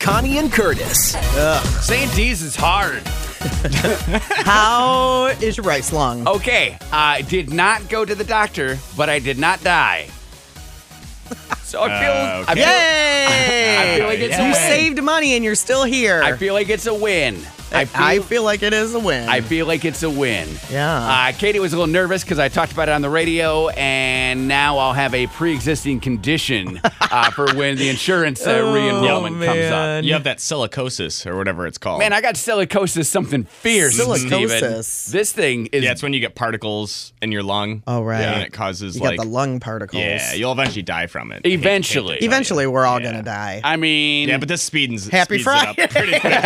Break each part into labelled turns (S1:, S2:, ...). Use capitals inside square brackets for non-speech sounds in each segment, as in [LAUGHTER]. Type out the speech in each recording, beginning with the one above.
S1: Connie and Curtis.
S2: St. D's is hard.
S3: How is your rice long?
S2: Okay, I did not go to the doctor, but I did not die. [LAUGHS] So I feel, I, feel
S3: Yay!
S2: I feel like it's a
S3: you
S2: win.
S3: saved money and you're still here.
S2: I feel like it's a win. I feel,
S3: I feel like it is a win.
S2: I feel like it's a win.
S3: Yeah.
S2: Uh, Katie was a little nervous because I talked about it on the radio, and now I'll have a pre-existing condition uh, for when the
S3: [LAUGHS]
S2: insurance uh, re-enrollment comes up.
S3: Oh, man.
S4: You have that silicosis or whatever it's called.
S2: Man, I got silicosis something fierce, Steven.
S3: Silicosis.
S2: This thing is
S4: yeah, it's when you get particles in your lung.
S3: Oh, right.
S4: And it causes
S3: you
S4: like
S3: got the lung particles.
S4: Yeah, you'll eventually die from it.
S2: Eventually.
S4: Hate- hate to tell you.
S3: Eventually, we're all gonna die.
S2: I mean,
S4: Yeah, but this speeds
S3: Happy
S4: speeds it up
S3: Friday.
S4: pretty quick.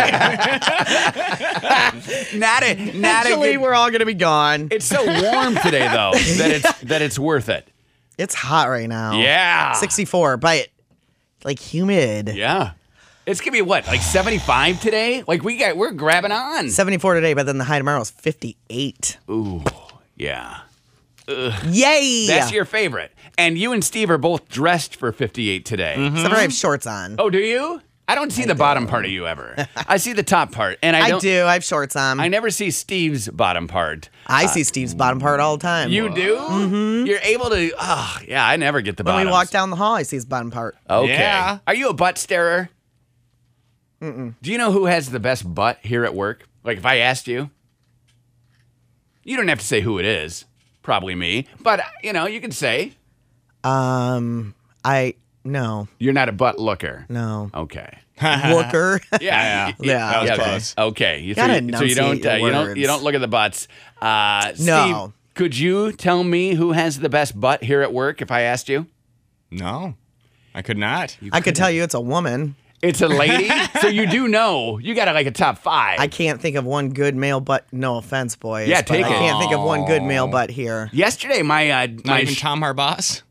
S2: not a not a
S3: Eventually,
S2: good-
S3: we're all gonna be gone.
S2: It's so warm today
S3: [LAUGHS]
S2: though that it's that it's worth it.
S3: It's hot right now.
S2: Yeah.
S3: 64, but like humid.
S2: Yeah. It's gonna be what, like seventy five today? Like we got we're grabbing on.
S3: 74 today, but then the high tomorrow is 58.
S2: Yeah.
S3: Yay!
S2: That's your favorite. And you and Steve are both dressed for fifty eight today.
S3: Except I have shorts on.
S2: Oh, do you? I don't see the bottom part of you ever. I see the top part. And I
S3: I,
S2: don't
S3: do. I have shorts on.
S2: I
S3: I,
S2: never see Steve's bottom part.
S3: see Steve's bottom part all the time.
S2: You do? Mm-hmm. You're able to oh yeah, I never get the
S3: when
S2: bottom.
S3: we walk down the hall, I see his bottom part.
S2: Okay.
S4: Yeah.
S2: Are you a butt starer? Mm-mm. Do you know who has the best butt here at work? Like, if I asked you, you don't have to say who it is. Probably me. But, uh, you know, you can say
S3: Um, I no,
S2: you're not a butt looker.
S3: no.
S2: Okay.
S3: Looker.
S2: Uh-huh. [LAUGHS] Yeah.
S3: Yeah,
S4: that was
S2: okay.
S4: close.
S2: Okay. You- So
S3: Gotta
S2: you, so you don't
S3: enunciate
S2: uh,
S3: your
S2: you don't you
S3: words.
S2: don't look at the butts. Uh,
S3: No.
S2: Steve, could you tell me who has the best butt here at work if I asked you?
S4: No, I could not.
S3: [LAUGHS] I could tell you it's a woman.
S2: It's a lady, so you do know. You got like a top five.
S3: I can't think of one good male butt. No offense, boys.
S2: Yeah,
S3: but
S2: take
S3: I
S2: it.
S3: can't think of one good male butt here.
S2: Yesterday, my uh,
S4: Not
S2: my
S4: even
S2: sh-
S4: Tom Harbaugh's.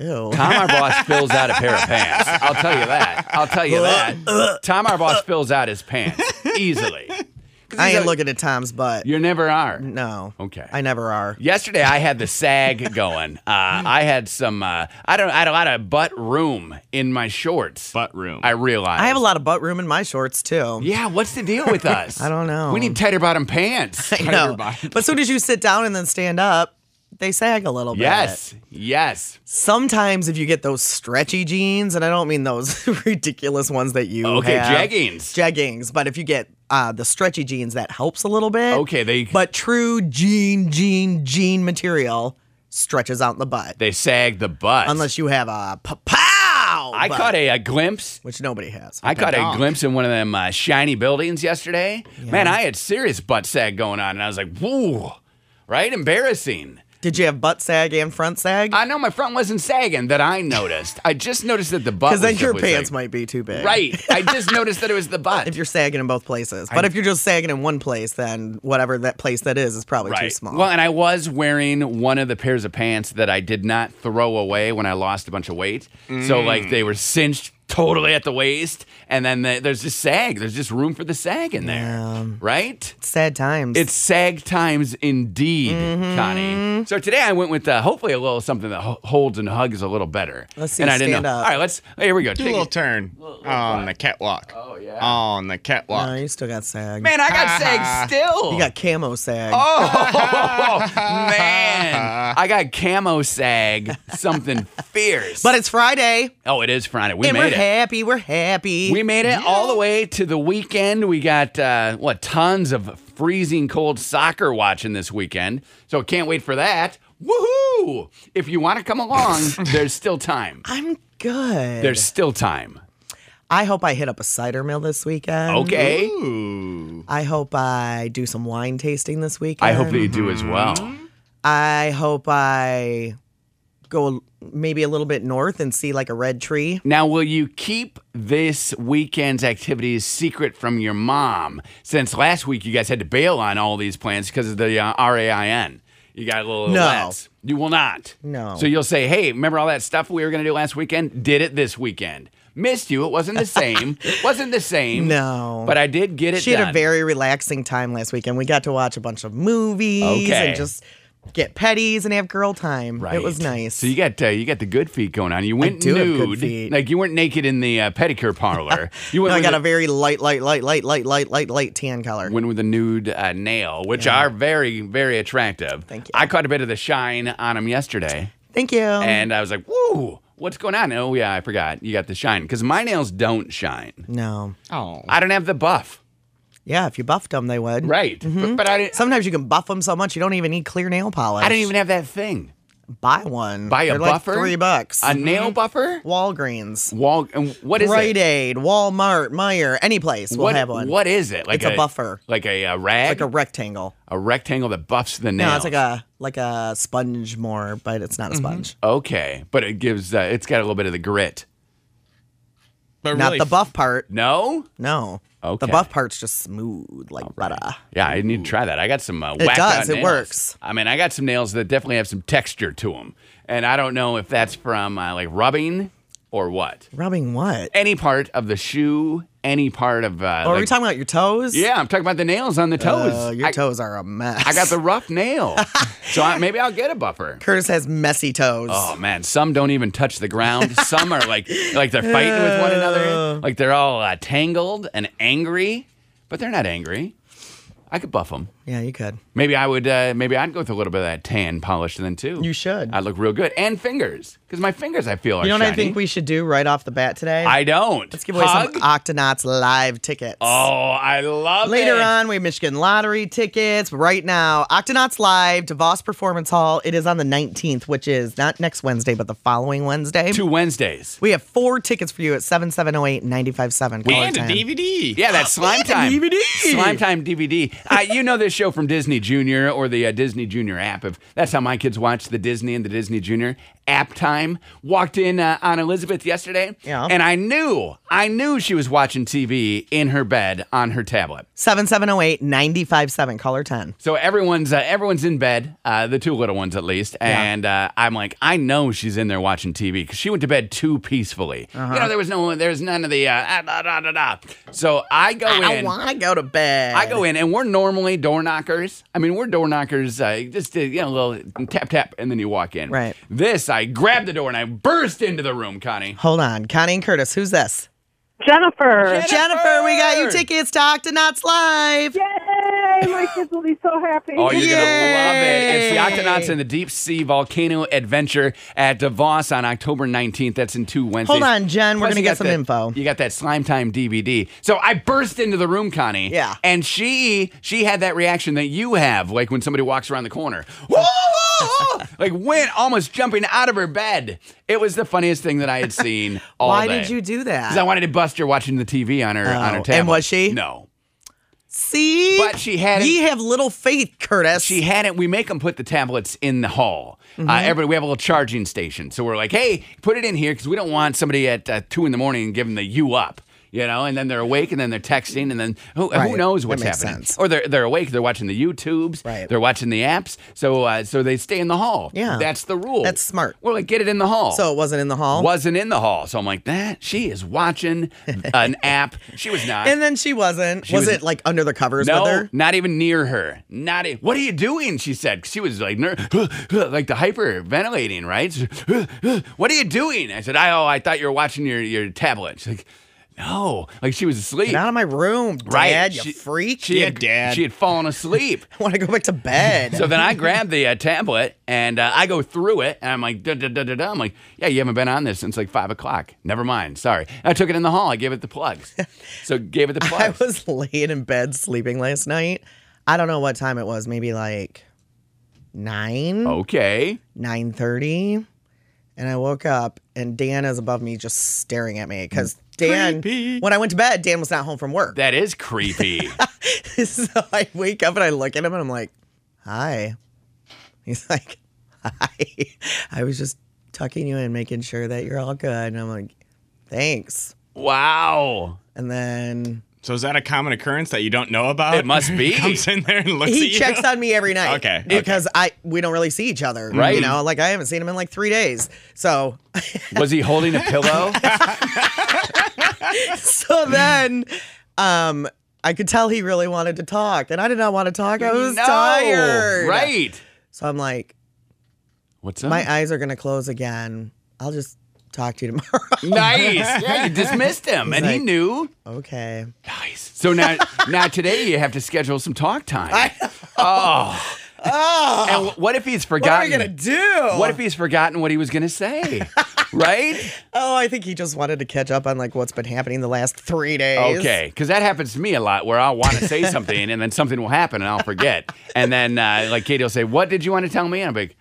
S3: Ew.
S2: Tom, our boss, fills out a pair of pants. I'll tell you that. I'll tell you that. Tom, our boss, fills out his pants easily.
S3: I ain't looking at Tom's butt.
S2: You never are.
S3: No.
S2: Okay.
S3: I never are.
S2: Yesterday, I had the sag going. Uh, I had some. Uh, I don't. I had a lot of butt room in my shorts.
S4: Butt room.
S2: I realized.
S3: I have a lot of butt room in my shorts too.
S2: Yeah. What's the deal with
S3: [LAUGHS]
S2: us?
S3: I don't know.
S2: We need tighter bottom
S3: [LAUGHS] [LAUGHS]
S2: pants.
S3: I know. But as soon as you sit down and then stand up, they sag a little bit.
S2: Yes. Yes.
S3: Sometimes if you get those stretchy jeans, and I don't mean those [LAUGHS] ridiculous ones that you
S2: Okay.
S3: have.
S2: Jeggings.
S3: jeggings, but if you get uh, the stretchy jeans, that helps a little bit.
S2: Okay, they-
S3: But true jean, jean, jean material stretches out the butt,
S2: they sag the butt.
S3: unless you have a pow.
S2: I
S3: butt,
S2: caught a, a glimpse
S3: which nobody has.
S2: I caught a
S4: Padonk.
S2: glimpse in one of them uh, shiny buildings yesterday. Man, I had serious butt sag going on, and I was like, "Whoa!" Right? Embarrassing.
S3: Did you have butt sag and front sag?
S2: I know my front wasn't sagging that I noticed. I just noticed that the butt.
S3: Because then
S2: was-
S3: your
S2: was
S3: pants
S2: sagging.
S3: might be too big.
S2: Right. I just noticed that it was the
S3: [LAUGHS]
S2: butt.
S3: If you're sagging in both places, but if you're just sagging in one place, then whatever that place that is is probably too
S2: right.
S3: small.
S2: Well, and I was wearing one of the pairs of pants that I did not throw away when I lost a bunch of weight. So like they were cinched totally at the waist, and then the, there's just sag. There's just room for the sag in there. Right.
S3: Sad times.
S2: It's sag times indeed,
S3: Mm-hmm.
S2: Connie. So today I went with uh, hopefully a little something that ho- holds and hugs a little better.
S3: Let's see,
S2: And I didn't
S3: stand
S2: know.
S3: up.
S2: All right, let's. Here we go.
S4: Do a
S2: Take
S4: little
S2: it.
S4: turn on the catwalk. Oh yeah. On the catwalk.
S3: no, you still got sag.
S2: man, I
S3: [LAUGHS]
S2: got sag still.
S3: you got camo sag.
S2: Oh man, I got camo sag.
S3: [LAUGHS]
S2: Something fierce.
S3: But it's Friday,
S2: oh, it is Friday. We
S3: and
S2: made
S3: we're
S2: it.
S3: happy. We're happy.
S2: We made it all the way to the weekend. We got uh, what tons of freezing cold soccer watching this weekend. So can't wait for that. Woohoo! If you want to
S3: [LAUGHS]
S2: come along, there's still time.
S3: I'm good.
S2: There's still time.
S3: I hope I hit up a cider mill this weekend.
S2: Okay.
S3: I hope I do some wine tasting this weekend.
S2: I hope that you do as well.
S3: I hope I go maybe a little bit north and see like a red tree.
S2: Now, will you keep this weekend's activities secret from your mom? Since last week you guys had to bail on all these plans because of the uh, RAIN. You got a little
S3: No.
S2: less. You will not.
S3: No.
S2: So you'll say, hey, remember all that stuff we were going to do last weekend? Did it this weekend. Missed you. It wasn't
S3: [LAUGHS]
S2: the same. wasn't the same.
S3: No.
S2: But I did get it
S3: She
S2: done.
S3: had a very relaxing time last weekend. We got to watch a bunch of movies
S2: Okay.
S3: and just get petties and have girl time.
S2: Right.
S3: It was nice.
S2: So you got uh, you got the good feet going on. You went
S3: do have
S2: nude,
S3: good feet.
S2: like you weren't naked in the uh,
S3: [LAUGHS]
S2: pedicure parlor. You went
S3: No, I
S2: with
S3: got
S2: a-
S3: a very light, light, light, light, light, light, light, light tan color.
S2: went with a nude uh, nail, which are very very attractive.
S3: Thank you.
S2: I caught a bit of the shine on them yesterday,
S3: Thank you.
S2: and I was like, "Whoa, what's going on?" Oh yeah, I forgot. You got the shine because my nails don't shine.
S3: no.
S4: Oh,
S2: I don't have the buff.
S3: Yeah, if you buffed them, they would.
S2: Right,
S3: Mm-hmm.
S2: but, but I didn't.
S3: Sometimes you can buff them so much you don't even need clear nail polish.
S2: I didn't even have that thing.
S3: buy one.
S2: Buy a
S3: They're
S2: buffer?
S3: Like three bucks. Mm-hmm.
S2: A nail buffer.
S3: Walgreens,
S2: Wall. And what is
S3: Rite
S2: it?
S3: Aid, Walmart, Meyer, any place will
S2: What,
S3: have one.
S2: what is it? Like
S3: It's a buffer.
S2: Like a, uh rag.
S3: Like a rectangle.
S2: a rectangle that buffs the nail.
S3: No, it's like a like a sponge more, but it's not a
S2: Mm-hmm.
S3: sponge.
S2: Okay, but it gives uh, it's got a little bit of the grit.
S4: but
S3: Not
S4: really,
S3: the buff part.
S2: No.
S3: No.
S2: Okay.
S3: The buff part's just smooth like butter.
S2: Yeah, I need to try that. I got some. Uh,
S3: It
S2: whacked
S3: does,
S2: out
S3: it
S2: nails.
S3: works.
S2: I mean, I got some nails that definitely have some texture to them, and I don't know if that's from uh, like rubbing or what.
S3: Rubbing what?
S2: Any part of the shoe, any part of. Uh,
S3: Oh, are we
S2: like-
S3: talking about your toes?
S2: yeah, I'm talking about the nails on the toes.
S3: Uh, your
S2: I,
S3: toes are a mess.
S2: I got the rough nail, so I, maybe I'll get a buffer.
S3: [LAUGHS] Curtis has messy toes.
S2: Oh man, some don't even touch the ground. Some are like like they're fighting with one another. Like they're all uh, tangled and angry, but they're not angry. I could buff them.
S3: Yeah, you could.
S2: Maybe I would. Uh, maybe I'd go with a little bit of that tan polish then too.
S3: You should.
S2: I look real good, and fingers because my fingers I feel are
S3: You know what I
S2: shiny.
S3: think we should do right off the bat today?
S2: I don't.
S3: Let's give away
S2: Hug?
S3: some Octonauts live tickets.
S2: Oh, I love it.
S3: Later on, we have Michigan Lottery tickets. Right now, Octonauts Live, DeVos Performance Hall. It is on the 19th, which is not next Wednesday, but the following Wednesday.
S2: two Wednesdays.
S3: We have four tickets for you at 7708 957.
S4: and a DVD.
S3: [LAUGHS]
S2: Yeah, that's Slime
S3: the
S2: Time.
S3: DVD.
S2: Slime Time DVD. Uh, you know this show from Disney Junior or the uh, Disney Junior app. If that's how my kids watch the Disney and the Disney Junior app time. Walked in uh, on Elizabeth yesterday,
S3: Yeah.
S2: and I knew, I knew she was watching TV in her bed on her tablet.
S3: 7708 957. Caller 10.
S2: So everyone's uh, everyone's in bed, uh, the two little ones at least, and uh, I'm like, I know she's in there watching TV because she went to bed too peacefully.
S3: Uh-huh.
S2: You know, there was no, there was none of the uh, ah, da da da da. So I go in.
S3: I want to go to bed.
S2: I go in, and we're normally door knockers. I mean, we're door knockers. Uh, just uh, you know, a little tap tap, and then you walk in.
S3: Right.
S2: This, I grab the door and I burst into the room, Connie.
S3: Hold on. Connie and Curtis, who's this?
S1: Jennifer.
S2: Jennifer!
S3: Jennifer, we got you tickets to Octonauts Live.
S1: Yay! My kids will be so happy.
S2: Oh, you're
S3: Yay!
S2: gonna love it! It's the Octonauts and the Deep Sea Volcano Adventure at DeVos on October 19th. That's in two Wednesdays.
S3: Hold on, Jen. We're
S2: Plus,
S3: gonna
S2: you
S3: get
S2: got
S3: some
S2: that-
S3: info.
S2: You got that Slime Time DVD. So I burst into the room, Connie.
S3: Yeah.
S2: And she she had that reaction that you have, like when somebody walks around the corner. Whoa, whoa,
S3: [LAUGHS]
S2: whoa! like went almost jumping out of her bed. It was the funniest thing that I
S3: [LAUGHS]
S2: had seen all
S3: Why
S2: day.
S3: did you do that?
S2: Because I wanted to bust her watching the TV on her on her
S3: Oh, and
S2: tablet.
S3: was she?
S2: No.
S3: See,
S2: But she hadn't-
S3: Ye have little faith, Curtis.
S2: She hadn't. We make them put the tablets in the hall.
S3: Mm-hmm.
S2: Uh, everybody, we have a little charging station, so we're like, "Hey, put it in here because we don't want somebody at uh, two in the morning giving the you up." You know, and then they're awake, and then they're texting, and then who, who
S3: Right.
S2: knows
S3: That
S2: what's
S3: makes
S2: happening?
S3: sense.
S2: Or they're they're awake, they're watching the YouTubes,
S3: Right.
S2: they're watching the apps, so uh, so they stay in the hall.
S3: Yeah.
S2: that's the rule.
S3: That's smart.
S2: We're like, get it in the hall.
S3: so it wasn't in the hall.
S2: wasn't in the hall, so I'm like, that she is watching an app. She was not.
S3: And then she wasn't. was,
S2: was-
S3: it like under the covers
S2: No,
S3: with her?
S2: not even near her. Not. E- what are you doing? She said. 'Cause She was like, ner- like the hyperventilating, right? She's, what are you doing? I said, I oh, I thought you were watching your your tablet. She's like, no, like she was asleep.
S3: Get out of my room,
S2: right?
S3: Dad. You freak.
S2: She
S3: [LAUGHS]
S4: Yeah,
S2: had,
S4: Dad.
S2: She had fallen asleep.
S3: I want to go back to
S2: [LAUGHS]
S3: bed.
S2: So then I grabbed the uh, tablet and uh, I go through it and I'm like, da da da da da. I'm like, yeah, you haven't been on this since like five o'clock. Never mind. Sorry. I took it in the hall. I gave it the plugs. so gave it the
S3: [LAUGHS]
S2: plugs.
S3: I was laying in bed sleeping last night. I don't know what time it was. Maybe like nine,
S2: Oh. okay.
S3: nine thirty. And I woke up and Dan is above me, just staring at me
S2: Mm.
S3: because Dan.
S4: Creepy.
S3: When I went to bed, Dan was not home from work.
S2: That is creepy.
S3: [LAUGHS] so I wake up and I look at him and I'm like, hi. He's like, hi. [LAUGHS] I was just tucking you in, making sure that you're all good. And I'm like, thanks.
S2: wow.
S3: And then
S4: So is that a common occurrence that you don't know about?
S2: It must be.
S4: [LAUGHS] Comes in there and looks at [LAUGHS]
S3: he
S4: you.
S3: checks on me every night.
S4: Okay, okay.
S3: Because I we don't really see each other.
S2: Right.
S3: You know, like I haven't seen him in like three days. So [LAUGHS]
S2: Was he holding a pillow?
S3: so then um I could tell he really wanted to talk, and I did not want to talk. I was
S2: No,
S3: tired.
S2: Right.
S3: So I'm like,
S2: What's up?
S3: my eyes are gonna close again. I'll just talk to you [LAUGHS] tomorrow.
S2: nice. Yeah, you dismissed him, and he
S3: like-
S2: knew.
S3: okay.
S2: Nice. So now, now today you have to schedule some talk time. Oh.
S3: Oh,
S2: And wh- what if he's
S3: what are we
S2: forgotten?
S3: gonna do?
S2: What if he's forgotten what he was
S3: [LAUGHS]
S2: gonna say? right?
S3: Oh, I think he just wanted to catch up on like what's been happening the last three days.
S2: Okay, because that happens to me a lot, where I'll want to say something, and then something will happen, and I'll forget. and then, uh, like Katie will say, "What did you want to tell me?" And I'm like,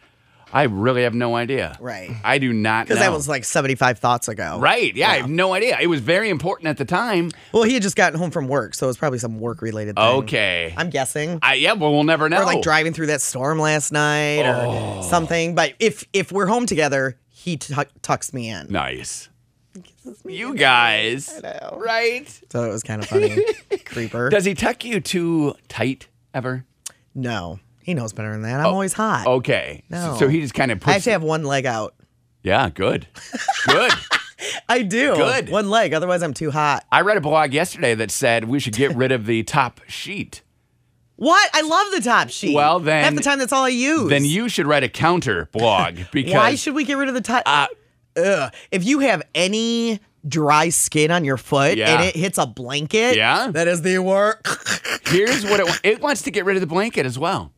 S2: "I really have no idea.
S3: Right.
S2: I do not know."
S3: Because that was like 75 thoughts ago.
S2: right. Yeah, I have no idea. It was very important at the time.
S3: Well, he had just gotten home from work, so it was probably some work related thing.
S2: Okay.
S3: I'm guessing.
S2: I, yeah. Well, we'll never know. Oh.
S3: Or like driving through that storm last night or something. But if if we're home together, he tuck tucks me in.
S2: Nice. You guys,
S3: know.
S2: right?
S3: So it was kind of funny.
S2: [LAUGHS]
S3: Creeper.
S2: Does he tuck you too tight ever?
S3: no, he knows better than that.
S2: Oh.
S3: I'm always hot.
S2: Okay.
S3: No.
S2: So he just kind of
S3: I
S2: puts.
S3: actually have one leg out.
S2: yeah. Good. Good.
S3: I do.
S2: Good.
S3: One leg. Otherwise, I'm too hot.
S2: I read a blog yesterday that said we should get rid of the top sheet.
S3: What? I love the top sheet.
S2: Well, then-
S3: half the time that's all I use.
S2: Then you should write a counter blog
S3: [LAUGHS]
S2: because
S3: Why should we get rid of the top?
S2: Uh,
S3: Ugh. If you have any dry skin on your foot
S2: Yeah.
S3: and it hits a blanket,
S2: Yeah.
S3: that is the worst.
S2: here's what it, wa- it wants to get rid of the blanket as well.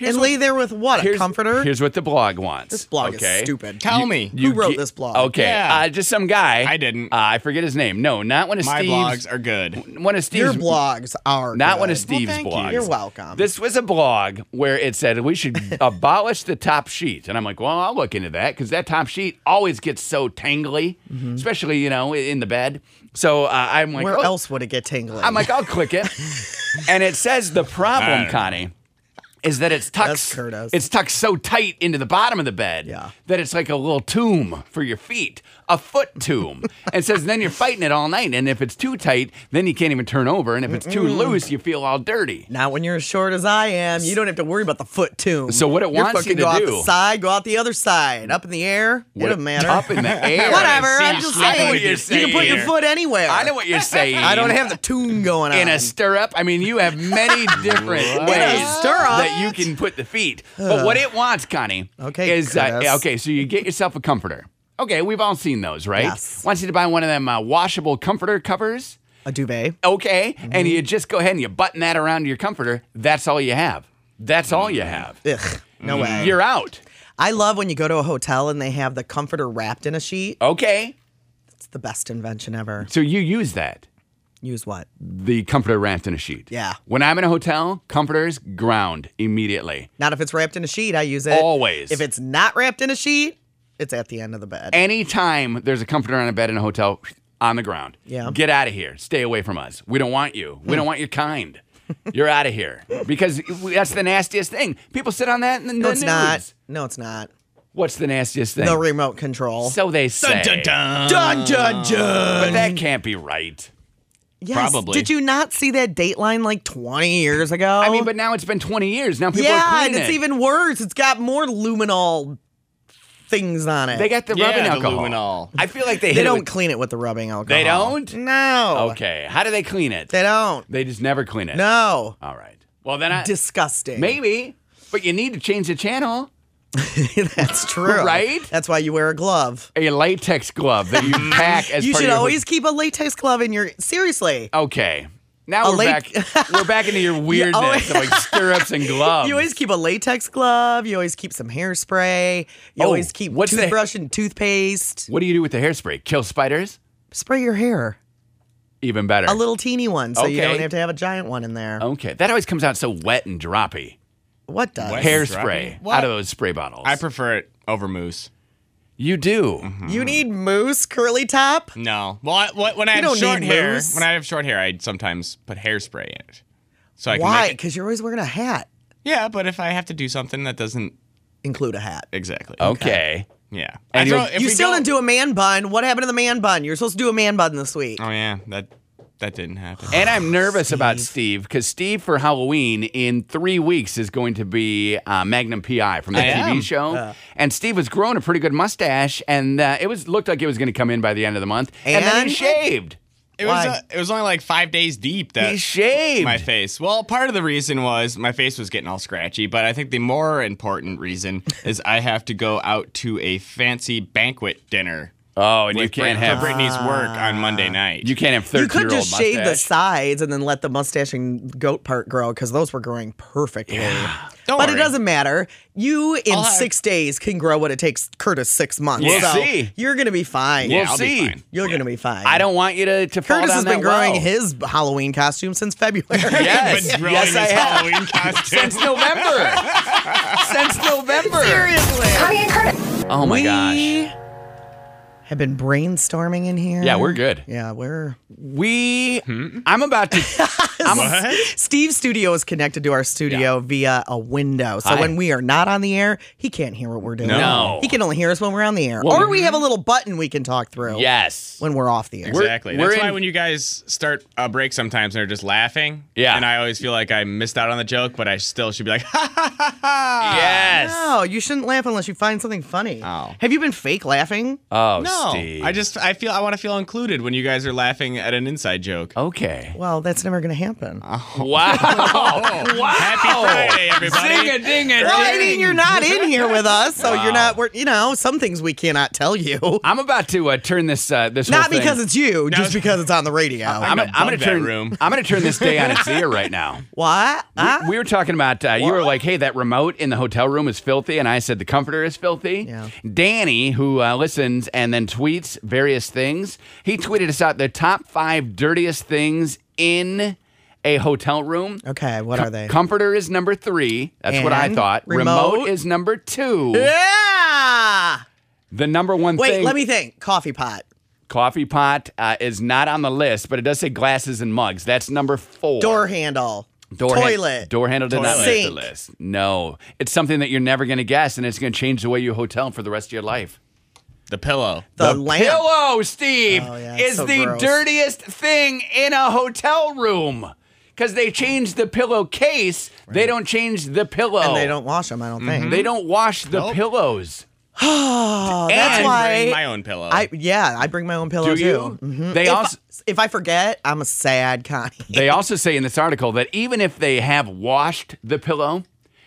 S3: [LAUGHS] and lay there with what? A
S2: Here's,
S3: comforter?
S2: Here's what the blog wants.
S3: this blog
S2: okay?
S3: is stupid.
S4: Tell me.
S2: You
S3: wrote
S2: ge-
S3: this blog?
S2: Okay,
S4: Yeah.
S2: uh, just some guy.
S4: I didn't.
S2: Uh, I forget his name. No, not one of
S4: My
S2: Steve's.
S4: blogs are good.
S2: one of
S3: Your
S2: Steve's
S3: blogs are
S2: Not one
S3: good.
S2: of Steve's
S4: thank you.
S2: blogs.
S3: You're welcome.
S2: This was a blog where it said
S3: [LAUGHS]
S2: we should abolish the top sheet, and I'm like, well, I'll look into that because that top sheet always gets so tangly, especially you know in the bed. So uh, I'm like,
S3: Mm-hmm. Where
S2: oh,
S3: else would it get tingling?
S2: I'm like, I'll click it, and it says the
S4: I
S2: problem,
S4: don't know.
S2: Connie. Is that it's
S3: That's
S2: tucked?
S3: Curtis.
S2: It's tucked so tight into the bottom of the bed
S3: Yeah.
S2: that it's like a little tomb for your feet, a foot tomb. and says then you're fighting it all night, and if it's too tight, then you can't even turn over, and if it's too loose, you feel all dirty.
S3: not when you're as short as I am. You don't have to worry about the foot tomb.
S2: So what it
S3: Your
S2: wants
S3: foot
S2: you
S3: can
S2: to
S3: go out
S2: do-
S3: the side, go out the other side, up in the air. it
S2: What-
S3: doesn't matter.
S2: Up
S3: [LAUGHS]
S2: in the air.
S3: Whatever.
S4: See,
S3: I'm just
S4: I know
S3: saying.
S4: what you're
S3: you can put your
S4: saying.
S3: foot anywhere.
S2: [LAUGHS] I know what you're saying.
S3: I don't have the tomb going on.
S2: in a stirrup. I mean, you
S3: [LAUGHS]
S2: have many different ways
S4: In a
S3: stirrup?
S2: that you can put the feet. But what it wants, Connie,
S3: Okay,
S2: is uh,
S3: Curtis.
S2: okay. So you get yourself a comforter. Okay, we've all seen those, right?
S3: Yes.
S2: Wants you to buy one of them uh, washable comforter covers.
S3: a duvet.
S2: Okay, and
S3: Mm-hmm.
S2: you just go ahead and you button that around your comforter. That's all you have. That's all you have.
S3: Ugh, Mm. no way.
S2: You're out.
S3: I love when you go to a hotel and they have the comforter wrapped in a sheet.
S2: Okay,
S3: It's the best invention ever.
S2: so you use that.
S3: Use what?
S2: The comforter wrapped in a sheet.
S3: Yeah.
S2: When I'm in a hotel, comforters ground immediately.
S3: Not if it's wrapped in a sheet. I use it
S2: Always.
S3: If it's not wrapped in a sheet, it's at the end of the bed.
S2: anytime there's a comforter on a bed in a hotel on the ground,
S3: Yeah.
S2: get out of here. Stay away from us. We don't want you. We don't want your kind. You're out of here because we- that's the nastiest thing. People sit on that and
S3: no,
S2: the
S3: it's
S2: news.
S3: not. No, it's not.
S2: What's the nastiest thing?
S3: No remote control.
S2: so they say.
S4: Dun, dun, dun.
S3: dun dun dun.
S2: But that can't be right.
S3: Yes.
S4: Probably.
S3: Did you not see that Dateline like 20 years ago?
S2: I mean, but now it's been 20 years. Now people are
S3: Oh. yeah,
S2: cleaning
S3: and it's
S2: it.
S3: even worse. It's got more luminol things on it.
S2: They got the
S4: Yeah,
S2: rubbing
S4: the
S2: alcohol.
S4: luminol.
S2: I feel like they
S3: They
S2: hit it
S3: don't
S2: with-
S3: clean it with the rubbing alcohol.
S2: They don't.
S3: No.
S2: Okay. How do they clean it?
S3: They don't.
S2: They just never clean it.
S3: No.
S2: All right. Well then I
S3: Disgusting.
S2: maybe, but you need to change the channel.
S3: [LAUGHS] That's true.
S2: Right?
S3: That's why you wear a glove.
S2: a latex
S3: [LAUGHS]
S2: glove that you pack as
S3: you
S2: part
S3: should
S2: of your
S3: always keep a latex glove in your. Seriously.
S2: okay. Now
S3: A
S2: we're
S3: late-
S2: back.
S3: [LAUGHS]
S2: We're back into your weirdness
S3: always- [LAUGHS]
S2: of like stirrups and gloves.
S3: You always keep a latex glove. You always keep some hairspray. You
S2: Oh,
S3: always keep
S2: what's the-
S3: toothbrush and toothpaste.
S2: what do you do with the hairspray? Kill spiders?
S3: Spray your hair.
S2: Even better.
S3: A little teeny one, so you
S2: Okay. Um,
S3: don't have to have a giant one in there.
S2: okay. That always comes out so wet and droppy.
S3: What does?
S4: What? droppy?
S2: Hairspray
S4: What?
S2: out of those spray bottles.
S4: I prefer it over moose.
S2: you do.
S3: You need moose curly top?
S4: No. Well, I, wh- when I
S3: You
S4: have
S3: don't
S4: short
S3: need
S4: hair,
S3: mousse.
S4: when I have short hair, I sometimes put hairspray in it. So I can
S3: Why?
S4: Make it,
S3: Because you're always wearing a hat.
S4: yeah, but if I have to do something that doesn't
S3: Include a hat.
S4: exactly.
S2: Okay.
S4: Yeah.
S2: Oh. And
S4: I
S2: you'll-
S4: throw- if
S3: you
S4: we
S3: still
S4: go-
S3: didn't do a man bun. What happened to the man bun? You're supposed to do a man bun this week.
S4: Oh yeah, that that didn't happen.
S2: And I'm nervous about Steve because Steve for Halloween in three weeks is going to be uh, Magnum PI from the
S4: I
S2: TV
S4: am.
S2: show, and Steve was growing a pretty good mustache, and uh, it was looked like it was going to come in by the end of the month, and, then
S3: And?
S2: he shaved.
S4: It
S3: Why?
S4: was uh, it was only like five days deep that
S2: He shaved.
S4: my face. Well, part of the reason was my face was getting all scratchy, but I think the more important reason is I have to go out to a fancy banquet dinner
S2: oh, and you
S4: with
S2: can't
S4: Brit-
S2: have
S4: for Brittany's work on Monday
S3: Ah.
S4: night.
S2: you can't have
S3: you
S2: thirteen
S3: could
S2: year old
S3: just shave the
S2: mustache.
S3: sides and then let the mustache and goat part grow because those were growing perfectly.
S4: Don't
S3: but it
S4: worry.
S3: doesn't matter. You in
S4: I'll have-
S3: six days can grow what it takes Curtis six months.
S2: We'll
S3: so
S2: see.
S3: You're gonna be fine.
S2: We'll
S4: I'll be
S2: see.
S4: fine.
S3: You're gonna be fine.
S2: I don't want you to to fall
S3: Curtis
S2: down
S3: has
S2: that
S3: been growing
S2: well.
S3: his Halloween costume since February.
S2: [LAUGHS]
S3: [LAUGHS]
S2: Yes,
S4: But growing
S2: yes,
S4: his
S2: I have.
S4: Halloween
S2: [LAUGHS]
S4: costume.
S2: Since November. Since November.
S3: Seriously.
S5: Connie and Curtis.
S2: Oh my gosh.
S3: We have been brainstorming in here.
S2: Yeah, we're good.
S3: Yeah, we're
S2: We. I'm about to.
S4: What?
S3: Steve's studio is connected to our studio via a window. So
S2: Hi.
S3: when we are not on the air, he can't hear what we're doing.
S2: No.
S3: He can only hear us when we're on the air.
S2: Well,
S3: or we have a little button we can talk through
S2: yes.
S3: when we're off the air.
S2: We're-
S4: Exactly.
S2: we're
S4: That's why
S2: in-
S4: when you guys start a break sometimes and are just laughing.
S2: Yeah.
S4: And I always feel like I missed out on the joke, but I still should be like, [LAUGHS] ha ha ha ha.
S2: Yes.
S3: no, you shouldn't laugh unless you find something funny.
S4: Oh.
S3: Have you been fake laughing?
S2: Oh,
S4: No.
S2: Steve.
S4: I just I feel I want to feel included when you guys are laughing at an inside joke.
S2: Oh. Okay.
S3: Well, that's never going to happen.
S2: Uh-huh.
S3: [LAUGHS]
S2: Wow. wow.
S4: Happy Friday, everybody.
S2: Ding a ding a
S3: well, I mean,
S2: ding.
S3: you're not in here with us, so you're not. We're, you know, some things we cannot tell you.
S2: I'm about to uh, turn this uh, this
S3: Not
S2: whole thing-
S3: because it's you, just because it's on the radio.
S2: I'm,
S4: gonna
S2: I'm gonna
S4: bug that
S2: turn
S4: room.
S2: I'm gonna turn this day
S3: [LAUGHS]
S2: on its ear right now.
S3: what? Huh?
S2: We were talking about uh, you were like, "Hey, that remote in the hotel room is filthy," and I said the comforter is filthy.
S3: Yeah.
S2: Danny, who uh, listens and then tweets various things, he tweeted us out the top five dirtiest things in a hotel room.
S3: okay, what are they?
S2: Comforter is number three. That's what I
S3: And
S2: thought.
S3: remote?
S2: is number two.
S3: yeah.
S2: The number one
S3: Wait,
S2: thing,
S3: let me think. Coffee pot.
S2: coffee pot uh, is not on the list, but it does say glasses and mugs. That's number four.
S3: Door handle.
S2: Door han-
S3: toilet.
S2: door handle did not
S3: Toilet.
S2: make the
S3: Sink.
S2: list. No, it's something that you're never going to guess, and it's going to change the way you hotel for the rest of your life.
S4: The pillow.
S3: the lamp.
S2: Pillow, Steve,
S3: Oh, yeah, it's
S2: is
S3: so
S2: the
S3: gross.
S2: dirtiest thing in a hotel room because they change the pillowcase. They don't change the pillow.
S3: And they don't wash them, I don't think.
S2: They don't wash the
S4: Nope.
S2: pillows.
S3: Oh, that's
S2: And-
S4: Bring my
S3: why.
S4: own pillow.
S3: I yeah, I bring my own pillow
S2: Do
S3: too.
S2: you?
S3: Mhm.
S2: They
S3: if
S2: also.
S3: I, if I forget, I'm a sad Connie. [LAUGHS]
S2: They also say in this article that even if they have washed the pillow,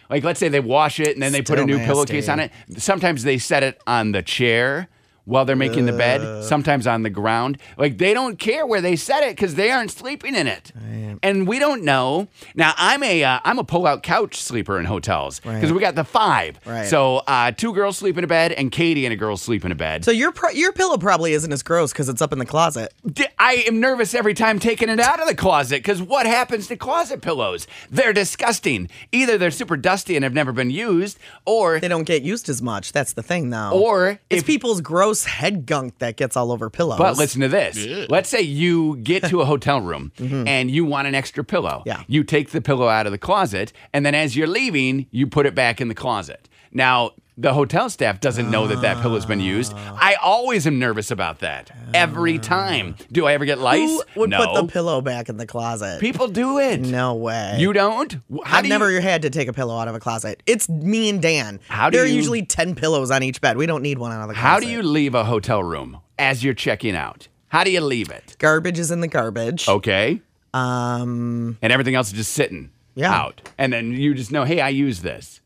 S2: like let's say they wash it and then they put a
S3: Still
S2: new
S3: nasty.
S2: pillowcase on it, sometimes they set it on the chair while they're making the bed, sometimes on the ground. Like they don't care where they set it cuz they aren't sleeping in it. And we don't know. Now I'm a uh, I'm a pull-out couch sleeper in hotels cuz
S3: Right.
S2: we got the 5.
S3: Right.
S2: So uh, two girls sleep in a bed and Katie and a girl sleep in a bed.
S3: So your pro- your pillow probably isn't as gross because it's up in the closet.
S2: D- I am nervous every time taking it out of the closet because what happens to closet pillows? They're disgusting. Either they're super dusty and have never been used, or
S3: They don't get used as much. That's the thing, though.
S2: or
S3: it's
S2: if.
S3: people's gross head gunk that gets all over pillows.
S2: But listen to this. Let's say you get to a hotel room
S3: [LAUGHS]
S2: and you want an extra pillow.
S3: Mm-hmm. Yeah.
S2: You take the pillow out of the closet, and then as you're leaving, you put it back in the closet. Now, the hotel staff doesn't know that that pillow's been used.
S3: Ah.
S2: I always am nervous about that every time. Do I ever get lice?
S3: who would
S2: no.
S3: put the pillow back in the closet?
S2: People do it.
S3: no way.
S2: You don't? Wh- How
S3: I've
S2: do
S3: never
S2: You,
S3: had to take a pillow out of a closet. It's me and Dan.
S2: How do
S3: there
S2: you-
S3: are usually ten pillows on each bed. We don't need one out of the closet.
S2: how do you leave a hotel room as you're checking out? How do you leave it?
S3: Garbage is in the garbage.
S2: Okay.
S3: Um,
S2: And everything else is just sitting
S3: Yeah.
S2: out. And then you just know, hey, I use this.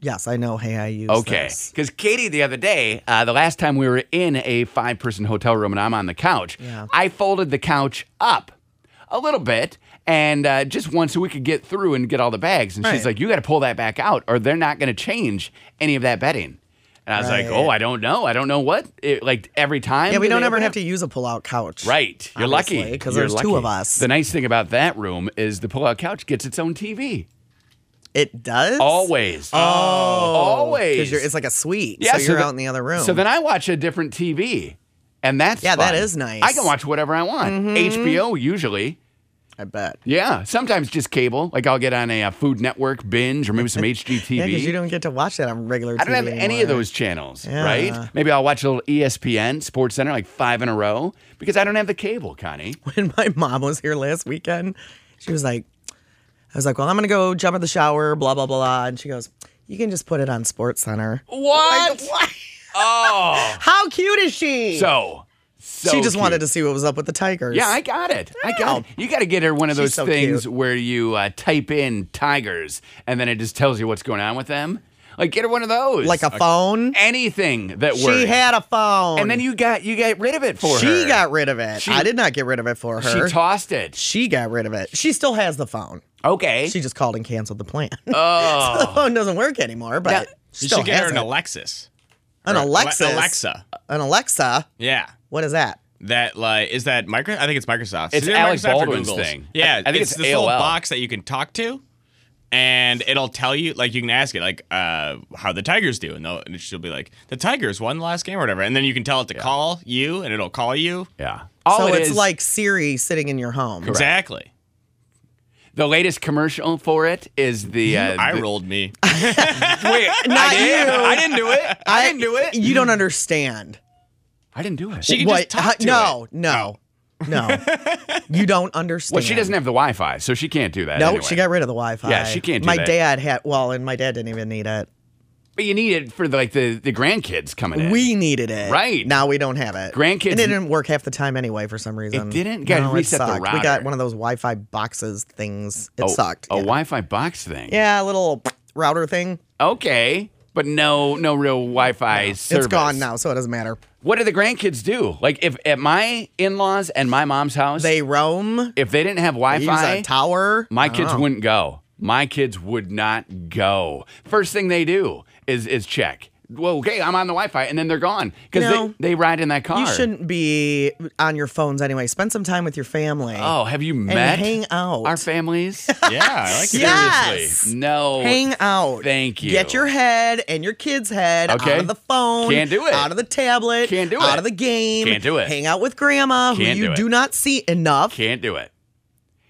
S3: yes, I know. Hey, I use.
S2: Okay.
S3: this.
S2: Because Katie, the other day, uh, the last time we were in a five person hotel room and I'm on the couch,
S3: Yeah.
S2: I folded the couch up a little bit and uh, just one so we could get through and get all the bags. And she's
S3: Right.
S2: like, you got to pull that back out or they're not going to change any of that bedding. And I was like,
S3: Right.
S2: oh, I don't know. I don't know what. It, like every time.
S3: Yeah, we
S2: do
S3: don't
S2: they
S3: ever
S2: open
S3: have to
S2: it?
S3: use a pull-out couch.
S2: Right. You're
S3: Obviously,
S2: lucky.
S3: 'cause
S2: You're
S3: there's two of
S2: lucky.
S3: us.
S2: The nice thing about that room is the pull-out couch gets its own TV.
S3: It does
S2: Always. Oh. Always.
S3: because it's like a suite.
S2: Yeah,
S3: so you're
S2: the-
S3: out in the other room.
S2: So then I watch a different TV. And that's
S3: Yeah, that
S2: fun.
S3: is nice. Mm-hmm.
S2: I can watch whatever I want. HBO usually.
S3: I bet.
S2: Yeah. Sometimes just cable. Like I'll get on a, uh Food Network binge or maybe some HGTV.
S3: [LAUGHS] Yeah, because you don't get to watch that on regular.
S2: I don't
S3: TV
S2: have any
S3: anymore.
S2: of those channels,
S3: Yeah.
S2: right? Maybe I'll watch a little E ESPN Sports Center like five in a row because I don't have the cable, Connie.
S3: [LAUGHS] when my mom was here last weekend, she was like, I was like, well, I'm going to go jump in the shower, blah, blah, blah. And she goes, you can just put it [LAUGHS] on Sports Center.
S2: What?
S3: What? [LAUGHS]
S2: Oh.
S3: How cute is she?
S2: So, So
S3: she just
S2: cute.
S3: wanted to see what was up with the tigers.
S2: Yeah, I got it. I got it. You got to get her one of those
S3: She's so
S2: things
S3: cute.
S2: where you uh, type in tigers and then it just tells you what's going on with them. Like get her one of those.
S3: like a phone.
S2: anything that works.
S3: She had a phone,
S2: and then you got you got rid of it for her.
S3: she got rid of it.
S2: She-
S3: I did not get rid of it for her.
S2: She tossed it.
S3: she got rid of it. She still has the phone.
S2: Okay.
S3: [LAUGHS] She just called and canceled the plan. [LAUGHS] the
S2: oh.
S3: phone doesn't work anymore, but
S2: Yeah.
S3: it
S4: You
S3: still
S4: should get her
S3: has
S4: an
S3: it.
S4: Alexis.
S3: An
S4: Or Ale-
S3: Alexa.
S4: Alexa.
S3: An Alexa.
S4: Yeah.
S3: What is that?
S4: That like is that Micro? I think it's Microsoft.
S2: It's
S4: either
S2: Alex
S4: Microsoft or
S2: Baldwin's
S4: Google's.
S2: thing.
S4: Yeah,
S2: I- I think
S4: it's,
S2: it's
S4: this little
S2: AOL.
S4: box that you can talk to, and it'll tell you like you can ask it like uh, how the Tigers do, and, they'll, and she'll be like the Tigers won the last game or whatever, and then you can tell it to call you, and it'll call you.
S2: Yeah. All
S3: so
S2: Oh, it
S3: it's
S2: is-
S3: like Siri sitting in your home.
S4: Exactly.
S2: the latest commercial for it is the uh,
S4: I
S2: the- [LAUGHS]
S4: rolled me.
S2: Wait,
S3: Not
S2: I did.
S3: you.
S2: I didn't do it. I, didn't
S3: [LAUGHS]
S2: do it.
S3: You don't understand.
S2: I didn't do it.
S4: She can
S3: What?
S4: just talk to
S3: no,
S4: it.
S3: no, no.
S2: [LAUGHS]
S3: you don't understand.
S2: well, she doesn't have the Wi-Fi, so she can't do that.
S3: No,
S2: anyway.
S3: she got rid of the Wi-Fi.
S2: Yeah, she can't do
S3: my
S2: that.
S3: dad had. Well, and my dad didn't even need it.
S2: But you need it for like the the grandkids coming in.
S3: We needed it.
S2: Right.
S3: Now we don't have it.
S2: Grandkids-
S3: And it didn't work half the time anyway for some reason.
S2: It didn't? You gotta
S3: no,
S2: reset
S3: it
S2: the
S3: sucked. We got
S2: router.
S3: one of those Wi Fi boxes things. It
S2: Oh,
S3: sucked.
S2: A
S3: yeah.
S2: Wi-Fi box thing.
S3: yeah, a little router thing.
S2: Okay, but no, no real Wi-Fi service.
S3: It's gone now, so it doesn't matter.
S2: What do the grandkids do? Like if at my in-laws and my mom's house,
S3: They roam.
S2: if they didn't have
S3: They use a Oh.
S2: Wi-Fi,
S3: tower.
S2: my kids wouldn't go. My kids would not go. First thing they do is is check. Well, okay, I'm on the Wi-Fi, and then they're gone because
S3: No.
S2: they, they ride in that car.
S3: You shouldn't be on your phones anyway. Spend some time with your family.
S2: Oh, have you met
S3: hang out. [LAUGHS]
S2: our families?
S4: Yeah, I like
S3: Yeah.
S4: it.
S3: Yes.
S2: no.
S3: Hang out.
S2: Thank you.
S3: Get your head and your kid's head out
S2: Okay.
S3: of the phone.
S2: Can't do it.
S3: Out of the tablet.
S2: Can't do
S3: Out
S2: it.
S3: of the game.
S2: Can't do it.
S3: Hang out with grandma, who
S2: Can't
S3: you
S2: do it.
S3: not see enough.
S2: Can't do it.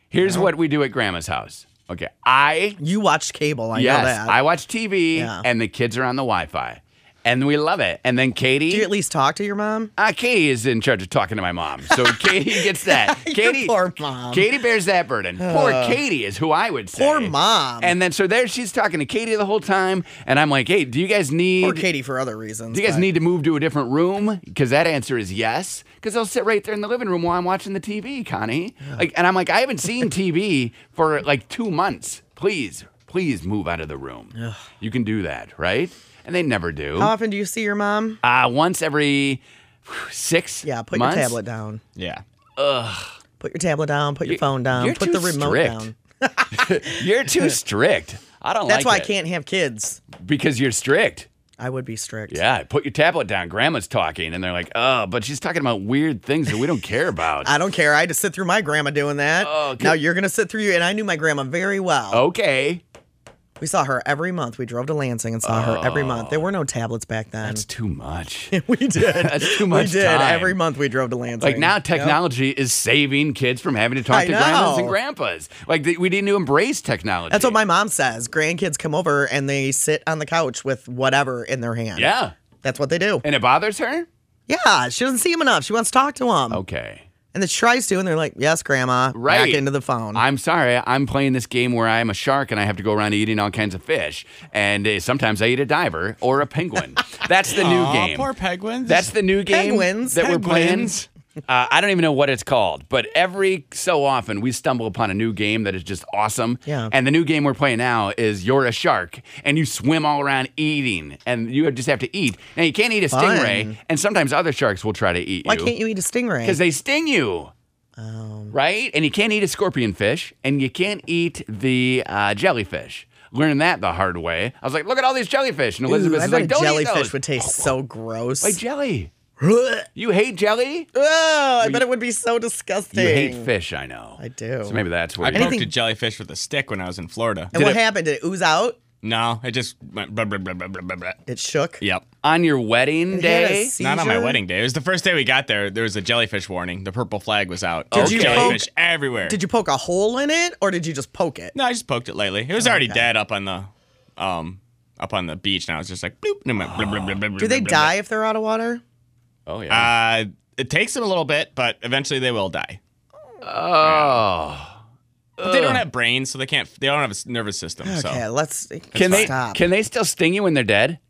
S2: Here's what we do at grandma's house. Okay. I
S3: You watched cable. I know
S2: yes,
S3: that.
S2: I watch TV
S3: Yeah.
S2: and the kids are on the Wi-Fi. And we love it. And then Katie
S3: do you at least talk to your mom?
S2: uh, Katie is in charge of talking to my mom.
S3: [LAUGHS]
S2: So Katie gets that.
S3: Your
S2: Katie
S3: poor mom.
S2: Katie bears that burden. poor Katie is who I would say.
S3: Poor mom.
S2: And then so there she's talking to Katie the whole time. And I'm like, hey, do you guys need
S3: Or Katie for other reasons.
S2: Do you guys
S3: but-
S2: need to move to a different room? Because that answer is yes. Because they'll sit right there in the living room while I'm watching the TV, Connie. Like, and I'm like, I haven't seen TV for like two months. Please, please move out of the room. You can do that, right? And they never do.
S3: How often do you see your mom?
S2: Uh, once every whew, six.
S3: Yeah, put
S2: months?
S3: your tablet down.
S4: Yeah.
S3: Put your tablet down. Put your phone down.
S2: you're
S3: Um, put
S2: too
S3: the remote
S2: strict.
S3: down.
S2: [LAUGHS] You're too strict. I don't
S3: That's
S2: like
S3: why
S2: it.
S3: I can't have kids.
S2: Because you're strict.
S3: I would be strict.
S2: Yeah, put your tablet down. Grandma's talking, and they're like, "Oh, but she's talking about weird things that we don't care about."
S3: [LAUGHS] I don't care. I had to sit through my grandma doing that.
S2: Oh, good.
S3: now you're gonna sit through you, and I knew my grandma very well.
S2: okay,
S3: We saw her every month. We drove to Lansing and saw her every month. There were no tablets back then.
S2: that's too much.
S3: [LAUGHS] we did.
S2: [LAUGHS] That's too much
S3: We did.
S2: time.
S3: Every month we drove to Lansing.
S2: Like now, technology is saving kids from having to talk
S3: I
S2: to grandmas and
S3: know.
S2: grandpas. Like they, we need to embrace technology.
S3: That's what my mom says. Grandkids come over and they sit on the couch with whatever in their hand.
S2: yeah,
S3: That's what they do.
S2: and it bothers her.
S3: Yeah, she doesn't see them enough. She wants to talk to them.
S2: Okay,
S3: And then she tries to, and they're like, yes, grandma.
S2: Right.
S3: Back into the phone.
S2: I'm sorry. I'm playing this game where I'm a shark and I have to go around eating all kinds of fish, and uh, sometimes I eat a diver or
S3: [LAUGHS]
S2: a penguin. That's the new
S4: Aw,
S2: game.
S4: Poor penguins.
S2: That's the new game
S3: Penguins.
S2: that we're playing.
S4: Penguins.
S2: Uh, I don't even know what it's called, but every so often we stumble upon a new game that is just awesome.
S3: Yeah.
S2: And the new game we're playing now is you're a shark and you swim all around eating, and you just have to eat. Now you can't eat a stingray,
S3: Fun.
S2: and sometimes other sharks will try to eat
S3: Why
S2: you
S3: can't you eat a stingray?
S2: because they sting you.
S3: Um.
S2: Right? And you can't eat a scorpion fish and you can't eat the uh, jellyfish. Learned that the hard way. I was like, look at all these jellyfish. And
S3: Ooh,
S2: Elizabeth
S3: I
S2: is
S3: bet
S2: like,
S3: a
S2: don't eat
S3: jellyfish
S2: those.
S3: would taste so gross. [LAUGHS]
S2: like jelly. You hate jelly?
S3: oh, I bet it would be so disgusting.
S2: You hate fish, I know.
S3: I do.
S2: So maybe that's
S4: I
S2: where you
S4: poked
S3: Anything-
S4: a jellyfish with a stick when I was in Florida.
S3: And what happened? Did it ooze out?
S4: No, it just went. Blah, blah, blah, blah, blah, blah, blah.
S3: It shook.
S4: Yep.
S2: on your wedding
S3: It had a
S2: day.
S4: Not on my
S3: seizure?
S4: wedding day. It was the first day we got there. There was a jellyfish warning. The purple flag was out.
S3: Did
S4: There
S2: you
S4: was jellyfish
S3: poke-
S4: everywhere.
S3: Did you poke a hole in it, or did you just poke it?
S4: No, I just poked it lightly. It was already dead up on the, um, up on the beach, and I was just like, bloop, and it went. blub, blub, blub, blub,
S3: Do they
S4: blub,
S3: die if they're out of water?
S2: Oh yeah.
S4: blub. Uh, it takes them a little bit, but eventually they will die. Uh,
S2: oh.
S4: But they don't have brains, so they can't. They don't have a s- nervous system.
S3: Okay,
S4: So
S3: let's
S2: Can they
S3: stop.
S2: can they still sting you when they're dead?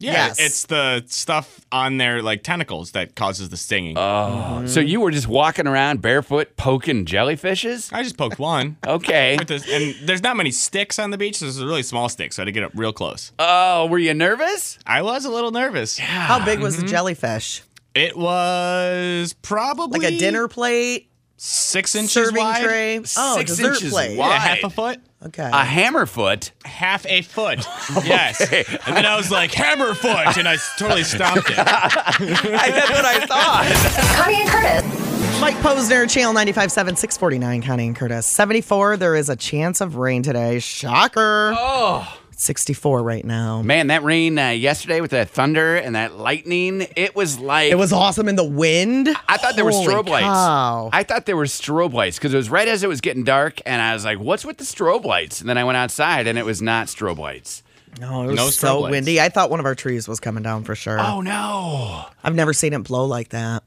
S4: Yeah,
S3: Yes.
S4: it's the stuff on their like tentacles that causes the stinging.
S2: Uh.
S3: Mm-hmm.
S2: So you were just walking around barefoot poking jellyfishes?
S4: I just poked one. [LAUGHS]
S2: Okay.
S4: With this- and there's not many sticks on the beach. So this is a really small stick, so I had to get up real close.
S2: Oh, were you nervous?
S4: I was a little nervous. Yeah.
S3: How big was the jellyfish?
S4: It was probably
S3: Like a dinner plate,
S4: six inches
S3: serving
S4: wide,
S3: tray. Oh,
S2: Six
S3: dessert
S2: inches
S3: plate.
S4: Yeah,
S2: wide.
S4: half a foot,
S3: Okay.
S2: A [LAUGHS] hammerfoot?
S4: half a [LAUGHS] foot. Yes. And then I was like hammer foot, and I s-
S3: [LAUGHS]
S4: totally stopped it.
S2: That's what I [LAUGHS] thought.
S5: Connie and Curtis.
S3: Mike Posner, Channel 957, 649, Connie and Curtis. 74, there is a chance of rain today. Shocker. Oh. 64 right now.
S2: Man, that rain uh, yesterday with that thunder and that lightning, it was like
S3: It was awesome in the wind.
S2: I thought there were
S3: Holy
S2: strobe
S3: cow.
S2: lights. I thought there were strobe lights because it was right as it was getting dark, and I was like, "What's with the strobe lights?" And then I went outside, and it was not strobe lights.
S3: no, it was
S4: No strobe
S3: so
S4: lights.
S3: windy. I thought one of our trees was coming down for sure.
S2: Oh no!
S3: I've never seen it blow like that.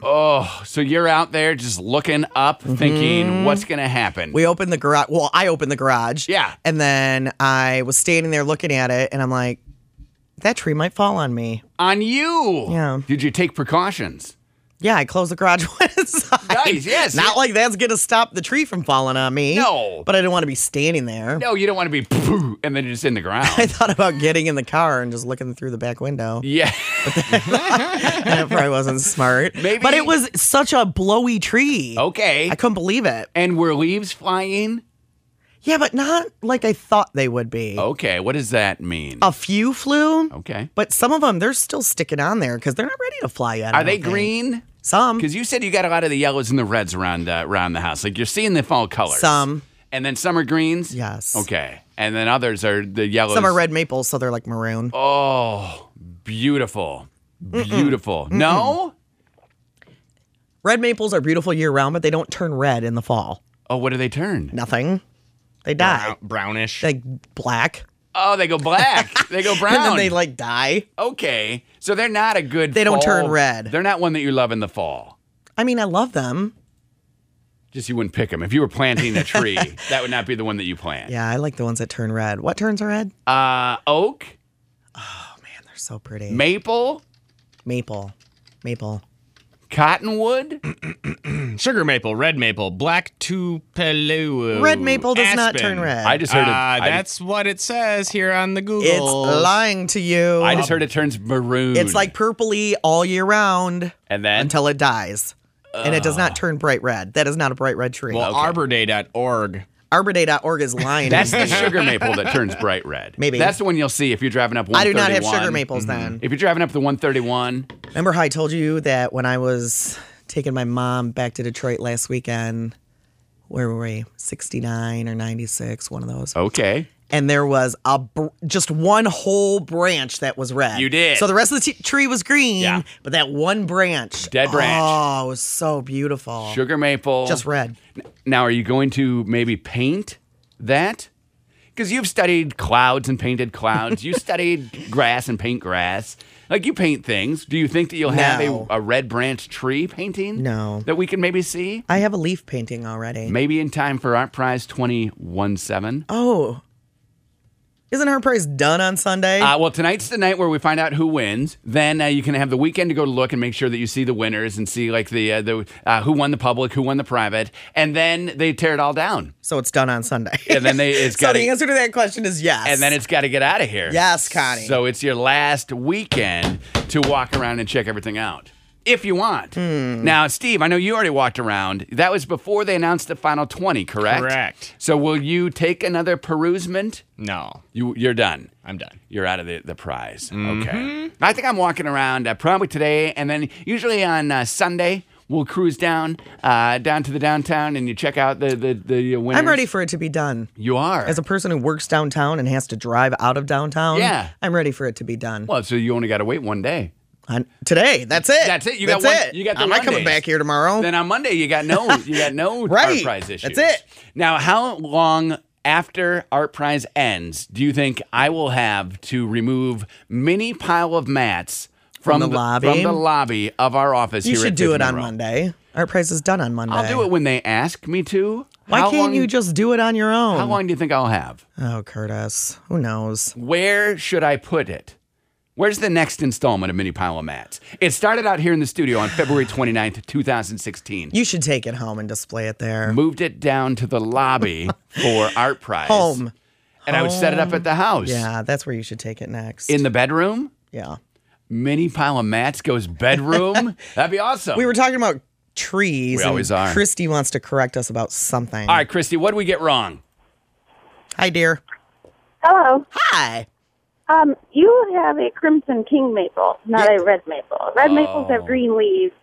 S2: So you're out there just looking up, thinking, "What's gonna happen?"
S3: Mm-hmm. We opened the garage. Well, I opened the garage.
S2: Yeah.
S3: And then I was standing there looking at it and I'm like, that tree might fall on me.
S2: On you.
S3: Yeah.
S2: Did you take precautions?
S3: Yeah, I closed the garage [LAUGHS] when inside.
S2: Nice, yes.
S3: Not like that's gonna stop the tree from falling on me.
S2: No.
S3: But I didn't want to be standing there.
S2: No, you don't want to be [LAUGHS] poo and then you're just in
S3: [LAUGHS]
S2: the
S3: I
S2: ground.
S3: thought about getting in the car and just looking through the back window.
S2: yeah. [LAUGHS]
S3: [LAUGHS] That probably wasn't smart.
S2: Maybe-
S3: But it was such a blowy tree.
S2: Okay.
S3: I couldn't believe it.
S2: And were leaves flying?
S3: Yeah, but not like I thought they would be.
S2: Okay. What does that mean?
S3: A few flew,
S2: okay.
S3: but some of them, they're still sticking on there because they're not ready to fly yet. I
S2: Are they
S3: don't think.
S2: green?
S3: Some.
S2: Because you said you got a lot of the yellows and the reds around uh, around the house. Like you're seeing the fall colors.
S3: Some.
S2: And then some are greens.
S3: Yes.
S2: Okay. And then others are the yellows.
S3: Some are red maples, so they're like maroon.
S2: Oh, beautiful, beautiful. No.
S3: Red maples are beautiful year round, but they don't turn red in the fall.
S2: Oh, what do they turn?
S3: Nothing. They die.
S4: Brown- brownish.
S3: Like black.
S2: Oh, they
S3: [LAUGHS]
S2: go black. they go brown.
S3: And then they like die.
S2: okay. So they're not a good.
S3: They don't
S2: fall-
S3: turn red.
S2: They're not one that you love in the fall.
S3: I mean, I love them.
S2: Just you wouldn't pick them if you were planting
S3: [LAUGHS]
S2: a tree. that would not be the one that you plant.
S3: Yeah, I like the ones that turn red. What turns red?
S2: Uh, oak,
S3: They're so pretty.
S2: maple,
S3: maple. Maple. [CLEARS THROAT]
S2: cottonwood.
S4: Sugar maple, red maple, black tupelo.
S3: Red maple does not turn red.
S2: I just heard it.
S4: Ah,
S2: I-
S4: that's what it says here on the Google.
S3: It's lying to you.
S2: I just heard it turns maroon.
S3: it's like purpley all year round
S2: and then
S3: until it dies. and it does not turn bright red. That is not a bright red tree.
S4: Well, arborday.org.
S3: Arborday.org is lying.
S2: [LAUGHS] that's
S3: to
S2: the
S3: [LAUGHS] me.
S2: sugar maple that turns bright red.
S3: Maybe.
S2: that's the one you'll see if you're driving up. 131.
S3: I do not have sugar maples then.
S2: If you're driving up the 131,
S3: Remember how I told you that when I was taking my mom back to Detroit last weekend, where were we? 69 or 96, one of those.
S2: okay.
S3: And there was a br- just one whole branch that was red.
S2: You did.
S3: So the rest of the t- tree was green,
S2: Yeah.
S3: but that one branch.
S2: Dead branch.
S3: Oh, it was so beautiful.
S2: Sugar maple.
S3: Just red.
S2: Now, are you going to maybe paint that? Because you've studied clouds and painted
S3: [LAUGHS]
S2: clouds. you studied grass and paint grass. Like you paint things. Do you think that you'll have
S3: No.
S2: a, a red branch tree painting?
S3: No.
S2: That we can maybe see?
S3: I have a leaf painting already.
S2: Maybe in time for art prize 21-7.
S3: Oh. Isn't her price done on Sunday?
S2: Uh, well, tonight's the night where we find out who wins. Then uh, you can have the weekend to go look and make sure that you see the winners and see like the uh, the uh, who won the public, who won the private, and then they tear it all down.
S3: so it's done on Sunday.
S2: And then they it's
S3: [LAUGHS] so
S2: got
S3: the answer to that question is yes.
S2: and then it's got to get out of here.
S3: Yes, Connie.
S2: So it's your last weekend to walk around and check everything out. If you want.
S3: Hmm.
S2: Now, Steve, I know you already walked around. That was before they announced the final 20, correct?
S4: Correct.
S2: So will you take another perusement?
S4: No,
S2: You, you're done.
S4: I'm done. Mm-hmm.
S2: You're out of the, the prize. Okay. I think I'm walking around uh, probably today, and then usually on uh, Sunday, we'll cruise down uh, down to the downtown and you check out the, the, the uh, winners.
S3: I'm ready for it to be done.
S2: You are.
S3: As a person who works downtown and has to drive out of downtown,
S2: Yeah.
S3: I'm ready for it to be done.
S2: well, so you only got to wait one day.
S3: On- today, that's it.
S2: That's it. You got one- you got the
S3: Am I
S2: one
S3: coming
S2: days.
S3: back here tomorrow?
S2: Then on Monday you got
S3: [LAUGHS]
S2: no you got no
S3: Oh. Right.
S2: art prize issues.
S3: That's it.
S2: Now how long after art prize ends do you think I will have to remove mini pile of mats from,
S3: From the lobby?
S2: from the lobby of our office?
S3: you
S2: here
S3: should
S2: at
S3: do
S2: Fifth
S3: it
S2: and
S3: on
S2: Monroe?
S3: Monday. Our price is done on Monday.
S2: I'll do it when they ask me to.
S3: Why
S2: How
S3: can't
S2: long-
S3: you just do it on your own?
S2: How long do you think I'll have?
S3: Oh, Curtis. Who knows?
S2: Where should I put it? Where's the next installment of Mini Pile of Mats? It started out here in the studio on February 29th, 2016.
S3: You should take it home and display it there.
S2: Moved it down to
S3: [LAUGHS]
S2: the lobby for art prize.
S3: Home.
S2: And I would set it up at the house.
S3: Yeah, that's where you should take it next.
S2: In the bedroom?
S3: yeah.
S2: Mini Pile of Mats
S3: [LAUGHS]
S2: goes bedroom? That'd be awesome.
S3: We were talking about trees.
S2: We
S3: and
S2: always are.
S3: Christy wants to correct us about something.
S2: All right, Christy, what did we get wrong?
S3: Hi, dear.
S1: Hello.
S3: Hi.
S1: Um, you have a crimson king maple, not a red maple. Red maples have green leaves.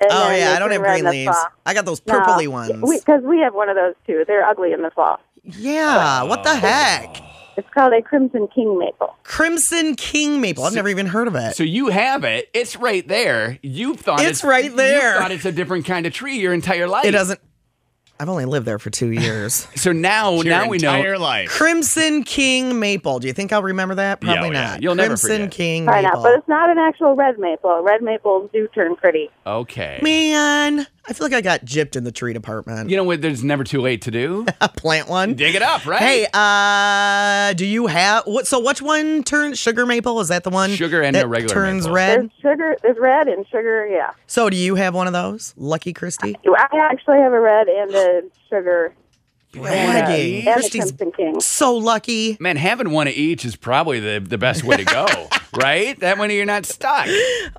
S1: and
S3: Oh,
S1: then
S3: yeah,
S1: they
S3: I don't
S1: turn
S3: have
S1: red
S3: green
S1: in the
S3: leaves.
S1: fall.
S3: I got those purpley
S1: No,
S3: ones.
S1: Because we, have one of those too. They're ugly in the fall.
S3: yeah, what
S2: Oh.
S3: the heck?
S1: It's called a crimson king maple.
S3: Crimson King maple. I've never even heard of it.
S2: So you have it. It's right there. You thought
S3: It's right there.
S2: You thought it's a different kind of tree your entire life.
S3: it doesn't. I've only lived there for two
S2: [LAUGHS]
S3: years.
S2: So now,
S4: Your
S2: now we know.
S4: entire life.
S3: Crimson King maple. Do you think I'll remember that? Probably
S2: oh, yeah.
S3: not.
S2: You'll never
S3: Crimson
S2: forget.
S3: King
S1: Why
S3: maple.
S1: not? But it's not an actual red maple. Red maples do turn pretty.
S2: Okay.
S3: Man, I feel like I got gypped in the tree department.
S2: You know what? There's never too late
S3: [LAUGHS]
S2: to do.
S3: Plant one.
S2: Dig it up, right?
S3: Hey, uh, do you have what? So, which one turns sugar maple? Is that the one?
S2: Sugar and
S3: that
S2: a regular
S3: turns
S2: maple.
S3: red.
S1: There's sugar. There's red and sugar. Yeah.
S3: So, do you have one of those, Lucky Christie?
S1: I actually have a red and a sugar. and,
S3: Bragging.
S1: a, and a
S3: Christy's-
S1: crimson king.
S3: So lucky.
S2: Man, having one of each is probably the, the best way
S3: [LAUGHS]
S2: to go, right? That way you're not stuck.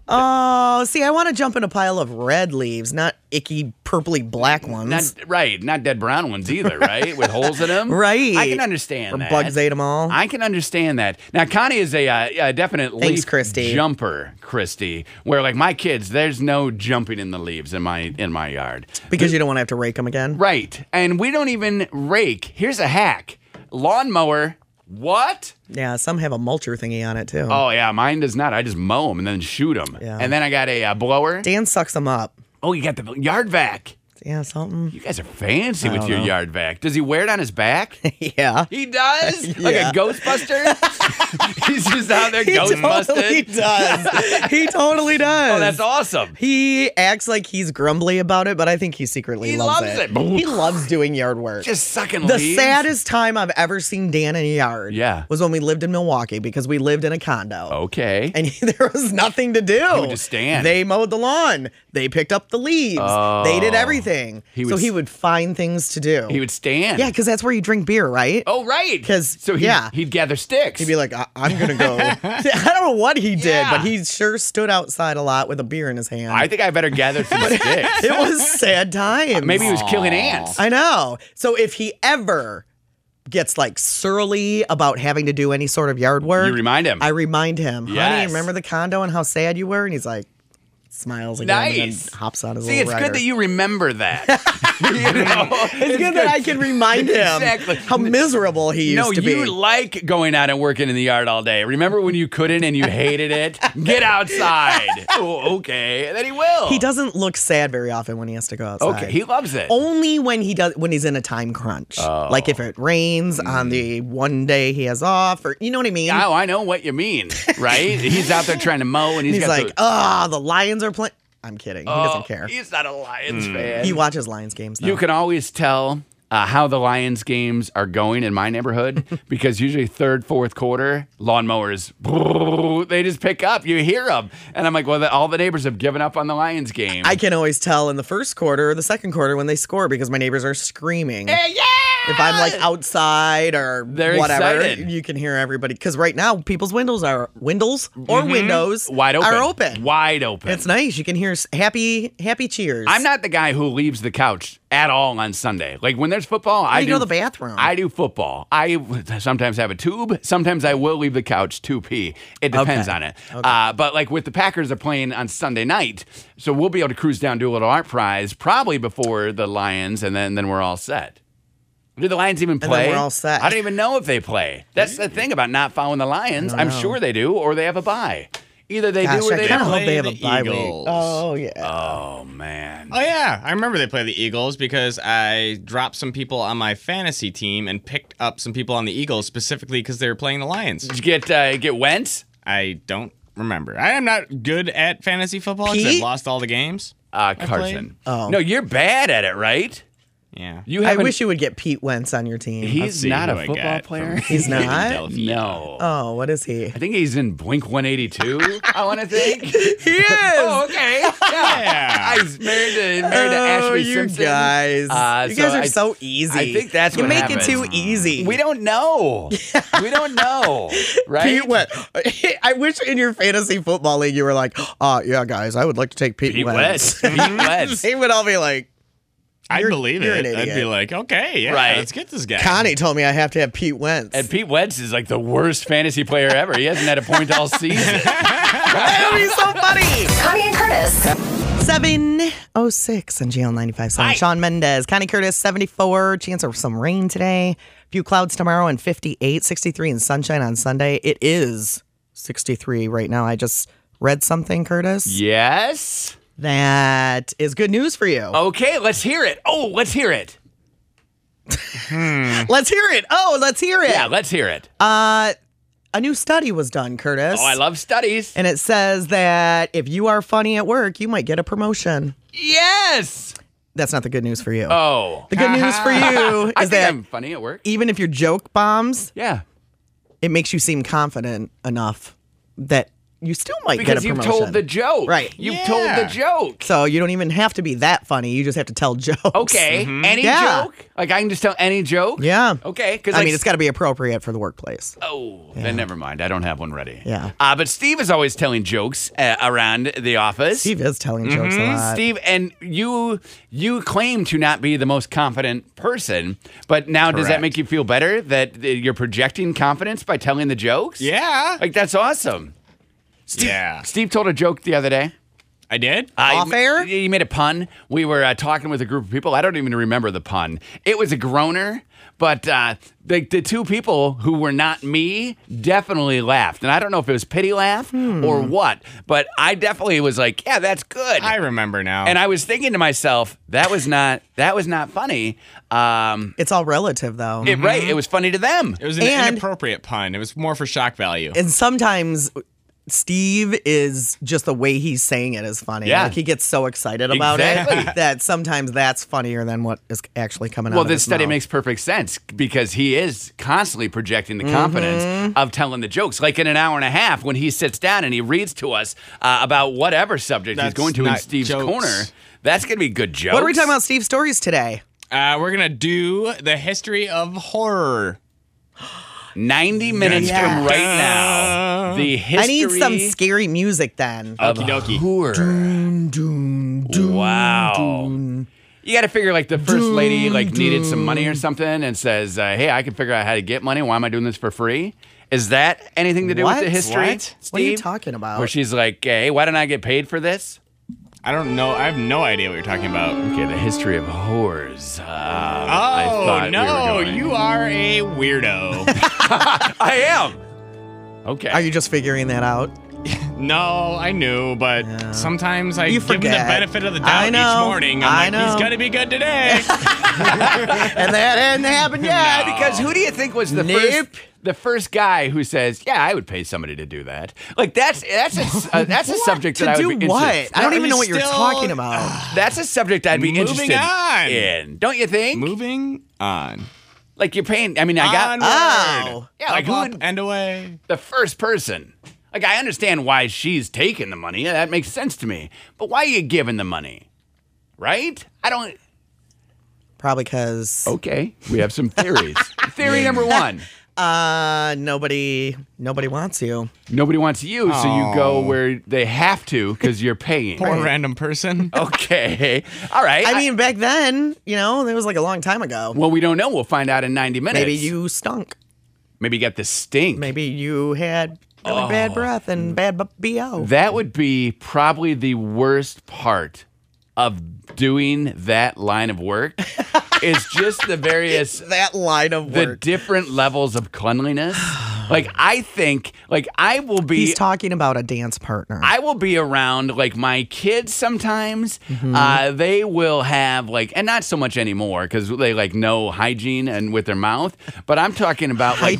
S3: Oh, see, I want to jump in a pile of red leaves, not icky, purpley black ones.
S2: Not right, not dead brown ones either, right? With holes in them,
S3: [LAUGHS] Right.
S2: I can understand
S3: or
S2: that.
S3: bugs ate them all.
S2: I can understand that. Now, Connie is a, uh, a definite
S3: Thanks,
S2: leaf
S3: Christy.
S2: jumper, Christy. Where like my kids, there's no jumping in the leaves in my in my yard.
S3: because you don't want to have to rake them again.
S2: Right, and we don't even rake. Here's a hack: lawnmower. What?
S3: Yeah, some have a mulcher thingy on it too.
S2: Oh yeah, mine does not. I just mow them and then shoot them.
S3: Yeah.
S2: And then I got a uh, blower.
S3: Dan sucks them up.
S2: Oh, you got the yard vac.
S3: Yeah, something.
S2: You guys are fancy with your yard vac. Does he wear it on
S3: [LAUGHS]
S2: his back?
S3: Yeah.
S2: He does? Like
S3: Yeah.
S2: a
S3: [LAUGHS]
S2: Ghostbuster? He's just out there
S3: He
S2: ghost
S3: totally
S2: busted.
S3: does. he totally does.
S2: [LAUGHS] Oh, that's awesome.
S3: He acts like he's grumbly about it, but I think he secretly
S2: He
S3: loves,
S2: loves
S3: it.
S2: it.
S3: he loves doing yard work.
S2: Just sucking
S3: the
S2: leaves.
S3: saddest time I've ever seen Dan in a yard
S2: Yeah.
S3: was when we lived in Milwaukee because we lived in a condo.
S2: Okay.
S3: [LAUGHS] And there was nothing to do. He
S2: would just stand.
S3: They mowed the lawn. They picked up the leaves. They did
S2: Oh.
S3: everything.
S2: He
S3: so
S2: would-
S3: he would find things to do.
S2: he would stand.
S3: yeah, because that's where you drink beer, right?
S2: Oh, right.
S3: 'Cause-
S2: so he'd,
S3: yeah.
S2: he'd gather sticks.
S3: He'd be like, I- I'm gonna
S2: [LAUGHS]
S3: go. [LAUGHS] I don't know what he did,
S2: Yeah.
S3: but he sure stood outside a lot with a beer in his hand.
S2: I think I better gather some sticks.
S3: [LAUGHS] it
S2: [LAUGHS]
S3: was sad times.
S2: Maybe he was killing ants.
S3: I know. So if he ever gets like surly about having to do any sort of yard work,
S2: You remind him.
S3: I remind him, honey,
S2: Yes.
S3: remember the condo and how sad you were? And he's like, smiles again and
S2: Nice.
S3: then hops on his
S2: See,
S3: little
S2: it's
S3: rider.
S2: good that you remember that. You know?
S3: It's, good, that I
S2: [LAUGHS]
S3: can remind him
S2: Exactly.
S3: how miserable he used
S2: No,
S3: to
S2: you
S3: be.
S2: like going out and working in the yard all day. Remember when you couldn't and you hated it? Get outside. [LAUGHS] oh, okay. And then he will.
S3: he doesn't look sad very often when he has to go outside.
S2: Okay, he loves it.
S3: only when he does when he's in a time crunch.
S2: Oh.
S3: Like if it rains on the one day he has off, or you know what I mean.
S2: Oh, Mm. I know what you mean, right? he's out there trying to mow, and he's,
S3: he's
S2: got
S3: like,
S2: the,
S3: "Ah, the Lions are playing." I'm kidding. He
S2: Oh,
S3: doesn't care.
S2: He's not a Lions fan.
S3: He watches Lions games. Though.
S2: Hmm. you can always tell uh, how the Lions games are going in my neighborhood
S3: [LAUGHS]
S2: because usually third, fourth quarter, lawnmowers, [LAUGHS] they just pick up. You hear them, and I'm like, well, the, all the neighbors have given up on the Lions game.
S3: I can always tell in the first quarter or the second quarter when they score because my neighbors are screaming.
S2: Eh, yeah.
S3: If I'm like outside or
S2: They're
S3: whatever,
S2: excited.
S3: you can hear everybody. Because right now, people's windows are windows or windows
S2: Mm-hmm. wide open,
S3: are open.
S2: wide open.
S3: It's nice. You can hear s- happy happy cheers.
S2: I'm not the guy who leaves the couch at all on Sunday. Like when there's football, I
S3: you
S2: do
S3: go to the bathroom.
S2: I do football. I sometimes have a tube. Sometimes I will leave the couch to pee. It depends
S3: Okay.
S2: on it. Uh, but like with the Packers are playing on Sunday night, so we'll be able to cruise down do a little art prize probably before the Lions, and then then we're all set. Do the Lions even
S3: then
S2: play?
S3: we're all set.
S2: I don't even know if they play. That's the thing about not following the Lions. I'm sure they do, or they have a bye. Either they
S3: Gosh,
S2: do or
S3: I
S2: they
S3: kind of
S2: don't.
S3: hope they
S4: Play
S3: have a
S4: the
S3: bye
S4: Eagles.
S3: week. Oh yeah.
S2: Oh man.
S4: Oh yeah, I remember they play the Eagles because I dropped some people on my fantasy team and picked up some people on the Eagles specifically because they were playing the Lions.
S2: Did you get uh, get Wentz?
S4: I don't remember. I am not good at fantasy football because
S3: Pete?
S4: I've lost all the games.
S2: Uh,
S4: I
S2: Carson.
S3: played. Oh.
S2: No, you're bad at it, right?
S4: Yeah.
S2: You
S3: I
S2: haven't-
S3: wish you would get Pete Wentz on your team.
S4: Let's
S2: He's
S4: see
S2: not
S4: who
S2: a
S4: I
S2: football
S4: got
S2: player.
S4: from
S2: [LAUGHS]
S3: He's not?
S4: Philadelphia.
S2: no.
S3: oh, what is he?
S2: I think he's in Blink 182. I want
S3: [LAUGHS]
S2: to think [LAUGHS] he is. Oh, okay. Yeah, [LAUGHS]
S4: Yeah.
S2: he's married to married to
S3: oh,
S2: Ashley
S3: you
S2: Simpson.
S3: guys.
S2: Uh,
S3: you guys
S2: so
S3: are
S2: I-
S3: so easy.
S2: I think that's
S3: you
S2: what
S3: make
S2: happens.
S3: it too easy.
S2: We
S3: [LAUGHS]
S2: don't know. we don't know, right?
S3: Pete Wentz. [LAUGHS] I wish in your fantasy football league you were like, oh, yeah, guys, I would like to take Pete,
S2: Pete
S3: Wentz.
S2: West. Pete
S3: [LAUGHS]
S2: West.
S3: they would all be like,
S4: I
S3: You're-
S4: believe
S3: you're an
S4: it. I'd be
S3: idiot.
S4: like, okay, yeah,
S2: Right.
S4: let's get this guy.
S3: Connie told me I have to have Pete Wentz.
S2: And Pete Wentz is like the worst fantasy player ever. He hasn't had a point
S3: [LAUGHS]
S2: all
S3: [LAUGHS]
S2: season.
S3: that would be so funny.
S5: Connie and Curtis.
S3: 706 on GL 95. Sean Mendez, Connie Curtis, 74. Chance of some rain today. Few clouds tomorrow and 58, 63 and sunshine on Sunday. It is 63 right now. I just read something, Curtis.
S2: yes.
S3: That is good news for you.
S2: Okay, let's hear it. Oh, let's hear it.
S3: Let's hear it. Oh, let's hear it.
S2: Yeah, let's hear it.
S3: Uh, a new study was done, Curtis.
S2: oh, I love studies.
S3: And it says that if you are funny at work, you might get a promotion.
S2: yes.
S3: That's not the good news for you.
S2: Oh.
S3: the good news for you
S2: [LAUGHS] I
S3: is
S2: think
S3: that
S2: I'm funny at work.
S3: even if your joke bombs,
S2: Yeah.
S3: it makes you seem confident enough that you still might
S2: Because
S3: get a
S2: you've
S3: promotion.
S2: told the joke.
S3: Right.
S2: You've
S4: Yeah.
S2: told the joke.
S3: so you don't even have to be that funny. You just have to tell jokes.
S2: Okay. Any
S3: Mm-hmm. Yeah.
S2: joke? Like I can just tell any joke?
S3: Yeah.
S2: Okay. Because
S3: I mean, it's got to be appropriate for the workplace.
S2: Oh, then never mind. I don't have one ready.
S3: Yeah.
S2: Uh, but Steve is always telling jokes uh, around the office.
S3: Steve is telling jokes a
S4: Uh,
S3: lot.
S2: Steve, and you you claim to not be the most confident person, but now does that
S4: Correct.
S2: make you feel better that uh, you're projecting confidence by telling the jokes?
S4: Yeah.
S2: Like that's awesome. Steve,
S4: Yeah.
S2: Steve told a joke the other day.
S4: I did?
S2: I-
S3: Off air?
S2: He made a pun. We were uh, talking with a group of people. I don't even remember the pun. It was a groaner, but uh, the, the two people who were not me definitely laughed. And I don't know if it was pity laugh
S4: Hmm.
S2: or what, but I definitely was like, yeah, that's good.
S4: I remember now.
S2: and I was thinking to myself, that was not that was not funny. Um,
S3: It's all relative, though.
S2: it, right? It was funny to them.
S4: it was an
S3: and-
S4: inappropriate pun. It was more for shock value.
S3: and sometimes Steve is just the way he's saying it is funny.
S2: Yeah.
S3: Like he gets so excited about
S2: Exactly.
S3: it [LAUGHS] that sometimes that's funnier than what is actually coming out
S2: Well,
S3: of
S2: this
S3: his
S2: study
S3: mouth.
S2: makes perfect sense because he is constantly projecting the confidence
S3: Mm-hmm.
S2: of telling the jokes. Like in an hour and a half, when he sits down and he reads to us uh, about whatever subject
S4: That's
S2: he's going to in
S4: not
S2: Steve's
S4: jokes.
S2: corner, that's going to be good jokes.
S3: What are we talking about Steve stories today?
S4: Uh, we're going to do the history of horror.
S2: 90 minutes
S3: Yeah.
S2: from right now. The history
S3: I need some scary music then.
S2: of
S4: Okie dokie.
S2: horror. wow. You got to figure like the first lady like needed some money or something and says, uh, "Hey, I can figure out how to get money. Why am I doing this for free?" Is that anything to do
S3: What?
S2: with the history?
S4: What?
S3: What are you
S2: Steve?
S3: talking about?
S2: Where she's like, "Hey, why don't I get paid for this?"
S4: I don't know. I have no idea what you're talking about.
S2: Okay, the history of horrors. Um, I
S4: Oh,
S2: thought we
S4: no.
S2: were going-
S4: you are a [LAUGHS] weirdo.
S2: I am. Okay.
S3: Are you just figuring that [LAUGHS] out?
S4: no, I knew, but sometimes I
S3: You
S4: give him the
S3: forget.
S4: benefit of the doubt
S3: I know.
S4: each morning. I'm
S3: I
S4: like, he's
S3: know.
S4: going to be good [LAUGHS] today.
S3: And that hadn't happened
S2: Yeah,
S3: yet.
S2: because who do you think was the
S3: Nope.
S2: first the first guy who says, "Yeah, I would pay somebody to do that"? Like that's that's a uh, that's a subject
S3: To
S2: that I
S3: do
S2: would
S3: [LAUGHS]
S2: be
S3: what?
S2: interested.
S3: I don't
S4: Are
S3: even
S4: you
S3: know what you're
S4: still-
S3: talking about.
S2: That's a subject I'd be
S4: Moving
S2: interested
S4: on.
S2: in. Don't you think?
S4: Moving on.
S2: Like you're paying. I mean, I got
S4: Onward.
S3: Oh.
S2: Yeah, like
S4: Up,
S2: who
S4: up,
S2: would-
S4: and away.
S2: the first person. Like I understand why she's taking the money. That makes sense to me. But why are you giving the money? Right? I don't.
S3: [SIGHS] Probably because
S2: Okay, we have some theories. [LAUGHS] Theory number one:
S3: uh, nobody nobody wants you.
S2: nobody wants you, so you go where they have to because you're paying.
S4: Poor random [LAUGHS] person.
S2: [LAUGHS] Okay. All right.
S3: I mean, back then, you know, it was like a long time ago.
S2: well, we don't know. We'll find out in 90 minutes.
S3: Maybe you stunk.
S2: maybe you got the stink.
S3: Maybe you had really
S2: Oh.
S3: bad breath and bad b- BO.
S2: That would be probably the worst part of doing that line of work is just the various
S3: That line of
S2: the different levels of cleanliness Like I think, like I will be.
S3: He's talking about a dance partner. [LAUGHS]
S2: I will be around like my kids sometimes. Uh, they will have like, and not so much anymore because they like know hygiene and with their mouth. But I'm talking about [LAUGHS] like,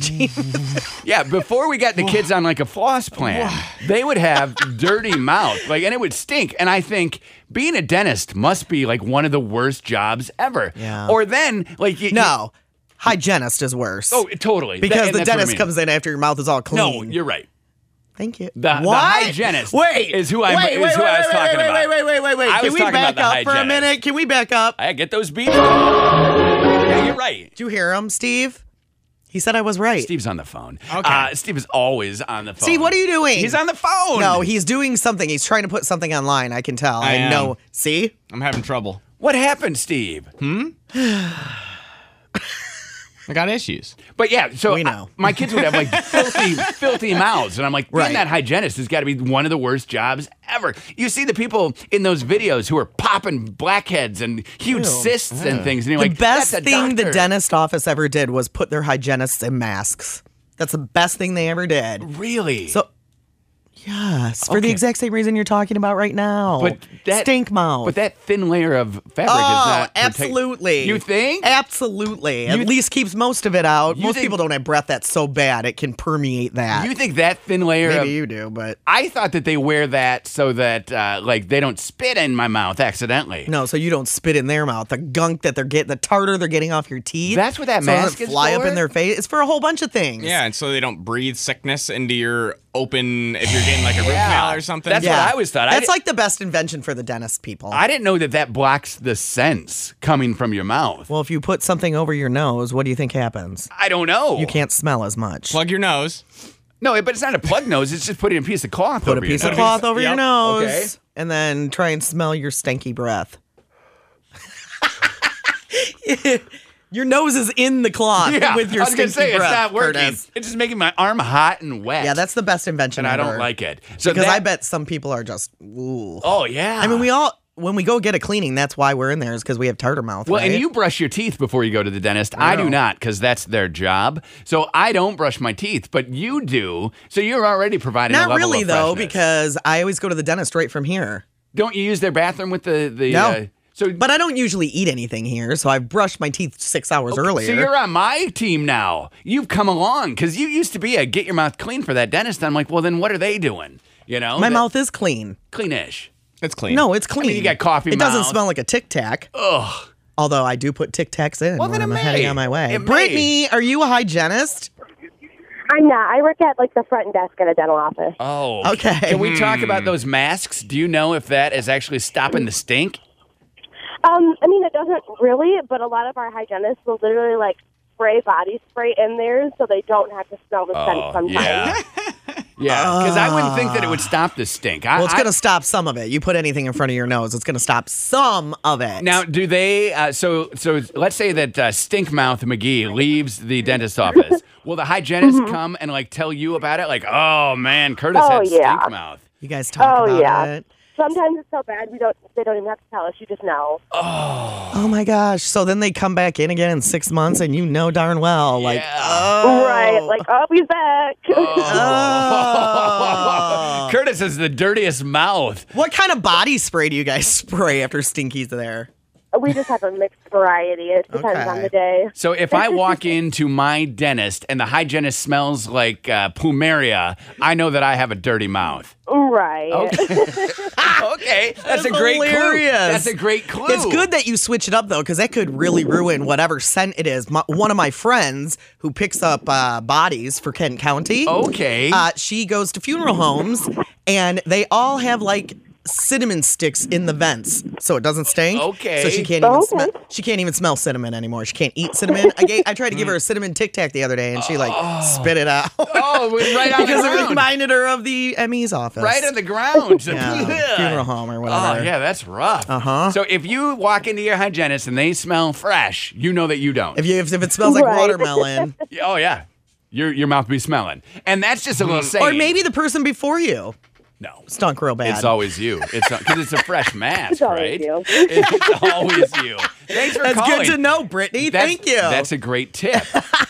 S2: yeah, before we got the kids on like a floss plan, they would have dirty
S3: [LAUGHS]
S2: mouth, like, and it would stink. And I think being a dentist must be like one of the worst jobs ever.
S3: Yeah.
S2: Or then like,
S3: [LAUGHS]
S2: you,
S3: no, hygienist is worse.
S2: oh, totally.
S3: because
S2: and
S3: the
S2: that's what I
S3: dentist
S2: mean.
S3: comes in after your mouth is all
S2: No,
S3: clean.
S2: you're right.
S3: Thank you.
S2: The, the
S3: What?
S2: hygienist
S3: Wait,
S2: is who I
S3: wait,
S2: is
S3: wait,
S2: who
S3: wait,
S2: I was
S3: wait,
S2: talking
S3: wait,
S2: about.
S3: Wait, wait, wait, wait, wait.
S2: I
S3: Can
S2: was
S3: we
S2: talking
S3: back
S2: about the
S3: up for a
S2: hygienist.
S3: minute? Can we back up?
S2: I get those beats. yeah, you're right.
S3: Do you hear him, Steve? He said I was right.
S2: Steve's on the phone.
S4: Okay.
S2: Uh, Steve is always on the phone.
S3: Steve, what are you doing?
S2: He's on the phone.
S3: No, he's doing something. He's trying to put something online. I can tell.
S4: I
S3: I,
S4: am.
S3: know. See?
S4: I'm having trouble.
S2: What happened, Steve?
S4: I got issues.
S2: But yeah, so
S3: We
S2: I-
S3: know.
S2: my kids would have
S3: [LAUGHS]
S2: like filthy, filthy mouths, and I'm like, being
S3: Right.
S2: that hygienist has got to be one of the worst jobs ever. You see the people in those videos who are popping blackheads and huge cysts and things, and you're
S3: The
S2: like,
S3: best
S2: That's a
S3: thing the
S2: doctor."
S3: dentist office ever did was put their hygienists in masks. That's the best thing they ever did.
S2: Really?
S3: So, yes, for the exact same reason you're talking about right now.
S2: But that
S3: stink mouth.
S2: But that thin layer of fabric
S3: oh,
S2: is not. protect-
S3: absolutely.
S2: you think?
S3: Absolutely. At
S2: You-
S3: least keeps most of it out.
S2: You
S3: Most
S2: think-
S3: people don't have breath that's so bad it can permeate that.
S2: You think that thin layer
S3: Maybe
S2: of
S3: you do, but
S2: I thought that they wear that so that uh, like they don't spit in my mouth accidentally.
S3: no. So you don't spit in their mouth. The gunk that they're getting, the tartar they're getting off your teeth.
S2: That's what that
S3: so it
S2: mask
S3: doesn't
S2: is
S3: fly up
S2: for?
S3: in their face. It's for a whole bunch of things.
S4: Yeah, and so they don't breathe sickness into your open if you're getting like a root canal or something.
S2: That's what I always thought. I
S3: That's
S2: di-
S3: like the best invention for the dentist people.
S2: I didn't know that that blocks the sense coming from your mouth.
S3: well, if you put something over your nose, what do you think happens?
S2: I don't know.
S3: You can't smell as much.
S4: plug your nose.
S2: No, it- but it's not a plug nose. It's just putting a piece of cloth
S3: Put a
S2: over your
S3: piece of
S2: nose.
S3: cloth over your
S4: Yep.
S3: nose,
S2: Okay.
S3: and then try and smell your stanky
S2: [LAUGHS]
S3: breath. your nose is in the cloth
S2: [LAUGHS] Yeah,
S3: with your
S2: I was gonna
S3: stinky
S2: say
S3: breath.
S2: it's not working.
S3: Curtis.
S2: It's just making my arm hot and wet.
S3: Yeah, that's the best invention.
S2: and I don't
S3: ever.
S2: like it. So
S3: because
S2: that-
S3: I bet some people are just ooh.
S2: Oh yeah.
S3: I mean, we all when we go get a cleaning, that's why we're in there is because we have tartar mouth.
S2: Well, and
S3: right?
S2: you brush your teeth before you go to the dentist. I do not because that's their job. So I don't brush my teeth, but you do. So you're already providing a
S3: not
S2: level
S3: really
S2: of
S3: though
S2: freshness.
S3: because I always go to the dentist right from here.
S2: don't you use their bathroom with the the
S3: No.
S2: uh, so
S3: But I don't usually eat anything here, so I've brushed my teeth six hours earlier.
S2: so you're on my team now. You've come along because you used to be a get your mouth clean for that dentist. I'm like, well, then what are they doing? You know,
S3: my
S2: That-
S3: mouth is clean.
S2: cleanish.
S4: It's clean.
S3: No, it's clean.
S2: you got coffee
S3: It doesn't
S2: mouth.
S3: smell like a Tic Tac. Ugh. Although I do put Tic Tacs in
S2: Well,
S3: when
S2: then
S3: I'm
S2: it may.
S3: heading on my way.
S2: It may.
S3: Brittany, are you a hygienist?
S1: I'm not. I work at like the front desk at a dental office.
S4: Uh.
S2: Oh,
S3: Okay. Hmm.
S2: Can we talk about those masks? Do you know if that is actually stopping the stink?
S1: Um, I mean, it doesn't really, but a lot of our hygienists will literally like spray body spray in theirs so they don't have to smell the
S4: Oh,
S1: scent sometimes.
S2: Oh,
S3: [LAUGHS]
S2: yeah. Yeah, because I wouldn't think that it would stop the stink. I,
S3: Ah. Well, it's
S2: I-
S3: going to stop some of it. You put anything in front of your nose, it's going to stop some of it.
S2: Now, do they? Uh, so, so let's say that uh, Stink Mouth McGee leaves the dentist office. Will the hygienist come and like tell you about it? Like, oh man, Curtis
S1: Mm-hmm. Oh,
S2: had
S1: yeah.
S2: stink mouth.
S3: you guys talk
S1: Oh
S3: about
S1: yeah.
S3: it.
S1: Sometimes it's so bad we don't they don't even have to tell us. You just know.
S3: Oh my gosh. So then they come back in again in six months, and you know darn well, like,
S2: Yeah.
S3: oh.
S1: Right. Like, oh, he's back.
S3: [LAUGHS] Oh.
S2: Curtis has the dirtiest mouth.
S3: What kind of body spray do you guys [LAUGHS] spray after Stinky's there?
S1: [LAUGHS] we just have a mixed variety. It depends
S3: Okay.
S1: on the day.
S2: So if I
S3: [LAUGHS]
S2: walk into my dentist and the hygienist smells like uh, Plumeria, I know that I have a dirty mouth.
S1: Right.
S2: okay, that's, a
S3: Oh, That's
S2: great clue.
S3: hilarious.
S2: That's a great clue.
S3: It's good that you switch it up though, because that could really ruin whatever scent it is. My, one of my friends who picks up uh, bodies for Kent County.
S2: Okay.
S3: Uh, she goes to funeral homes, and they all have like cinnamon sticks in the vents, so it doesn't stink.
S2: Okay.
S3: So she can't even
S1: Okay.
S3: smell. She can't even smell cinnamon anymore. She can't eat cinnamon. I, gave, I tried to
S2: [LAUGHS] Mm.
S3: give her a cinnamon Tic Tac the other day, and she like spit it out [LAUGHS]
S2: oh, we're right on
S3: because
S2: the
S3: it
S2: ground.
S3: reminded her of the ME's office.
S2: right on the ground.
S3: [LAUGHS]
S2: [LAUGHS]
S3: yeah, Um, funeral home or whatever.
S2: Oh yeah, that's rough. Uh
S3: Uh-huh.
S2: So if you walk into your hygienist and they smell fresh, you know that you don't.
S3: If you if, if it smells like
S2: [LAUGHS]
S1: Right.
S3: watermelon,
S2: Yeah, oh yeah, your your mouth be smelling, and that's just a little saying.
S3: or maybe the person before you.
S2: No.
S3: stunk real bad.
S2: It's always you. It's because it's a
S3: [LAUGHS]
S2: fresh mask,
S1: It's always
S2: right?
S1: you.
S2: [LAUGHS] It's always you. Thanks for
S3: That's
S2: calling.
S3: good to know, Brittany.
S2: That's-
S3: Thank you.
S2: That's a great tip.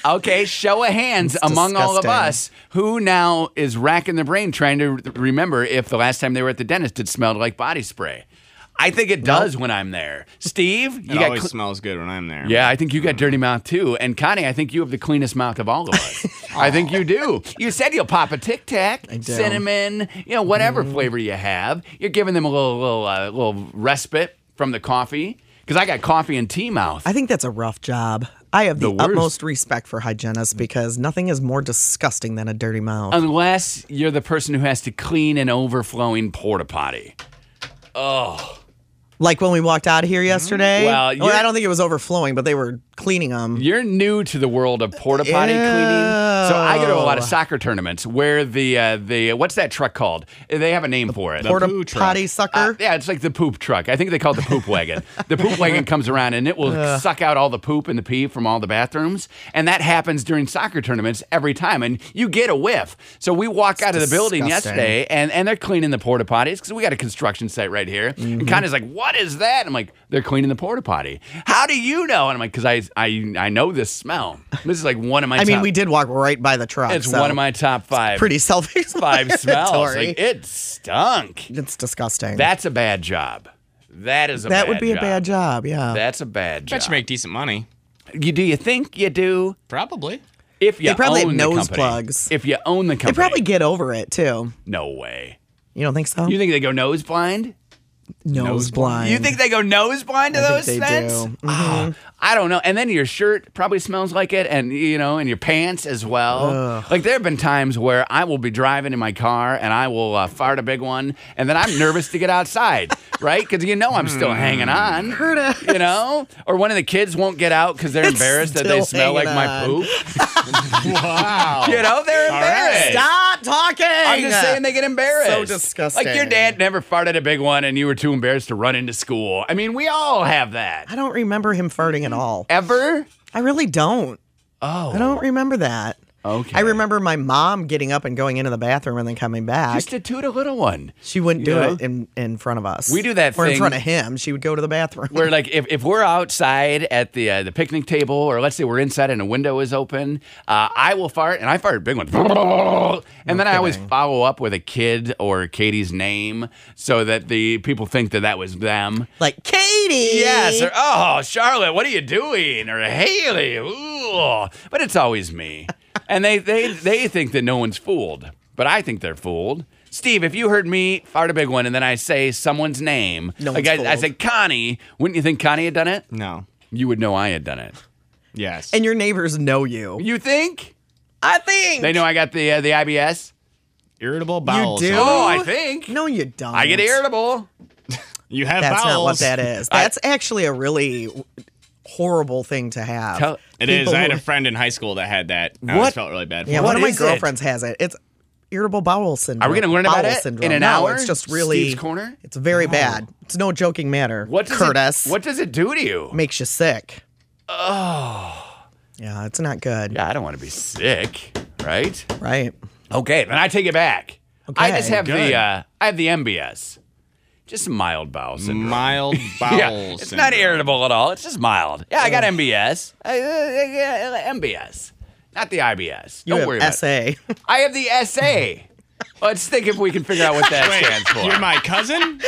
S2: Okay, show of hands
S3: That's
S2: among all of
S3: disgusting.
S2: us who now is racking their brain trying to re- remember if the last time they were at the dentist it smelled like body spray. I think it does when I'm there. Steve,
S4: It
S2: you got
S4: always
S2: cl-
S4: smells good when I'm there.
S2: yeah, I think you got dirty mouth too. And Connie, I think you have the cleanest mouth of all
S3: [LAUGHS]
S2: of us. I think you do. You said you'll pop a Tic Tac,
S3: do.
S2: cinnamon, you know, whatever
S3: Mm.
S2: flavor you have. You're giving them a little, little, uh, little respite from the coffee because I got coffee and tea mouth.
S3: I think that's a rough job. I have the,
S2: The worst.
S3: utmost respect for hygienists because nothing is more disgusting than a dirty mouth.
S2: Unless you're the person who has to clean an overflowing porta potty.
S3: like when we walked out of here yesterday.
S2: Mm-hmm.
S3: Or
S2: Well,
S3: I
S2: you're-
S3: don't think it was overflowing, but they were cleaning them.
S2: You're new to the world of porta potty
S3: Ew.
S2: cleaning, so I go to a lot of soccer tournaments where the uh, the what's that truck called? They have a name for it.
S3: Porta
S4: poo truck.
S3: potty sucker.
S2: Uh, yeah, it's like the poop truck. I think they call it the poop wagon. the poop wagon comes around and it will suck out all the poop and the pee from all the bathrooms. And that happens during soccer tournaments every time. And you get a whiff. So we walk out of the building
S3: disgusting.
S2: yesterday and, and they're cleaning the porta potties because we got a construction site right here.
S3: Mm-hmm.
S2: And Connie's like, what is that? I'm like, they're cleaning the porta potty. How do you know? And I'm like, because I, I, I know this smell. This is like one of my
S3: I mean,
S2: top-
S3: we did walk right by the truck.
S2: It's
S3: so
S2: one of my top five.
S3: pretty [LAUGHS] self-explanatory.
S2: five smells. Like, it stunk.
S3: it's disgusting.
S2: That's a bad job. That is a
S3: that
S2: bad
S3: would be
S2: job.
S3: a bad job. Yeah.
S2: That's a bad job.
S4: Bet you make decent money.
S2: You- do you think you do?
S4: Probably.
S2: If you
S3: They probably have
S2: own the
S3: nose
S2: company.
S3: plugs.
S2: If you own the company,
S3: they probably get over it too.
S2: no way.
S3: You don't think so?
S2: You think they go nose blind?
S3: nose, blind.
S2: You think they go nose blind to
S3: I think
S2: those
S3: they
S2: scents?
S3: do. Mm-hmm.
S2: Ah, I don't know. And then your shirt probably smells like it, and you know, and your pants as well. Like there have been times where I will be driving in my car and I will uh, fart a big one, and then I'm nervous to get outside, [LAUGHS] right? Because you know I'm still hanging
S3: Hmm.
S2: on.
S3: Curtis.
S2: You know, or one of the kids won't get out because they're embarrassed that they
S3: still
S2: smell like
S3: hanging
S2: my
S3: on.
S2: poop.
S3: [LAUGHS]
S2: [LAUGHS]
S4: Wow.
S2: You know, they're embarrassed.
S3: Stop talking.
S2: I'm just saying they get embarrassed.
S3: So disgusting.
S2: Like your dad never farted a big one, and you were too embarrassed to run into school. I mean, we all have that.
S3: I don't remember him farting at all.
S2: Ever?
S3: I really don't.
S2: Oh, [LAUGHS]
S3: I don't remember that.
S2: Okay.
S3: I remember my mom getting up and going into the bathroom and then coming back.
S2: Just to toot a little one.
S3: she wouldn't do
S2: Yeah.
S3: it in, in front of us.
S2: We do that
S3: Or
S2: thing-
S3: in front of him. She would go to the bathroom.
S2: Where like if, if we're outside at the uh, the picnic table, or let's say we're inside and a window is open, uh, I will fart and I fart a big one, and then I always follow up with a kid or Katie's name so that the people think that that was them.
S3: like Katie.
S2: Yes, or oh Charlotte, what are you doing? Or Haley, ooh, but it's always me, and they they they think that no one's fooled, but I think they're fooled. Steve, if you heard me fart a big one and then I say someone's name,
S3: No
S2: like
S3: one's
S2: I, I
S3: fooled.
S2: said Connie, wouldn't you think Connie had done it?
S4: No.
S2: You would know I had done it.
S4: Yes.
S3: and your neighbors know you.
S2: You think
S3: I think
S2: they know I got the uh, the IBS?
S4: irritable
S3: you
S4: bowels.
S3: do.
S2: Oh, I think
S3: No, you don't.
S2: I get irritable.
S4: You have
S3: That's
S4: bowels.
S3: not what that is. That's actually a really horrible thing to have.
S2: Tell-
S4: It is.
S3: People
S4: I had
S3: who-
S4: a friend in high school that had that. and I
S2: What?
S4: always felt really bad for
S3: Yeah,
S4: him.
S2: What
S3: one of my
S2: is it?
S3: girlfriends has it. It's irritable bowel syndrome.
S2: Are we gonna learn about
S3: Bowel
S2: it
S3: syndrome.
S2: in an
S3: no,
S2: hour?
S3: It's just really
S2: Steve's corner? Oh.
S3: It's very bad. It's no joking matter.
S2: What does
S3: Curtis
S2: It, what does it do to you?
S3: makes you sick? Oh, yeah, it's not good.
S2: Yeah, I don't want to be sick, right?
S3: Right?
S2: Okay, then I take it back. I just
S3: Okay.
S2: have
S4: Good.
S2: the uh, I have the MBS, just mild bowel
S4: [LAUGHS]
S2: syndrome.
S4: Mild bowels.
S2: yeah, it's not irritable at all. It's just mild. Yeah, I got MBS. I, uh, uh, MBS, not the IBS.
S3: You
S2: Don't
S3: have
S2: worry about it.
S3: SA.
S2: I have the
S4: [LAUGHS]
S2: SA. Let's think if we can figure out what that stands for.
S4: You're my
S3: [LAUGHS]
S4: cousin?
S3: what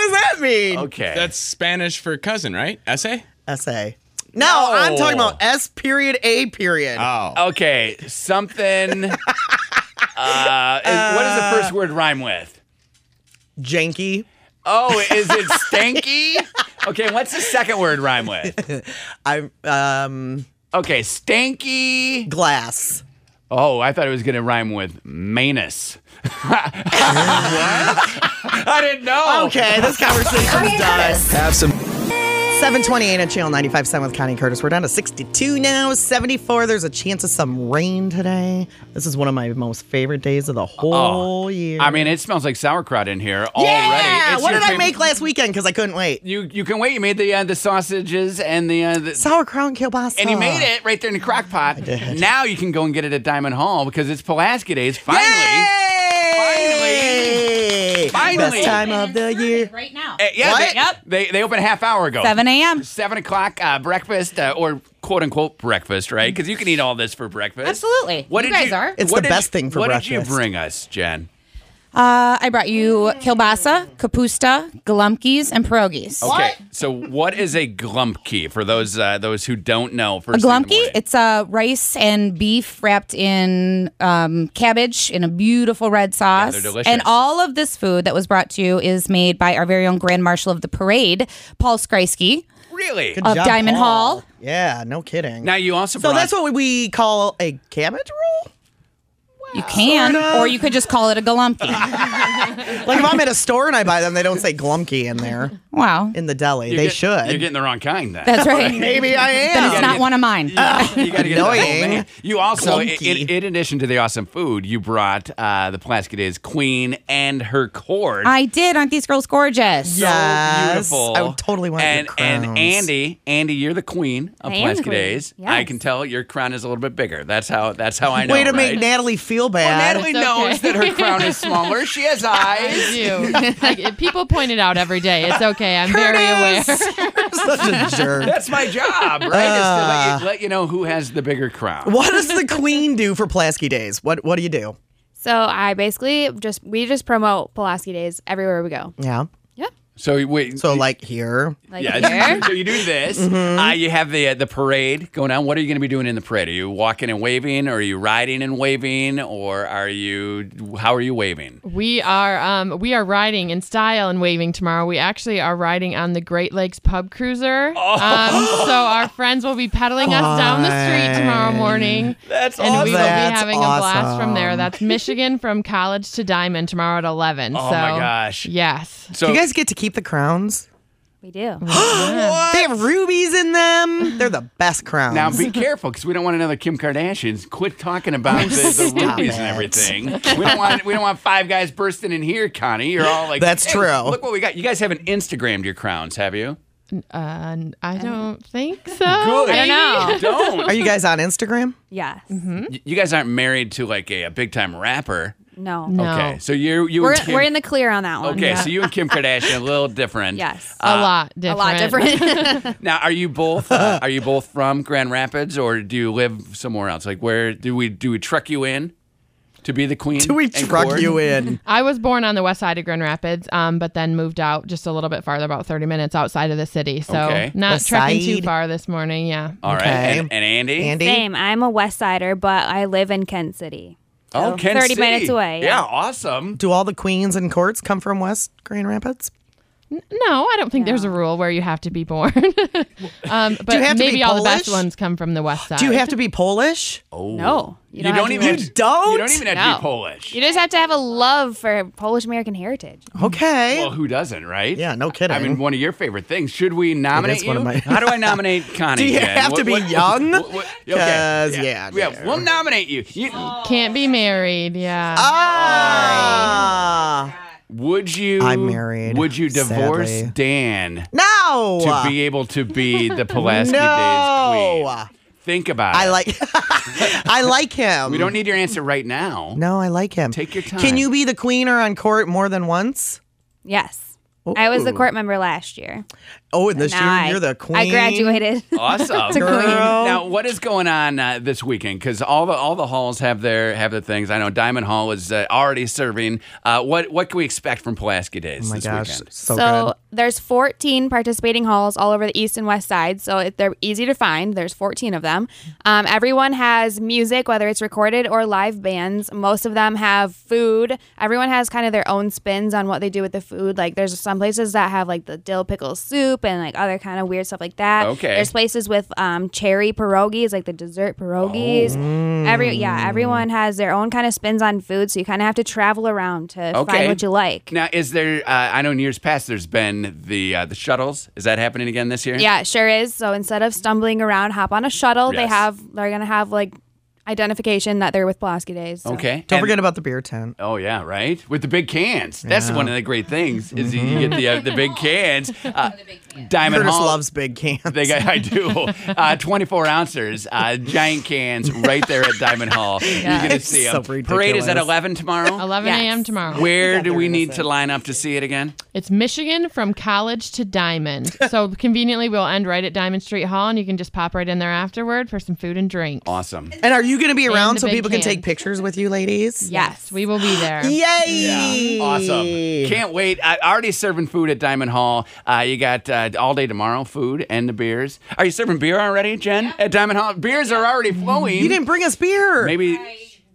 S3: does that mean?
S2: [LAUGHS] okay,
S4: [LAUGHS] That's Spanish for cousin, right? Essay?
S3: SA. No, I'm talking
S2: No. Ah.
S3: about S period A period.
S4: Oh.
S2: okay.
S4: [LAUGHS]
S2: Something. uh, is, what does the first word rhyme with?
S3: Janky.
S2: Oh, is
S4: [LAUGHS]
S2: it stanky? Okay, what's the second word rhyme with?
S3: I'm um
S2: Okay, stanky.
S3: glass.
S2: Oh, I thought it was going to rhyme with manus. I didn't know.
S3: Okay, this conversation's done.
S5: Have some.
S3: 728 at Channel 95.7 with Connie and Curtis. We're down to 62 now, 74. There's a chance of some rain today. This is one of my most favorite days of the whole year.
S2: I Oh, mean, it smells like sauerkraut in here already.
S3: yeah!
S2: It's
S3: What
S2: your
S3: did I
S2: favorite-
S3: make last weekend? Because I couldn't wait.
S2: You you can wait. You made the uh, the sausages and the, uh, the
S3: Sauerkraut and kielbasa.
S2: and you made it right there in the crock pot. Now you can go and get it at Diamond Hall because it's Pulaski Days finally.
S3: Yay!
S2: Finally,
S3: Finally,
S2: Finally.
S3: best time of the year.
S5: Right now.
S2: Uh, yeah,
S3: What?
S2: They,
S5: Yep.
S2: they they open a half hour ago.
S5: 7 a.m.
S2: Seven o'clock uh, breakfast uh, or quote unquote breakfast, right? Because you can eat all this for breakfast.
S5: Absolutely.
S2: What
S5: You
S2: did
S5: guys are.
S3: It's
S2: what
S3: the
S2: did
S3: best
S2: you-
S3: thing for
S2: what did you
S3: breakfast.
S2: bring us, Jen?
S5: Uh, I brought you kielbasa, kapusta, galumpkies, and pierogies.
S2: Okay, so what is a glumpkey for those uh, those who don't know?
S5: A
S2: First
S5: glumpki, it's uh, rice and beef wrapped in um, cabbage in a beautiful red sauce.
S2: they're delicious.
S5: And all of this food that was brought to you is made by our very own Grand Marshal of the Parade, Paul Skreisky.
S2: really.
S3: Good
S5: Of
S3: job,
S5: Diamond
S3: Paul.
S5: Hall.
S3: Yeah, no kidding.
S2: Now you also
S3: so
S2: brought
S3: that's what we call a cabbage roll. [GASPS]
S5: You can, or you could just call it a
S3: [LAUGHS]
S5: galumpki.
S3: Like if I'm at a store and I buy them, they don't say glumky in there
S5: wow.
S3: in the deli.
S2: you're
S3: they
S2: get-
S3: should.
S2: You're getting the wrong kind then.
S5: That's right.
S3: Maybe I am.
S5: Then it's not one of mine.
S2: you gotta get the whole
S3: Annoying.
S2: thing. You also, in,
S3: Clunky.
S2: in addition to the awesome food, you brought uh, the Plasket is Queen and her cord.
S5: I did. Aren't these girls gorgeous?
S3: Yeah.
S2: so
S3: Yes.
S2: beautiful.
S3: I would totally want your
S2: and, And
S3: crowns.
S2: Andy, Andy, you're the queen of
S5: I am the
S2: Plasket
S5: queen,
S2: A's. I
S5: yes.
S2: can tell your crown is a little bit bigger. That's how. That's how I know.
S3: Way to
S2: right?
S3: make Natalie feel
S2: Well,
S3: bad.
S2: Natalie
S6: It's okay.
S2: knows that her crown is smaller. She
S5: [LAUGHS]
S2: has eyes.
S6: I do. Like, if people point it out every day. It's okay. I'm very
S3: [LAUGHS]
S6: aware.
S3: Such a jerk.
S2: That's my job, right? is to let you, let you know who has the bigger crown.
S3: Ah. What does the queen do for Plasky Days? What What do you do?
S7: So I basically just we just promote Pulaski Days everywhere we go.
S3: Yeah.
S7: Yeah.
S2: So wait.
S3: So like Mm-hmm. here, [LAUGHS]
S7: Like
S2: yeah,
S7: here.
S2: so you do this. Uh, you have the uh, the parade going on. What are you going to be doing in the parade? Are you walking and waving, or are you riding and waving, or are you how are you waving?
S6: We are um, we are riding in style and waving tomorrow. We actually are riding on the Great Lakes Pub Cruiser.
S2: Oh.
S6: Um, so our friends will be pedaling us down the street tomorrow
S3: Fun.
S6: morning.
S2: That's
S6: and we will be
S3: That's
S6: having a blast from there.
S3: awesome.
S6: That's Michigan from college to Diamond tomorrow at eleven.
S2: Oh
S6: so
S2: my gosh!
S6: yes,
S2: So
S3: do you guys get to keep the crowns? [GASPS]
S7: We do.
S3: They have rubies in them. They're the best crowns.
S2: now
S3: [LAUGHS]
S2: be careful because we don't want another Kim Kardashian's. Quit talking about the, the
S3: Stop
S2: rubies and
S3: it. [LAUGHS]
S2: everything. We don't want we don't want five guys bursting in here, Connie. You're all like,
S3: That's
S2: "Hey,
S3: true."
S2: Look what we got. You guys haven't Instagrammed your crowns, have you?
S6: uh, I don't
S2: [LAUGHS]
S6: think so.
S2: I
S7: don't know.
S2: [LAUGHS] Don't.
S3: Are you guys on Instagram?
S7: Yes.
S2: Y- You guys aren't married to like a, a big time rapper.
S7: No.
S6: No.
S2: Okay, so you're you.
S7: We're
S2: and Kim,
S7: we're in the clear on that one.
S2: [LAUGHS] Okay, so you and Kim Kardashian a little different.
S7: Yes.
S6: a lot
S7: a
S6: different.
S7: lot different.
S2: Now, are you both uh, are you both from Grand Rapids or do you live somewhere else? Like, where do we do we truck you in to be the queen?
S3: Do we truck you in?
S6: I was born on the west side of Grand Rapids, um, but then moved out just a little bit farther, about 30 minutes outside of the city. So
S2: Okay.
S6: not
S3: West
S6: trekking too
S3: side.
S6: far this morning. Yeah.
S2: All right,
S3: Okay.
S2: and, and Andy.
S3: Andy?
S7: Same. I'm a West Sider, but I live in Kent City.
S2: Oh,
S7: So
S2: Ken
S7: 30
S2: C.
S7: minutes away.
S2: Yeah, awesome.
S3: Do all the queens and courts come from West Grand Rapids?
S6: No, I don't think there's a rule where you have to be born. um, [LAUGHS] but
S3: you have to be
S6: maybe all the best
S3: Polish?
S6: ones come from the west side.
S3: Do you have to be Polish?
S2: Oh.
S7: No.
S2: you,
S7: don't have
S2: don't
S7: to
S2: even.
S7: be-
S2: have to-
S3: don't?
S2: You don't even have to
S7: No.
S2: be Polish.
S7: You just have to have a love for Polish American heritage.
S3: Okay.
S2: Well, who doesn't, right?
S3: yeah, no kidding.
S2: I mean, one of your favorite things. Should we nominate
S3: one
S2: you?
S3: of my-
S2: How do I nominate
S3: [LAUGHS]
S2: Connie?
S3: Do you
S2: Jen?
S3: have to be young?
S2: okay.
S3: 'Cause, yeah,
S2: yeah.
S3: dude.
S2: We'll nominate you. you
S6: Can't be married. Yeah.
S3: ah,
S2: Would you?
S3: I'm married,
S2: Would you divorce
S3: sadly.
S2: Dan
S3: no.
S2: to be able to be
S3: [LAUGHS]
S2: the Pulaski Days queen?
S3: no.
S2: Think about
S3: I
S2: it.
S3: like. [LAUGHS] I like him.
S2: We don't need your answer right now.
S3: No, I like him.
S2: Take your time.
S3: Can you be the queen or on court more than once?
S7: Yes. I was the
S2: Oh.
S3: Ooh.
S7: court member last year.
S3: Oh, and this year
S7: Now I,
S3: you're the queen.
S7: I graduated.
S2: Awesome,
S3: Girl. queen.
S2: Now, what is going on uh, this weekend? Because all the all the halls have their have their things. I know Diamond Hall is uh, already serving. Uh, what what can we expect from Pulaski Days
S3: Oh my
S2: this
S3: gosh,
S2: weekend?
S3: so,
S7: so
S3: good.
S7: there's 14 participating halls all over the east and west side so it, they're easy to find there's 14 of them um, everyone has music whether it's recorded or live bands most of them have food everyone has kind of their own spins on what they do with the food like there's some places that have like the dill pickle soup and like other kind of weird stuff like that
S2: Okay.
S7: there's places with um, cherry pierogies like the dessert pierogies every yeah everyone has their own kind of spins on food so you kind of have to travel around to
S2: Okay.
S7: find what you like
S2: Now, is there? Uh, I know in years past there's been the uh, the shuttles. Is that happening again this year?
S7: Yeah, it sure is. So instead of stumbling around, hop on a shuttle. They
S2: Yes.
S7: have they're gonna have like identification that they're with Pulaski Days. so.
S2: Okay.
S3: Don't
S2: And-
S3: forget about the beer tent.
S2: Oh yeah, right. With the big cans. That's
S3: Yeah. Mm-hmm.
S2: one of the great things is you get the uh, the big cans. Uh, Diamond
S3: Curtis
S2: Hall.
S3: loves big cans.
S2: [LAUGHS] They got, I do.
S3: [LAUGHS]
S2: Uh, 24 ounces, uh, giant cans right there at Diamond Hall. You're going to
S3: It's
S2: see
S3: so
S2: them. Parade is at
S3: ridiculous.
S2: 11 tomorrow.
S6: 11
S7: Yes.
S6: a.m. tomorrow.
S2: Where do we
S3: gonna
S2: need
S3: say.
S2: to line up to see it again?
S6: It's Michigan from college to Diamond.
S3: [LAUGHS]
S6: so conveniently, we'll end right at Diamond Street Hall, and you can just pop right in there afterward for some food and drinks.
S2: Awesome.
S3: and are you going to be around
S6: the
S3: so
S6: big
S3: people can
S6: can.
S3: take pictures with you, ladies?
S7: Yes.
S6: We will be there.
S3: Yay!
S2: Awesome. Can't wait. I already serving food at Diamond Hall. Uh, you got uh, all day tomorrow, food and the beers. Are you serving beer already, Jen? At Diamond Hall? Beers are already flowing.
S3: You didn't bring us beer.
S2: Maybe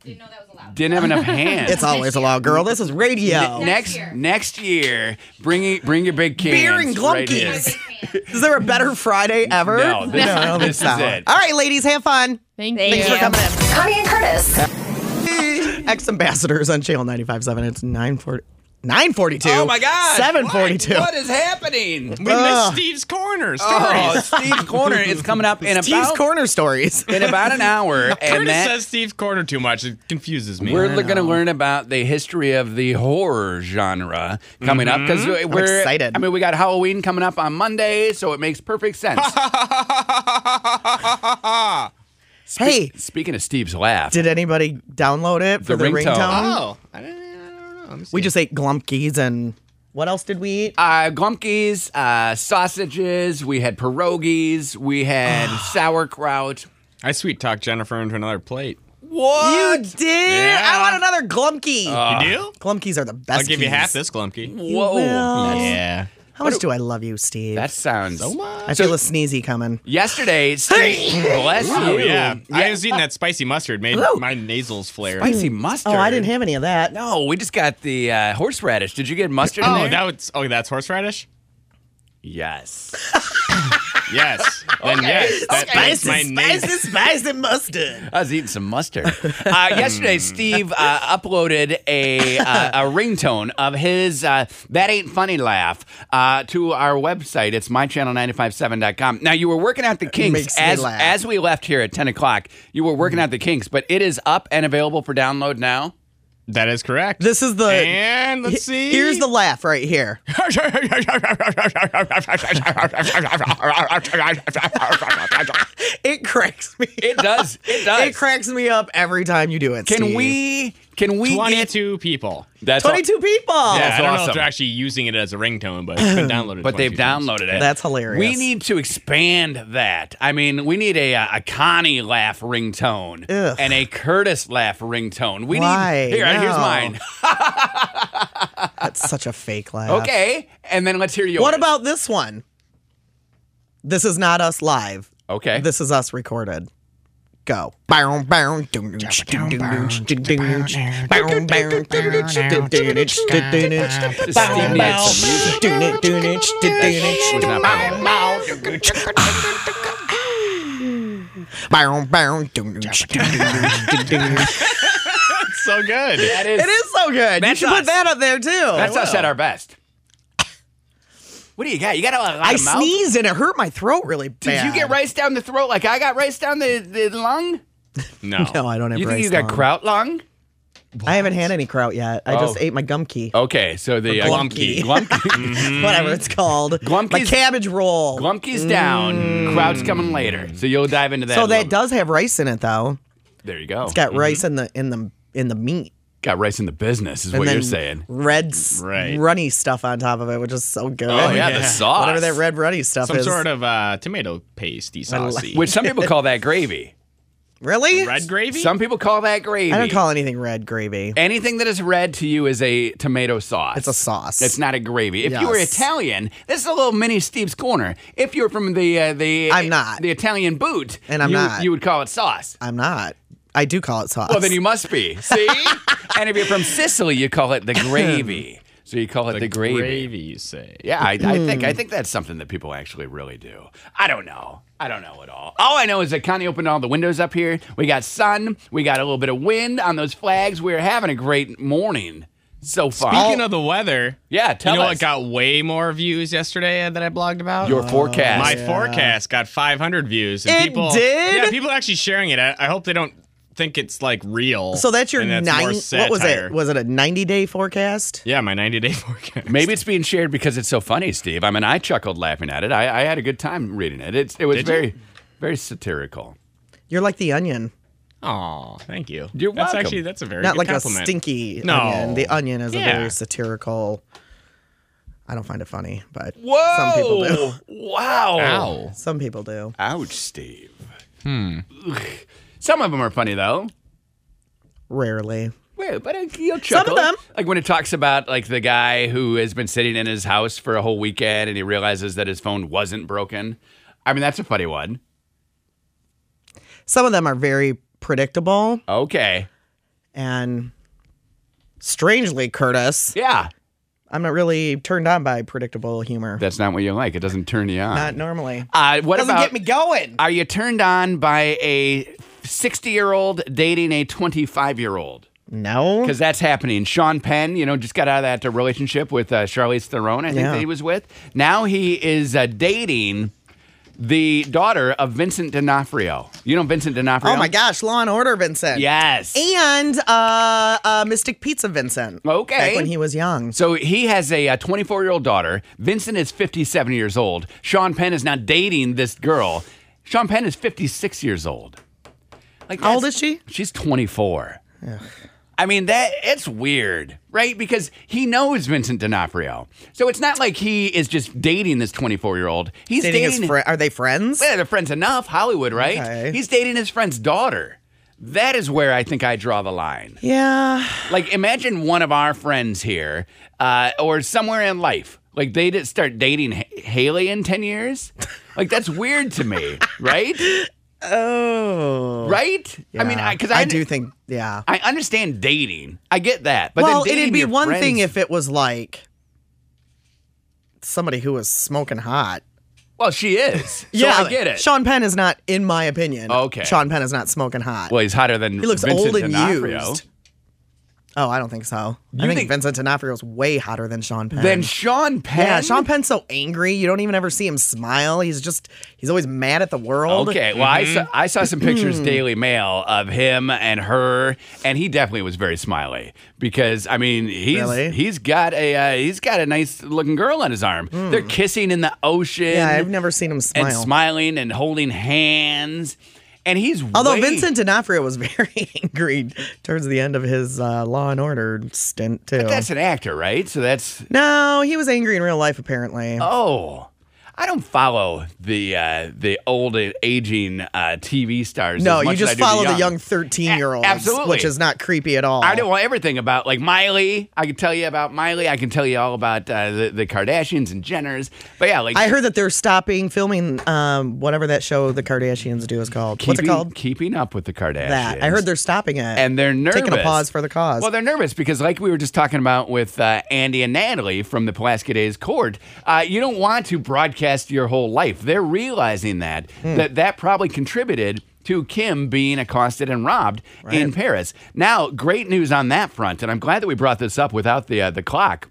S5: didn't know that was allowed.
S2: didn't have enough hands.
S3: It's always a law, girl. This is radio.
S2: next
S5: year.
S2: next year, bring it- bring your big cans.
S3: beer and
S2: right
S3: glunkies.
S2: here.
S3: [LAUGHS] is there a better Friday ever? [LAUGHS]
S2: No, this-
S3: I don't think
S2: this
S3: so.
S2: is it.
S3: All right, ladies, have fun.
S6: Thank
S7: Thank
S6: you.
S7: you.
S3: Thanks for coming in.
S8: Connie and Curtis.
S3: [LAUGHS] Ex ambassadors on Channel 95.7. It's 940, 942.
S2: Oh my God!
S3: 742.
S2: What, what is happening?
S4: We missed Steve's corner stories.
S2: Oh, Steve's Corner is coming up in
S3: Steve's
S2: about
S3: Corner
S2: [LAUGHS]
S3: Stories.
S2: in about
S3: [LAUGHS]
S2: an hour,
S4: Curtis
S2: and that
S4: says Steve's corner too much. It confuses me.
S2: we're going to learn about the history of the horror genre coming up because we're
S3: Mm-hmm. excited.
S2: I mean, we got Halloween coming up on Monday, so it makes
S3: [LAUGHS]
S2: perfect sense.
S3: hey,
S2: Speaking of Steve's laugh,
S3: did anybody download it for
S2: The
S3: the,
S2: ringtone.
S3: ringtone?
S4: oh, I don't, I don't know. I'm
S3: We just ate glumpkies and what else did we eat?
S2: uh, glumpkies, uh, sausages. We had pierogies.
S3: [SIGHS]
S2: We had sauerkraut.
S4: I sweet talked Jennifer into another plate.
S2: What?
S3: You did?
S4: Yeah.
S3: I want another glumpkey.
S2: Uh,
S4: you do?
S3: Glumkies are the best.
S4: I'll give you
S3: keys.
S4: half this Glumpy.
S2: Whoa.
S3: will.
S4: Yeah.
S3: How much do I love you, Steve?
S2: That sounds. So
S3: I feel a sneezy coming.
S2: Yesterday, Steve, bless you.
S4: Oh yeah. I was eating that spicy mustard. Made my nasals flare.
S2: Spicy mustard.
S3: Oh, I didn't have any of that.
S2: No, we just got the uh, horseradish. Did you get mustard in
S4: Oh,
S2: there?
S4: that was. Oh, that's horseradish.
S2: yes.
S3: [LAUGHS]
S4: Yes. then yes. That, that's my nas-
S3: spicy
S2: [LAUGHS]
S3: mustard.
S2: I was eating some
S3: [LAUGHS]
S2: mustard. Uh, yesterday,
S3: Hmm.
S2: Steve uh, uploaded a uh, a ringtone of his uh, "That Ain't Funny" laugh uh, to our website. It's mychannel957.com. Now, you were working out the kinks
S3: makes me
S2: as
S3: laugh. Hmm.
S2: as we left here at ten o'clock. You were working out the kinks, but it is up and available for
S3: [LAUGHS]
S2: download now.
S4: that is correct.
S3: This is the.
S4: And let's see.
S3: Here's
S4: [LAUGHS]
S3: the laugh right
S2: [LAUGHS]
S3: here. It cracks me.
S2: It does. It does.
S3: It cracks me up every time you do it.
S2: Can
S3: Steve.
S2: we? Can we get?
S4: Twenty-two people.
S2: That's all-
S3: 22 people.
S4: Yeah, I don't know
S2: awesome.
S4: if they're actually using it as a ringtone, but it's been
S3: Oh.
S4: downloaded.
S2: But they've
S4: 22 times.
S2: downloaded it.
S3: That's hilarious.
S2: We need to expand that. I mean, we need a, uh, a Connie laugh ringtone
S3: Ugh.
S2: and a Curtis laugh ringtone. We
S3: Why?
S2: need here. Here's
S3: No.
S2: mine.
S3: That's such a fake laugh.
S2: Okay, and then let's hear yours.
S3: What about this one? This is not us live.
S2: okay?
S3: This is us recorded. Go. This
S2: This Steve needs some music. Was not part of it.
S4: It's so
S3: [LAUGHS]
S4: good.
S2: That is,
S3: It is so good. You
S2: That's
S3: should
S2: us.
S3: put that up there too.
S2: That's us at our best. What do you got? You got a lot, a lot
S3: I
S2: of mouth.
S3: sneezed and it hurt my throat really
S2: Did
S3: bad.
S2: you get rice down the throat like I got rice down the, the lung?
S4: No.
S3: No, I don't have
S2: You think
S3: rice
S2: you got
S3: lung.
S2: kraut lung?
S3: I haven't had any kraut yet. I just
S2: Oh.
S3: ate my gumkey.
S2: Okay, so the uh,
S3: Glumpy.
S2: Glumpy.
S3: [LAUGHS] Whatever it's called. my
S2: Glumpkey's-
S3: cabbage roll.
S2: Glumpkey's down. Kraut's coming later. So you'll dive into that.
S3: so
S2: a
S3: that
S2: little-
S3: does have rice in it though.
S2: There you go.
S3: It's got rice in the in the in the meat.
S2: Got rice in the business, is
S3: And
S2: what
S3: then
S2: you're saying.
S3: Red s-
S4: Right.
S3: runny stuff on top of it, which is so good.
S2: Oh, yeah, the
S4: yeah.
S2: sauce.
S3: Whatever that red runny stuff
S4: Some
S3: is.
S4: sort of uh, tomato pasty saucy.
S2: Which some people call that
S3: [LAUGHS]
S2: gravy.
S3: really?
S4: red gravy?
S2: Some people call that gravy.
S3: I don't call anything red gravy.
S2: Anything that is red to you is a tomato sauce.
S3: It's a sauce.
S2: It's not a gravy. If you were
S3: Yes.
S2: Italian, this is a little mini Steve's corner. If you were from the uh, the
S3: I'm not.
S2: the Italian boot,
S3: And I'm
S2: you,
S3: not.
S2: you would call it sauce.
S3: I'm not. I do call it sauce.
S2: Well, then you must be. See? and if you're from Sicily, you call
S3: [LAUGHS]
S2: it the gravy. So you call it the, gravy.
S4: you say.
S2: Yeah, I, I think
S4: Hmm.
S2: I think that's something that people actually really do. I don't know. I don't know at all. All I know is that Connie opened all the windows up here. We got sun. We got a little bit of wind on those flags. We're having a great morning so far.
S4: Speaking of the weather,
S2: yeah,
S4: you
S2: tell
S4: know
S2: us
S4: what got way more views yesterday that I blogged about?
S2: your forecast.
S4: My forecast got 500 views. And
S3: It
S4: people,
S3: did?
S4: Yeah, people are actually sharing it. I, I hope they don't think it's like real.
S3: [LAUGHS] So that's your nine.
S4: and more
S3: What was
S4: satire.
S3: it? Was it a ninety day forecast?
S4: yeah, my 90 day [LAUGHS] forecast.
S2: Maybe it's being shared because it's so funny, Steve. I mean, I chuckled laughing at it. I, I had a good time reading it. It's, it was
S4: Did you?
S2: very, very satirical.
S3: You're like the onion,
S4: Aw, thank you.
S2: You're
S4: that's
S2: welcome.
S4: actually that's a very
S3: not
S4: good
S3: like
S4: compliment.
S3: a stinky
S4: No.
S3: onion. The onion is
S4: Yeah.
S3: a very satirical. I don't find it funny, but
S2: Whoa!
S3: some people do. [LAUGHS]
S2: Wow!
S4: Ow.
S3: Some people do.
S2: Ouch, Steve. Hmm. Some of them are funny though.
S3: Rarely.
S2: Wait, but uh, you'll
S3: Some of
S2: chuckle.
S3: them.
S2: Like when it talks about like the guy who has been sitting in his house for a whole weekend and he realizes that his phone wasn't broken. I mean, that's a funny one.
S3: Some of them are very predictable
S2: Okay.
S3: and strangely, Curtis.
S2: Yeah.
S3: I'm not really turned on by predictable humor.
S2: That's not what you like. It doesn't turn you on.
S3: Not normally.
S2: uh, what
S3: Doesn't
S2: about
S3: get me going.
S2: Are you turned on by a 60 year old dating a 25 year old?
S3: no.
S2: Because that's happening. Sean Penn, you know, just got out of that uh, relationship with uh, Charlize Theron, I think
S3: Yeah.
S2: that he was with. Now he is uh, dating the daughter of Vincent D'Onofrio. You know Vincent D'Onofrio?
S3: Oh my gosh, Law and Order, Vincent.
S2: Yes.
S3: And uh, uh, Mystic Pizza, Vincent.
S2: Okay.
S3: Back when he was young.
S2: So he has a 24 year old daughter. Vincent is 57 years old. Sean Penn is now dating this girl. Sean Penn is 56 years old. Like
S3: How old
S2: that's-
S3: is she?
S2: She's 24. I mean that it's weird, right? Because he knows Vincent D'Onofrio, so it's not like he is just dating this 24 year old. He's
S3: Dating
S2: dating,
S3: his fri Are they friends?
S2: Yeah, they're friends enough. Hollywood, right?
S3: Okay.
S2: He's dating his friend's daughter. That is where I think I draw the line.
S3: Yeah.
S2: Like, imagine one of our friends here, uh, or somewhere in life, like they did start dating H- Haley in ten years. Like that's weird
S3: [LAUGHS]
S2: to me, right?
S3: Oh.
S2: Right? I mean,
S3: Yeah.
S2: because I,
S3: do think, yeah.
S2: I understand dating. I get that, but then
S3: well, it'd
S2: dating
S3: be
S2: your
S3: one
S2: friends-
S3: thing if it was like somebody who was smoking hot.
S2: Well,
S3: [LAUGHS]
S2: she is. So I get it.
S3: Sean Penn is not, in my opinion.
S2: Okay.
S3: Sean Penn is not smoking hot.
S2: well, he's hotter than
S3: he looks
S2: Vincent
S3: old and
S2: D'Onofrio.
S3: used. Oh, I don't think so. I
S2: You
S3: think,
S2: think-
S3: Vincent D'Onofrio is way hotter than Sean Penn.
S2: Then Sean Penn.
S3: Yeah, Sean Penn's so angry. You don't even ever see him smile. He's just he's always mad at the world.
S2: Okay, well,
S3: Mm-hmm.
S2: I saw I saw some
S3: Hmm.
S2: pictures Daily Mail of him and her, and he definitely was very smiley because I mean he's
S3: Really?
S2: he's got a uh, he's got a nice looking girl on his arm. They're kissing in the ocean.
S3: Hmm. Yeah, I've never seen him smile.
S2: and smiling and holding hands, and he's
S3: Although
S2: way-
S3: Vincent D'Onofrio was [LAUGHS] very angry towards the end of his uh, Law and Order stint too.
S2: that's an actor, right? So that's
S3: no, he was angry in real life apparently.
S2: oh. I don't follow the uh, the old and aging uh, TV stars.
S3: no,
S2: as much
S3: you
S2: as I
S3: just
S2: do the
S3: follow the
S2: young.
S3: young thirteen-year-olds,
S2: A- absolutely.
S3: which is not creepy at all.
S2: I know everything about like Miley. I can tell you about Miley. I can tell you all about uh, the, the Kardashians and Jenners. But yeah, like
S3: I heard that they're stopping filming um, whatever that show the Kardashians do is called. What's
S2: keeping,
S3: it called?
S2: Keeping up with the Kardashians.
S3: That I heard they're stopping it,
S2: and they're nervous.
S3: taking a pause for the cause.
S2: Well, they're nervous because, like we were just talking about with uh, Andy and Natalie from the Pulaski Days Court, uh, you don't want to broadcast your whole life. They're realizing that
S4: Hmm.
S2: that that probably contributed to Kim being accosted and robbed in Paris. Now, great news on that front, and I'm glad that we brought this up without the uh, the clock.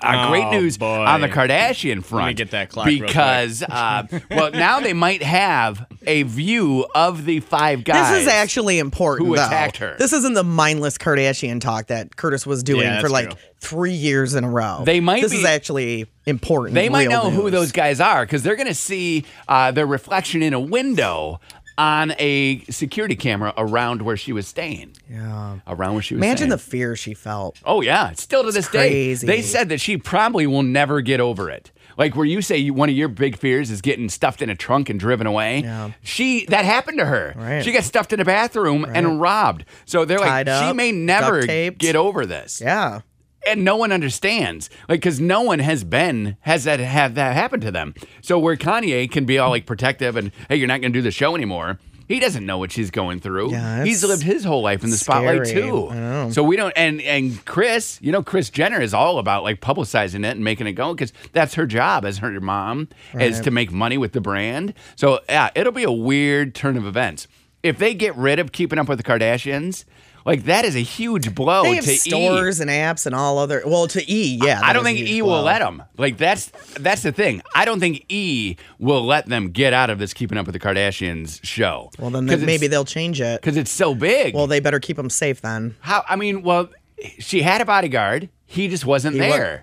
S2: Uh,
S4: Oh,
S2: great news
S4: boy.
S2: on the Kardashian front.
S4: get that clock real quick.
S2: because uh, well now they might have a view of the five guys.
S3: This is actually important.
S2: who
S3: though.
S2: attacked her.
S3: This isn't the mindless Kardashian talk that Curtis was doing
S4: Yeah,
S3: for like
S4: that's true.
S3: three years in a row.
S2: They might
S3: This
S2: be-
S3: is actually important.
S2: They might
S3: real
S2: know who
S3: news.
S2: those guys are because they're going to see uh, their reflection in a window on a security camera around where she was staying. Yeah. Around where she was
S3: Imagine
S2: staying.
S3: the fear she felt.
S2: Oh, yeah. It's Still to this
S3: crazy.
S2: day. They said that she probably will never get over it. Like where you say you, one of your big fears is getting stuffed in a trunk and driven away.
S3: Yeah.
S2: She that happened to her.
S3: Right.
S2: She got stuffed in a bathroom and robbed. So they're
S3: Tied
S2: like, she
S3: up,
S2: may never
S3: duct taped.
S2: get over this
S3: Yeah.
S2: and no one understands like because no one has been has that have that happen to them so where kanye can be all like protective and hey you're not going to do the show anymore he doesn't know what she's going through
S3: Yeah,
S2: he's
S3: it's
S2: lived his whole life in the spotlight
S3: scary.
S2: too
S3: I know.
S2: so we don't and and chris you know chris jenner is all about like publicizing it and making it go because that's her job as her mom is to make money with the brand so yeah it'll be a weird turn of events if they get rid of keeping up with the kardashians Like that is a huge blow
S3: They
S2: to
S3: have
S2: E.
S3: stores and apps and all other. Well, to E, yeah.
S2: I
S3: that
S2: don't
S3: is a
S2: think
S3: huge
S2: E will
S3: blow.
S2: let them. Like that's that's the thing. I don't think E will let them get out of this Keeping Up with the Kardashians show.
S3: Well, then they, maybe they'll change it.
S2: because it's so big.
S3: Well, they better keep them safe then. [LAUGHS]
S2: how? I mean, well, she had a bodyguard. He just wasn't
S3: wa-
S2: there.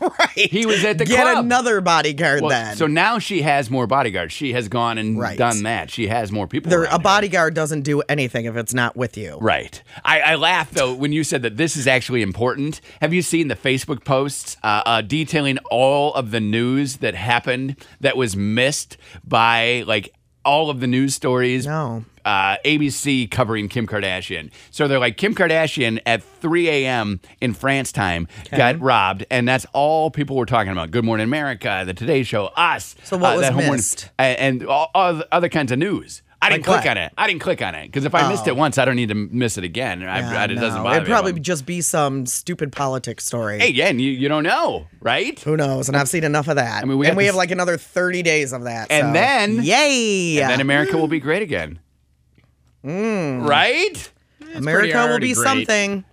S3: right.
S2: He was at
S3: [LAUGHS]
S2: the
S3: Get
S2: club.
S3: another bodyguard
S2: Well,
S3: then.
S2: so now she has more bodyguards. She has gone and
S3: Right.
S2: done that. She has more people.
S3: There-
S2: around
S3: a
S2: her.
S3: bodyguard doesn't do anything if it's not with you.
S2: Right. I, I laughed though when you said that this is actually important. Have you seen the Facebook posts uh, uh, detailing all of the news that happened that was missed by like all of the news stories?
S3: No.
S2: Uh, ABC covering Kim Kardashian. So they're like, Kim Kardashian at 3 a.m. in France time got robbed, and that's all people were talking about. Good Morning America, The Today Show, Us.
S3: So what was
S2: Uh, that Home Morning-
S3: missed?
S2: and, and all, all the other kinds of news. I didn't
S3: Like
S2: click
S3: what? Oh.
S2: on it. I didn't click on it because if I missed it once, I don't need to miss it again. I, I,
S3: Yeah,
S2: it doesn't
S3: no.
S2: bother
S3: It'd probably
S2: me. if I'm-
S3: just be some stupid politics story.
S2: Hey, yeah, and you, you don't know, right?
S3: Who knows? And I've seen enough of that. I
S2: mean, we got
S3: and we
S2: this-
S3: have like another 30 days of that.
S2: And
S3: so-
S2: then-
S3: Yay!
S2: And then America will be great again.
S3: Mm.
S2: Right?
S3: America will
S4: already
S3: be
S4: great.
S3: something.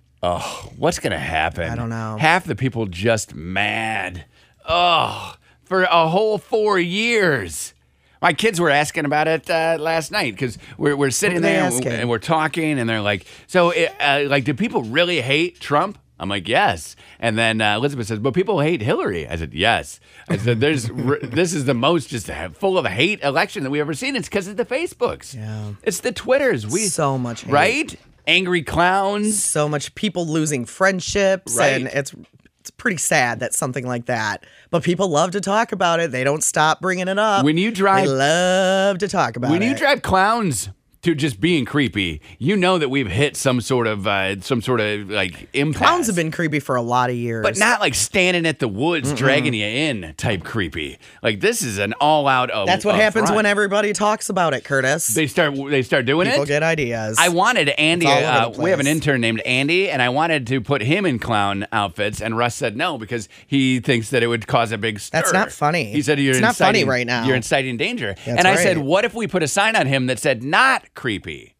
S2: What's going to happen? I
S3: don't know.
S2: Half the people just mad. Oh, for a whole four years. My kids were asking about it uh, last night because we're, we're sitting
S3: were they
S2: there and,
S3: asking?
S2: and we're talking, and they're like, "So, it, uh, like, do people really hate Trump?" I'm like, "Yes." And then uh, Elizabeth says, "But people hate Hillary." I said, "Yes." I said, "There's r- this is the most just ha- full of hate election that we ever seen. It's because of the Facebooks. Yeah, it's the Twitters. We
S3: So much hate.
S2: right? Angry clowns.
S3: So much people losing friendships. And
S2: Right.
S3: it's it's pretty sad that something like that. But people love to talk about it. They don't stop bringing it up.
S2: When you drive-
S3: They love to talk about
S2: when
S3: it.
S2: you drive clowns to just being creepy, you know that we've hit some sort of uh, some sort of like impasse.
S3: Clowns have been creepy for a lot of years.
S2: but not like standing at the woods dragging you in type creepy. Like this is an all out. Uh,
S3: That's what
S2: uh,
S3: happens
S2: front.
S3: when everybody talks about it, Curtis.
S2: they start they start doing
S3: People
S2: it.
S3: get ideas.
S2: I wanted Andy.
S3: It's all over
S2: Uh,
S3: the
S2: we have an
S3: place.
S2: intern named Andy, and I wanted to put him in clown outfits, and Russ said no because he thinks that it would cause a big stir.
S3: That's not funny.
S2: He said you're
S3: It's not funny
S2: inciting,
S3: right now.
S2: You're inciting danger.
S3: That's
S2: and I said,
S3: right.
S2: what if we put a sign on him that said not creepy?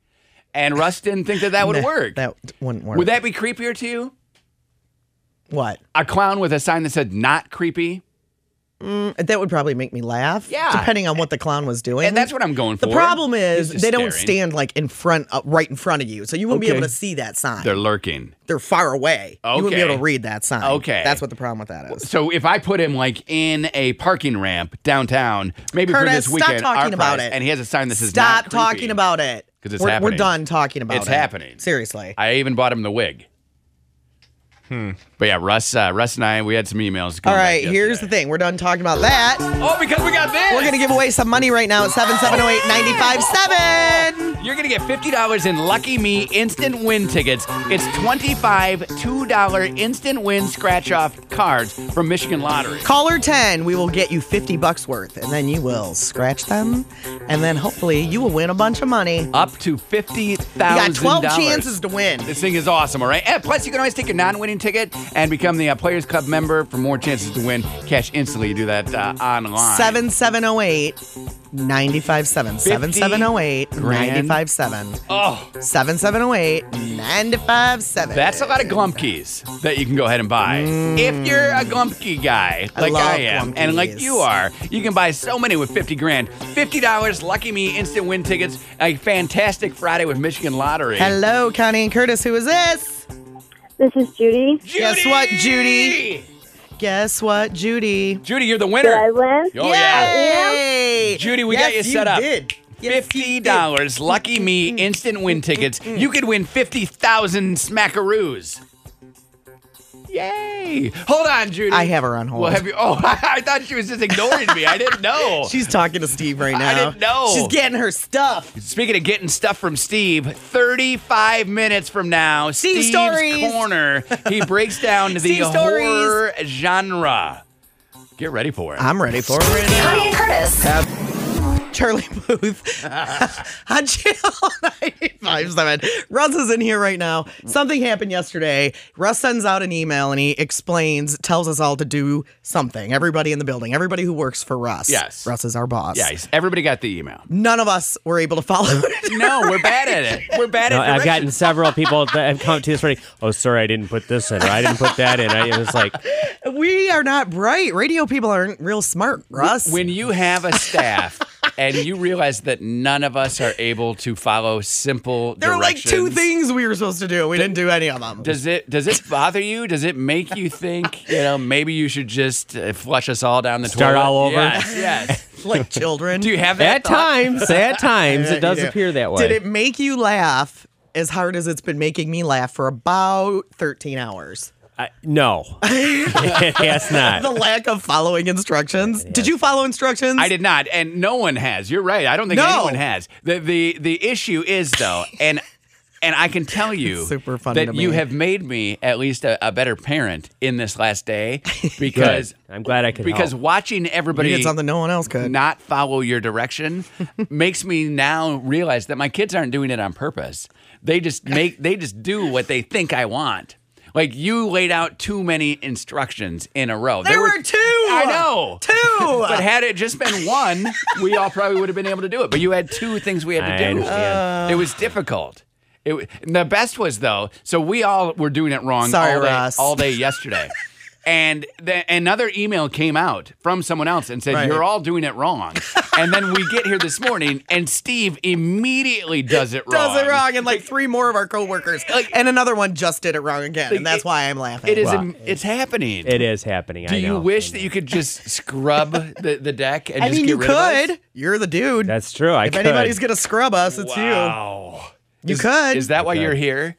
S2: And Russ didn't think that that
S3: [LAUGHS]
S2: would
S3: Nah,
S2: work.
S3: That wouldn't work.
S2: would that be creepier to you?
S3: what?
S2: A clown with a sign that said not creepy.
S3: Mm, That would probably make me laugh.
S2: Yeah.
S3: Depending on what the clown was doing.
S2: And that's what I'm going for.
S3: The problem is
S2: He's just
S3: they don't
S2: staring.
S3: stand like in front, uh, right in front of you, so you wouldn't be
S2: Okay.
S3: able to see that sign.
S2: They're
S3: They're,
S2: lurking.
S3: far away. You wouldn't be
S2: Okay.
S3: able to read that sign.
S2: Okay.
S3: That's what the problem with that is.
S2: So if I put him like in a parking ramp downtown, maybe for
S3: Curtis,
S2: this
S3: stop
S2: weekend,
S3: talking
S2: our
S3: about
S2: prize,
S3: it.
S2: and he has a sign that says
S3: Stop
S2: "Not
S3: talking
S2: creepy."
S3: about it.
S2: 'Cause it's
S3: we're,
S2: happening.
S3: We're done talking about
S2: It's
S3: it.
S2: happening.
S3: Seriously.
S2: I even bought him the wig. Hmm. But yeah, Russ, uh, Russ and I, we had some emails.
S3: All right. Here's the thing. We're done talking about that.
S2: Oh, because we got this.
S3: We're gonna give away some money right now at seven seven zero eight ninety five seven.
S2: You're gonna get fifty dollars in Lucky Me instant win tickets. It's twenty-five two dollar instant win scratch-off cards from Michigan Lottery.
S3: Caller 10, we will get you 50 bucks worth, and then you will scratch them, and then hopefully you will win a bunch of money. You
S2: Up to fifty
S3: got
S2: thousand.
S3: 12 chances to win.
S2: This thing is awesome, all right? And plus, you can always take your non winning ticket and become the uh, Players Club member for more chances to win cash instantly. You do that uh, online.
S3: 7708 957. 7708
S2: grand.
S3: 957.
S2: Oh,
S3: 7708 957.
S2: that's a lot of glumpkies that you can go ahead and buy. If you're a glumpkey guy,
S3: Mm. I
S2: like
S3: love
S2: I, am, and like
S3: Glumpkies.
S2: you are, you can buy so many with 50 grand. $50, lucky me, instant win tickets, a fantastic Friday with Michigan Lottery.
S3: Hello, Connie and Curtis. Who is this?
S1: This is Judy.
S2: Judy!
S3: Guess what, Judy? Guess what, Judy?
S2: Judy, you're the
S1: Did I
S2: winner.
S1: win?
S2: Oh, yeah.
S3: Yay!
S2: Judy, we
S3: Yes,
S2: got you set up.
S3: Did. Yes,
S2: Fifty
S3: you did. [LAUGHS]
S2: dollars, lucky me, instant win tickets. You could win fifty thousand smackaroos. Yay! Hold on, Judy.
S3: I have her on hold.
S2: Well, have you? Oh, [LAUGHS] I thought she was just ignoring me. I didn't [LAUGHS] know.
S3: [LAUGHS] She's talking to Steve right now.
S2: I didn't know.
S3: She's getting her stuff.
S2: Speaking of getting stuff from Steve, 35 minutes from now,
S3: Steve
S2: Steve's
S3: Stories.
S2: corner.
S3: [LAUGHS]
S2: He breaks down the
S3: Steve Stories.
S2: horror genre. Get ready for it.
S3: I'm ready for it right now.
S8: Connie and Curtis.
S2: [LAUGHS]
S3: [LAUGHS] Charlie Booth. Hot chill on 95.7. 557. Russ is in here right now. Something happened yesterday. Russ sends out an email and he explains, tells us all to do something. Everybody in the building, everybody who works for Russ.
S2: Yes.
S3: Russ is our boss.
S2: Yeah, he's- everybody got the email.
S3: None of us were able to follow [LAUGHS] it.
S2: No, we're bad at it. We're bad at
S8: No, I've
S2: directions.
S3: [LAUGHS]
S8: gotten several people that have come up to this morning. Oh, sorry, I didn't put this in. Or, I didn't put that in. I, it was like,
S3: we are not bright. Radio people aren't real smart, Russ.
S2: When you have a staff and you realize that none of us are able to follow simple
S3: there were like two
S2: directions,
S3: things we were supposed to do. We didn't do any of them.
S2: Does it does it bother you? Does it make you think you know maybe you should just uh, flush us all down the
S8: Start
S2: toilet?
S8: all over?
S2: Yes,
S3: [LAUGHS]
S2: yes.
S3: like children.
S2: Do you have that?
S8: at
S2: thought?
S8: times, at
S3: [LAUGHS]
S8: times,
S3: Yeah,
S8: it does
S3: you do.
S8: appear that way.
S3: Did it make you laugh as hard as it's been making me laugh for about 13 hours?
S8: I,
S3: [LAUGHS]
S8: no, it has not.
S3: The lack of following instructions. Did you follow instructions?
S2: I did not, and no one has. You're right. I don't think
S3: No.
S2: anyone has. the the The issue is though, and and I can tell you
S3: It's super funny
S2: that
S3: to
S2: you
S3: me.
S2: have made me at least a, a better parent in this last
S3: [LAUGHS]
S2: day because
S8: I'm glad I could
S2: because
S8: help.
S2: watching
S3: You
S2: everybody
S3: did something no one else could.
S2: not follow
S3: [LAUGHS]
S2: your direction makes me now realize that my kids aren't doing it on purpose. They just make they just do what they think I want. Like you laid out too many instructions in a row.
S3: There were two!
S2: I know.
S3: Two!
S2: [LAUGHS] But had it just been one, we all probably would have been able to do it. But you had two things we had to
S8: I
S2: do. Uh.
S8: understand.
S2: It was difficult. It wa- and the best was though. So we all were doing it wrong
S3: Sorry,
S2: all, day,
S3: Russ.
S2: all
S3: [LAUGHS]
S2: day yesterday. And the, another email came out from someone else and said,
S3: Right.
S2: You're all doing it wrong. and then we get here this morning, and Steve immediately does it
S3: [LAUGHS]
S2: wrong.
S3: Does it wrong, and like three more of our coworkers, and another one just did it wrong again, and that's why I'm laughing.
S2: It is,
S8: Wow.
S2: it's happening.
S8: It is happening.
S2: do
S8: I
S2: you
S8: know.
S2: wish that you could just scrub the, the deck and
S3: I
S2: just
S3: mean,
S2: get
S3: you
S2: rid of us?
S3: could. You're the dude.
S8: That's true. I
S3: if
S8: could.
S3: anybody's gonna scrub us, it's
S2: Wow.
S3: you. You could.
S2: Is that why
S8: Okay.
S2: you're here?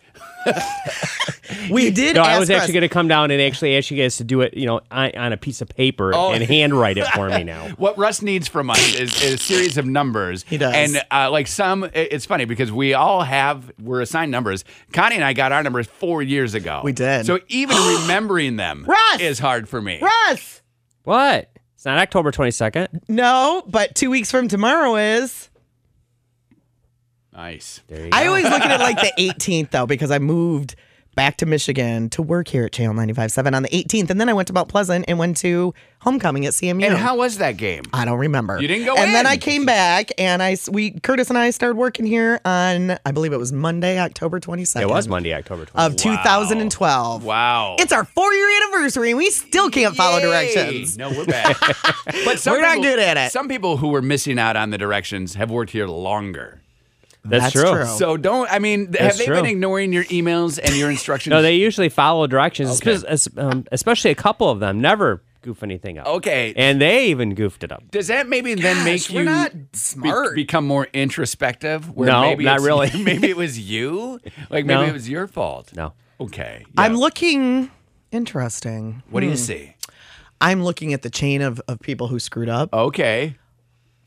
S3: we did.
S8: No,
S3: ask
S8: I was
S3: Russ.
S8: actually going to come down and actually ask you guys to do it, you know, on, on a piece of paper
S2: Oh.
S8: and handwrite it
S3: [LAUGHS]
S8: for me now.
S2: What Russ needs from us is, is a series of numbers. He
S3: does.
S2: And uh, like some, it- it's funny because we all have, we're assigned numbers. Connie and I got our numbers four years ago.
S3: We did.
S2: So
S3: [GASPS]
S2: even remembering them
S3: Russ!
S2: is hard for me.
S3: Russ.
S8: What? It's not October 22nd.
S3: No, but two weeks from tomorrow is.
S2: Nice.
S3: I always look at it like the 18th though, because I moved back to Michigan to work here at Channel 95.7 on the 18th, and then I went to Mount Pleasant and went to homecoming at CMU.
S2: And how was that game?
S3: I don't remember.
S2: You didn't go
S3: And then
S2: in.
S3: I came back, and I s- we Curtis and I started working here on I believe it was Monday, October 22nd.
S8: It was Monday, October 22nd.
S3: of 2012.
S2: Wow.
S3: It's our four year anniversary, and we still can't follow
S2: Yay.
S3: directions.
S2: No,
S3: [LAUGHS]
S2: we're bad. but some
S3: We're not
S2: people-
S3: good at it.
S2: Some people who were missing out on the directions have worked here longer.
S3: That's
S8: That's,
S3: true.
S2: So don't, I mean, have
S8: That's
S2: they
S8: true.
S2: been ignoring your emails and your instructions?
S8: No, they usually follow directions, espe- es- um, especially a couple of them. Never goof anything up.
S2: Okay.
S8: And they even goofed it up.
S2: Does that maybe then make
S3: we're
S2: you
S3: not
S2: be-
S3: smart.
S2: become more introspective? Where
S8: No,
S2: maybe
S8: not
S2: it's- [LAUGHS]
S8: really.
S2: maybe it was you. Like maybe
S8: No.
S2: it was your fault.
S8: No.
S2: Okay.
S3: I'm
S2: yeah.
S3: looking interesting.
S2: What do you see?
S3: I'm looking at the chain of, of people who screwed up.
S2: Okay.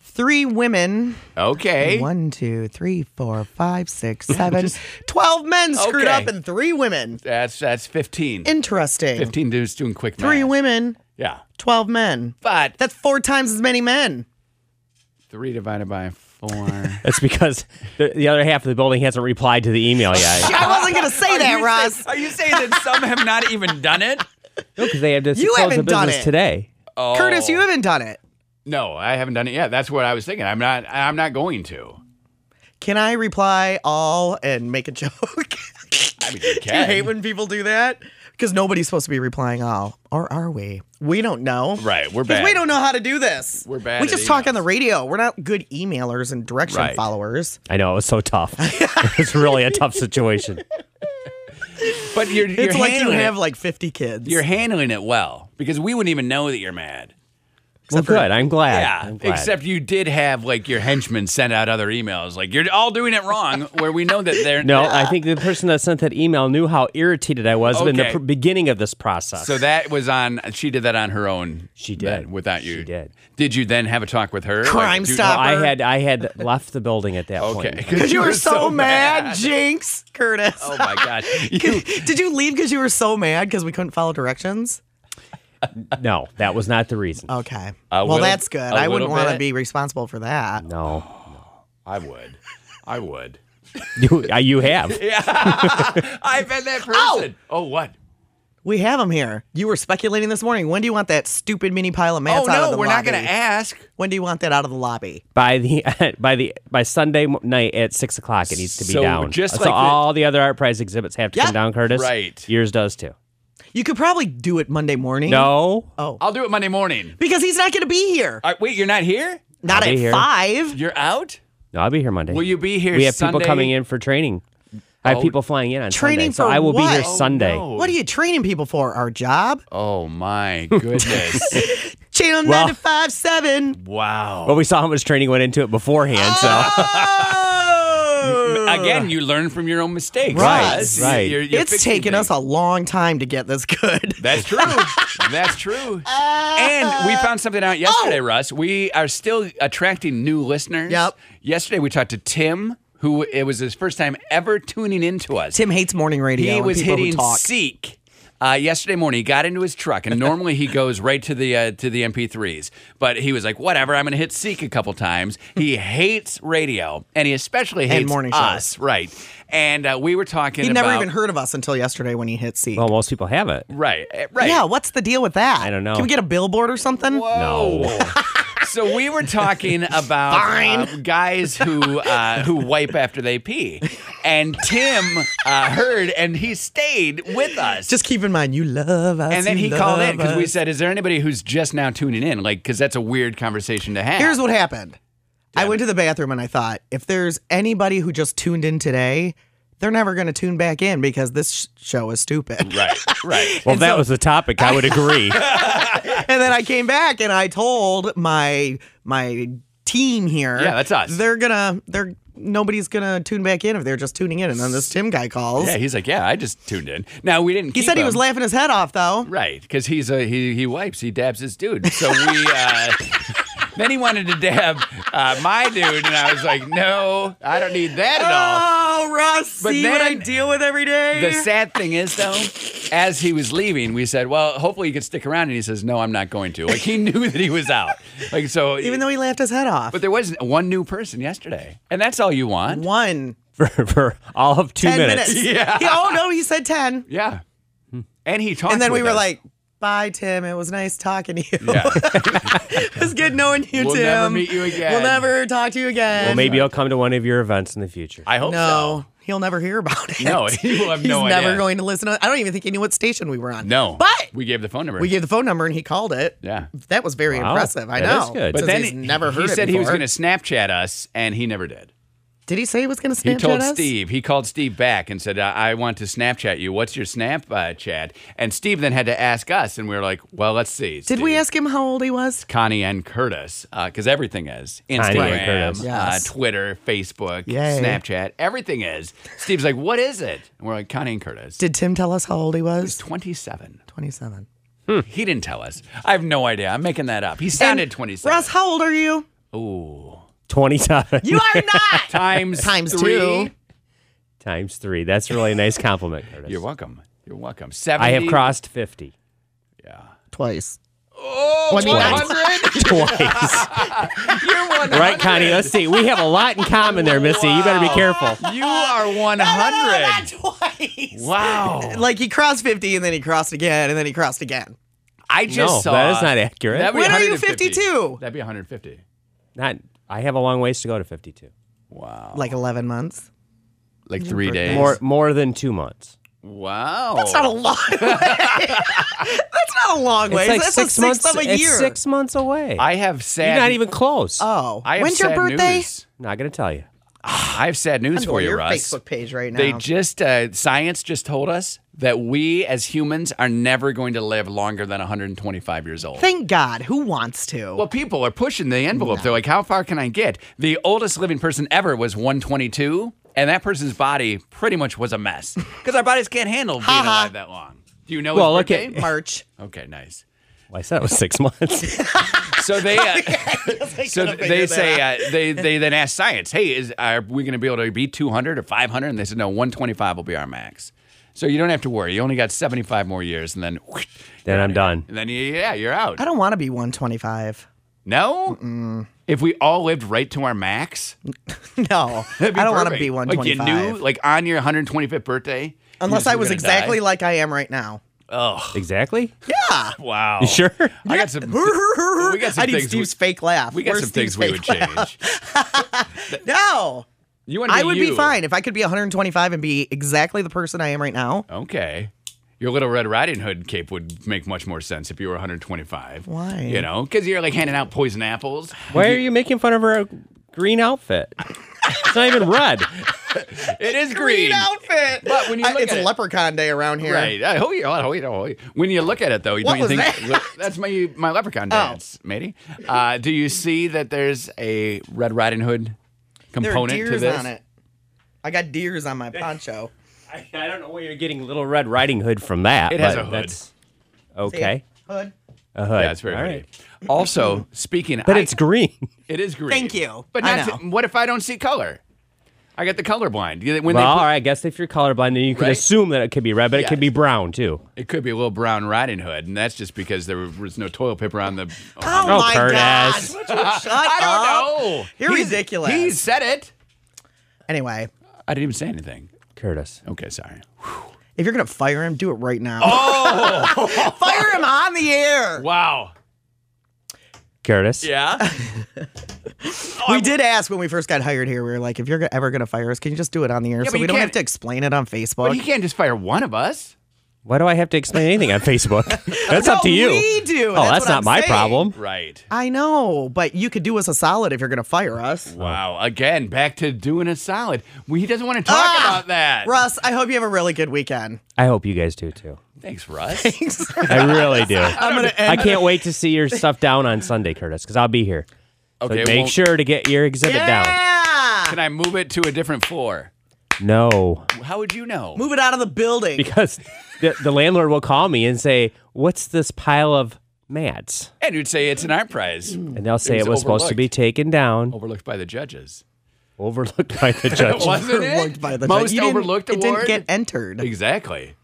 S3: Three women.
S2: Okay.
S3: One, two, three, four, five,
S2: [LAUGHS]
S3: six, seven. Twelve men screwed
S2: Okay.
S3: up and three women.
S2: That's that's fifteen.
S3: Interesting.
S2: fifteen dudes doing quick
S3: Three
S2: math.
S3: women,
S2: Yeah.
S3: twelve men.
S2: But
S3: That's four times as many
S2: [LAUGHS]
S3: men.
S2: three divided
S3: [LAUGHS]
S2: by four.
S8: That's because the, the other half of the building hasn't replied to the email
S2: [LAUGHS]
S8: yet.
S3: I wasn't gonna say that, Ross.
S2: Are [LAUGHS] you saying that some have not even done it?
S8: no, because they have to
S3: You
S8: close the
S3: haven't done
S8: business
S3: it.
S8: today.
S2: Oh.
S3: Curtis, you haven't done it.
S2: No, I haven't done it yet. That's what I was thinking. I'm not. I'm not going to.
S3: Can I reply all and make a joke? [LAUGHS]
S2: I mean, you
S3: Do [LAUGHS] you
S2: can.
S3: hate when people do that? Because nobody's supposed to be replying all, or are we? We don't know.
S2: Right, we're
S3: 'Cause
S2: bad.
S3: We don't know how to do this.
S2: We're bad
S3: We
S2: at
S3: just talk on
S2: emails.
S3: the radio. We're not good emailers and direction
S2: Right.
S3: followers.
S8: I know, it was
S2: [LAUGHS]
S8: so tough. it's really a tough situation.
S3: [LAUGHS]
S2: But you're. you're
S3: it's like you
S2: handling it.
S3: have like 50 kids. [LAUGHS]
S2: You're handling it well because we wouldn't even know that you're mad.
S8: well, good. I'm glad. I'm glad.
S2: Except you did have like your henchmen send out other emails like you're all doing it wrong where we know that they're
S8: [LAUGHS] No, I think the person that sent that email knew how irritated I was in the
S2: Okay.
S8: pr- beginning of this process.
S2: [LAUGHS] So that was on she did that on her own.
S8: She
S2: then,
S8: did.
S2: without you.
S8: She did.
S2: Did you then have a talk with her? Like,
S3: Crime
S2: do-
S3: stop.
S8: I had
S2: [LAUGHS]
S8: I had left the building at that point.
S2: Okay.
S3: because [LAUGHS] you were so, mad. Jinx, Curtis.
S2: [LAUGHS] Oh my god. You
S3: Did you leave because you were so mad because we couldn't follow directions?
S8: No, that was not the reason.
S2: Oh.
S3: Okay. well,
S2: little-
S3: that's good.
S2: a
S3: I wouldn't
S2: little
S3: want to
S2: bit.
S3: be responsible for that.
S8: No.
S2: I would. I would.
S8: You, uh, you have.
S2: [LAUGHS] I've been that person. Oh, what?
S3: We have them here. You were speculating this morning. When do you want that stupid mini pile of mats
S2: oh
S3: out of
S2: no,
S3: the
S2: we're not
S3: lobby?
S2: gonna ask.
S3: When do you want that out of the lobby?
S8: by the [LAUGHS] by the by Sunday mo- night at six o'clock. It needs to be
S2: So
S8: down.
S2: just
S8: so
S2: like the-
S8: all the other art prize exhibits have to
S3: Yeah.
S8: come down, Curtis.
S2: Right.
S8: Yours does too.
S3: You could probably do it Monday morning.
S8: No.
S3: Oh.
S2: I'll do it Monday morning.
S3: Because he's not going to be here.
S2: All right, wait, you're not here?
S3: Not
S8: I'll
S3: at
S8: be here.
S3: five.
S2: You're out?
S8: No, I'll be here Monday.
S2: Will you be here?
S8: We have
S2: Sunday?
S8: people coming in for training. I have
S2: Oh.
S8: people flying in on
S3: Training
S8: Sunday, so
S3: for
S8: I will be here
S3: what? Oh,
S8: Sunday.
S2: no.
S3: What are you training people for? Our job?
S2: Oh my goodness!
S3: Channel
S8: Well-
S3: 957.
S2: wow.
S8: But we saw how much training went into it beforehand, so
S2: Ah!
S3: Oh!
S2: Again, you learn from your own mistakes.
S3: Right,
S2: Roz.
S8: right.
S2: You're- you're
S3: it's
S2: fixing
S3: taken us
S2: things.
S3: a long time to get this [LAUGHS] good.
S2: That's true. That's true. and
S3: Uh,
S2: we found something out yesterday, Russ. We are still attracting new listeners.
S3: oh. Yep.
S2: Yesterday we talked to Tim, who it was his first time ever tuning into us.
S3: Tim hates morning radio.
S2: he
S3: and
S2: was
S3: people who
S2: hitting
S3: talk.
S2: seek uh, yesterday morning. He got into his truck, and normally he goes right to the uh, to the MP3s. But he was like, "Whatever, I'm going to hit seek a couple times." He hates radio, and he especially hates
S3: morning shows.
S2: us, right? And uh, we were talking.
S3: He never
S2: about-
S3: even heard of us until yesterday when he hit C.
S8: [LAUGHS] well, most people have it.
S2: Right, eh, right.
S3: Yeah, what's the deal with that?
S8: I don't know.
S3: Can we get a billboard or something?
S2: Whoa. so we were talking
S3: [LAUGHS]
S2: about uh, guys who uh, who wipe after they pee, and Tim uh, heard, and he stayed with us.
S3: Just keep in mind, you love us.
S2: and then
S3: you
S2: he called
S3: love
S2: in because we
S3: us.
S2: said, "Is there anybody who's just now tuning in?" Like, because that's a weird conversation to have.
S3: Here's what happened. I went to the bathroom and I thought, if there's anybody who just tuned in today, they're never going to tune back in because this sh- show is stupid.
S2: right, right.
S8: Well, if that was the topic, I
S2: [LAUGHS]
S8: would
S3: [LAUGHS]
S8: agree. [LAUGHS]
S3: and then I came back and I told my my team here.
S2: Yeah, that's us.
S3: They're gonna. They're nobody's gonna tune back in if they're just tuning in. And then this Tim guy calls.
S2: Yeah, he's like, "Yeah, I just tuned in." Now we didn't.
S3: he
S2: keep
S3: said he
S2: him.
S3: was laughing his head off though.
S2: Right, because he's a he he wipes, he dabs his dude. So we uh, [LAUGHS] then he wanted to dab uh, my dude, and I was like, "No, I don't need that at all."
S3: Oh, Russ,
S2: But
S3: see what I
S2: then-
S3: deal with every day.
S2: The sad thing is, though, as he was leaving, we said, "Well, hopefully you could stick around." And he says, "No, I'm not going to." Like he [LAUGHS] knew that he was out. Like so,
S3: Even though he laughed his head off.
S2: but there was one new person yesterday, and that's all you want.
S3: one.
S8: for, for all of two
S3: Ten
S8: minutes.
S3: minutes. Yeah. oh no, he said ten.
S2: Yeah, and he talked.
S3: And then we
S2: with
S3: were
S2: us.
S3: like, bye, Tim. It was nice talking to you.
S2: Yeah.
S3: [LAUGHS] it was good knowing you,
S2: We'll
S3: Tim.
S2: never meet you again."
S3: We'll never talk to you again.
S8: Well, maybe I'll come to one of your events in the future.
S2: "I hope so."
S3: No, he'll never hear about it.
S2: No, [LAUGHS] he will have
S3: He's
S2: no
S3: never
S2: idea.
S3: going to listen. To, I don't even think he knew what station we were on.
S2: No,
S3: But
S2: we gave the phone number.
S3: we gave the phone number and he called it.
S2: yeah.
S3: That was very
S8: Wow.
S3: impressive. I
S8: That
S3: know.
S8: is good.
S2: But
S3: Since
S2: then
S3: he's never heard
S2: he
S3: it
S2: said he was
S3: before.
S2: going to Snapchat us, and he never did.
S3: Did he say he was going to Snapchat
S2: He told
S3: us?
S2: Steve. He called Steve back and said, "I, I want to Snapchat you. What's your Snapchat?" And Steve then had to ask us, and we were like, "Well, let's see."
S3: Did we ask him how old he was?
S2: Connie and Curtis? Because everything is
S8: and
S2: Instagram,
S8: Curtis.
S3: Yes.
S2: uh, Twitter, Facebook,
S3: Yay.
S2: Snapchat. Everything is. Steve's like, "What is it?" And we're like, "Connie and Curtis."
S3: Did Tim tell us how old he was?
S2: Twenty-seven.
S3: 27.
S2: He didn't tell us. I have no idea. I'm making that up. He sounded twenty-seven.
S3: Russ, how old are you?
S2: Ooh,
S8: Twenty-seven
S3: You are not.
S2: [LAUGHS] times
S3: Times
S2: three.
S3: two.
S8: [LAUGHS] times three. That's really a nice compliment, Curtis.
S2: You're welcome. You're welcome. Seventy.
S8: I have crossed fifty
S3: Twice.
S2: Oh,
S3: Well, I mean, that's-
S2: 100? [LAUGHS]
S8: twice.
S2: You're [LAUGHS] 100.
S8: right, Connie? Let's see. We have a lot in common there, Missy. You better be careful.
S2: You are 100.
S3: twice.
S2: Wow.
S3: Like he crossed 50 and then he crossed again and then he crossed again.
S2: I just
S8: No,
S2: saw.
S8: that is not accurate.
S2: That'd be
S3: When are you
S2: 150.
S3: 52?
S2: That'd be 150.
S8: Not. I have a long ways to go to fifty-two.
S2: Wow.
S3: Like 11 months.
S2: Like three days.
S8: More, more than two months.
S2: Wow.
S3: That's not a long [LAUGHS] way. That's not a long way.
S8: It's like
S3: That's
S8: six
S3: a sixth of
S8: months.
S3: a
S8: it's
S3: year.
S8: six months away.
S2: I have sad.
S8: You're not even close.
S3: Oh,
S2: I have
S3: when's your
S2: sad
S3: birthday?
S2: News.
S8: not gonna tell you.
S2: I have sad news
S3: I'm
S2: for
S3: going to
S2: you,
S3: your
S2: Russ.
S3: Facebook page right now.
S2: They just uh, science just told us that we as humans are never going to live longer than 125 years old.
S3: Thank God. Who wants to?
S2: Well, people are pushing the envelope. They're like, how far can I get? The oldest living person ever was 122, and that person's body pretty much was a mess because our bodies can't handle being alive that long. Do you know?
S8: Well,
S2: his
S8: look
S2: birthday?
S3: March.
S2: Okay, nice.
S8: Well, I said it was six [LAUGHS] months.
S2: So
S3: [LAUGHS]
S2: they, uh, so
S3: could've
S2: they
S3: figured
S2: say uh, they they
S3: [LAUGHS]
S2: then ask science, hey, is are we going to be able to be 200 or 500? And they said no, 125 will be our max. So you don't have to worry. You only got 75 more years, and then [LAUGHS]
S8: then I'm done.
S2: and then you, yeah, you're out.
S3: I don't want to be 125.
S2: No? If we all lived right to our max,
S3: [LAUGHS] No, I
S2: that'd be
S3: don't want to
S2: perfect.
S3: be
S2: Like you
S3: 125.
S2: knew, like on your 125th birthday.
S3: Unless I was exactly
S2: like.
S3: like I am right now.
S8: Exactly.
S3: Yeah.
S2: Wow.
S8: You sure?
S2: I got some. we [LAUGHS] got
S3: [LAUGHS]
S2: some
S3: I need
S2: things
S3: Steve's
S2: we-
S3: fake laugh.
S2: We got
S3: Where's
S2: some
S3: Steve's
S2: things we
S3: fake
S2: would change.
S3: laugh? No.
S2: You want to
S3: I would be
S2: you.
S3: fine if I could be 125 and be exactly the person I am right now.
S2: Okay. Your little Red Riding Hood cape would make much more sense if you were 125.
S3: Why?
S2: You know, because you're like handing out poison apples.
S3: [LAUGHS]
S8: Why are you making fun of her green outfit? It's not even red.
S2: It is green.
S3: outfit.
S2: But when you
S3: I-
S2: look
S3: it's
S2: at it-
S3: leprechaun day around here.
S2: Right. Uh, hoey, oh, hoey, oh, hoey. When you look at it, though, you
S3: What
S2: don't you
S3: was
S2: think
S3: that? Oh.
S2: that's my my leprechaun dance, matey? Uh, do you see that there's a Red Riding Hood
S3: There are
S2: component
S3: deers
S2: to this?
S3: on it. I got deers on my poncho.
S8: I, I don't know where you're getting Little Red Riding Hood from that.
S2: It has
S8: but
S2: a hood.
S8: That's okay.
S3: Hood.
S8: A hood.
S2: Yeah, it's very
S8: All
S2: hoodie.
S8: right.
S2: Also, speaking,
S8: But
S2: I-
S8: it's green.
S2: It is green.
S3: Thank you.
S2: But
S3: I
S2: not
S3: know.
S2: to- what if I don't see color? I got the colorblind. You- When
S8: well,
S2: they
S8: all
S2: put-
S8: right. I guess if you're colorblind, then you can
S2: Right?
S8: assume that it could be red, but it could
S2: Yes.
S8: be brown too.
S2: it could be a little brown Riding Hood, and that's just because there was no toilet paper on the.
S3: [LAUGHS] Oh,
S8: Oh,
S3: my
S8: Curtis.
S3: gosh. Would you Shut
S2: [LAUGHS] I
S3: up.
S2: don't know.
S3: You're
S2: He's-
S3: ridiculous.
S2: He said it.
S3: Anyway,
S2: I didn't even say anything.
S8: Curtis.
S2: Okay, sorry.
S3: if you're gonna fire him, do it right now. Oh, [LAUGHS] fire him on the air.
S2: Wow.
S8: Curtis.
S2: Yeah. Um,
S3: we did ask when we first got hired here. We were like, if you're ever gonna fire us, can you just do it on the air
S2: Yeah,
S3: so
S2: but
S3: we
S2: you
S3: don't have
S2: can't-
S3: to explain it on Facebook?
S2: but he can't just fire one of us,
S8: Why do I have to explain anything
S3: [LAUGHS]
S8: on Facebook? That's
S3: No,
S8: up to you.
S3: We do.
S8: Oh, that's,
S3: what
S8: not
S3: I'm
S8: my
S3: saying.
S8: problem.
S2: right?
S3: I know, but you could do us a solid if you're gonna fire us.
S2: Wow. Again, back to doing a solid. Well, he doesn't want to talk
S3: Ah,
S2: about that.
S3: Russ, I hope you have a really good weekend.
S8: I hope you guys do too.
S2: Thanks, Russ.
S3: [LAUGHS]
S8: I really do.
S3: I'm gonna end
S8: I can't wait to see your stuff down on Sunday, Curtis, because I'll be here. So
S2: Okay,
S8: make
S2: well-
S8: sure to get your exhibit down.
S3: Yeah.
S2: Can I move it to a different floor?
S8: No,
S2: How would you know?
S3: Move it out of the building.
S8: because the, the landlord will call me and say, "What's this pile of mats?"
S2: And you'd say it's an art prize.
S8: And they'll say
S2: It was
S8: it was, supposed to be
S2: overlooked.
S8: taken
S3: Oh.
S8: down,
S2: Overlooked by the judges.
S8: overlooked
S3: [LAUGHS]
S8: by the judge.
S2: [LAUGHS] Wasn't it?
S3: Overlooked by the
S2: Most
S3: judge. You didn't-
S2: overlooked
S3: It didn't
S2: award.
S3: get entered
S2: exactly.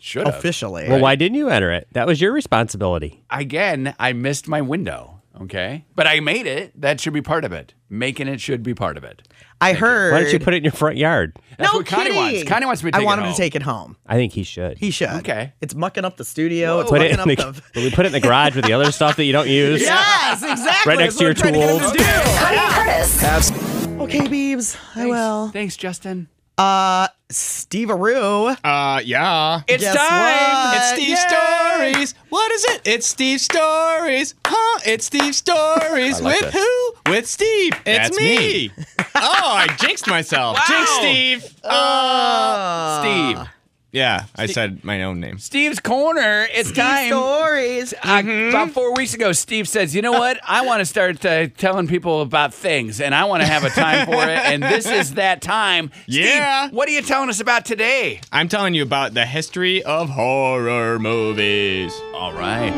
S2: Should have.
S3: officially.
S8: well, why didn't you enter it? That was your responsibility.
S2: Again, I missed my window. Okay, but I made it. That should be part of it. Making it should be part of it.
S3: I heard.
S8: Why don't you put it in your front yard?
S2: That's
S3: no
S2: what Connie wants.
S3: kidding.
S2: Connie wants me to
S3: I
S2: take
S3: want
S2: it
S3: him
S2: home.
S3: to take it home.
S8: I think he should.
S3: He should.
S2: Okay.
S3: It's mucking up the studio. it's
S8: put
S3: mucking
S8: it in
S3: up
S8: the,
S3: the.
S2: [LAUGHS]
S8: [LAUGHS] well, we put it in the garage with the other stuff that you don't use.
S3: Yes, exactly.
S8: Right next
S3: That's
S8: to
S3: what
S8: your
S3: I'm trying to get him to do. Okay, Beebs. I will.
S2: Thanks, Justin.
S3: Uh, Steve Aru.
S4: Uh, yeah.
S2: It's
S3: Guess
S2: time.
S3: what?
S4: It's Steve Stories. What is it? It's Steve Stories. Huh? It's Steve Stories. With who? With Steve. It's
S2: That's me.
S4: [LAUGHS] oh, I jinxed myself. Jinx Steve.
S3: Uh,
S4: Uh,
S2: Steve.
S4: Yeah, I said my own name.
S2: Steve's corner. It's time.
S3: Stories.
S2: I, about four weeks ago, Steve says, "You know what? I want to start uh, telling people about things, and I want to have a time for it. And this is that time." Steve,
S4: Yeah.
S2: what are you telling us about today?
S4: I'm telling you about the history of horror movies.
S2: All right.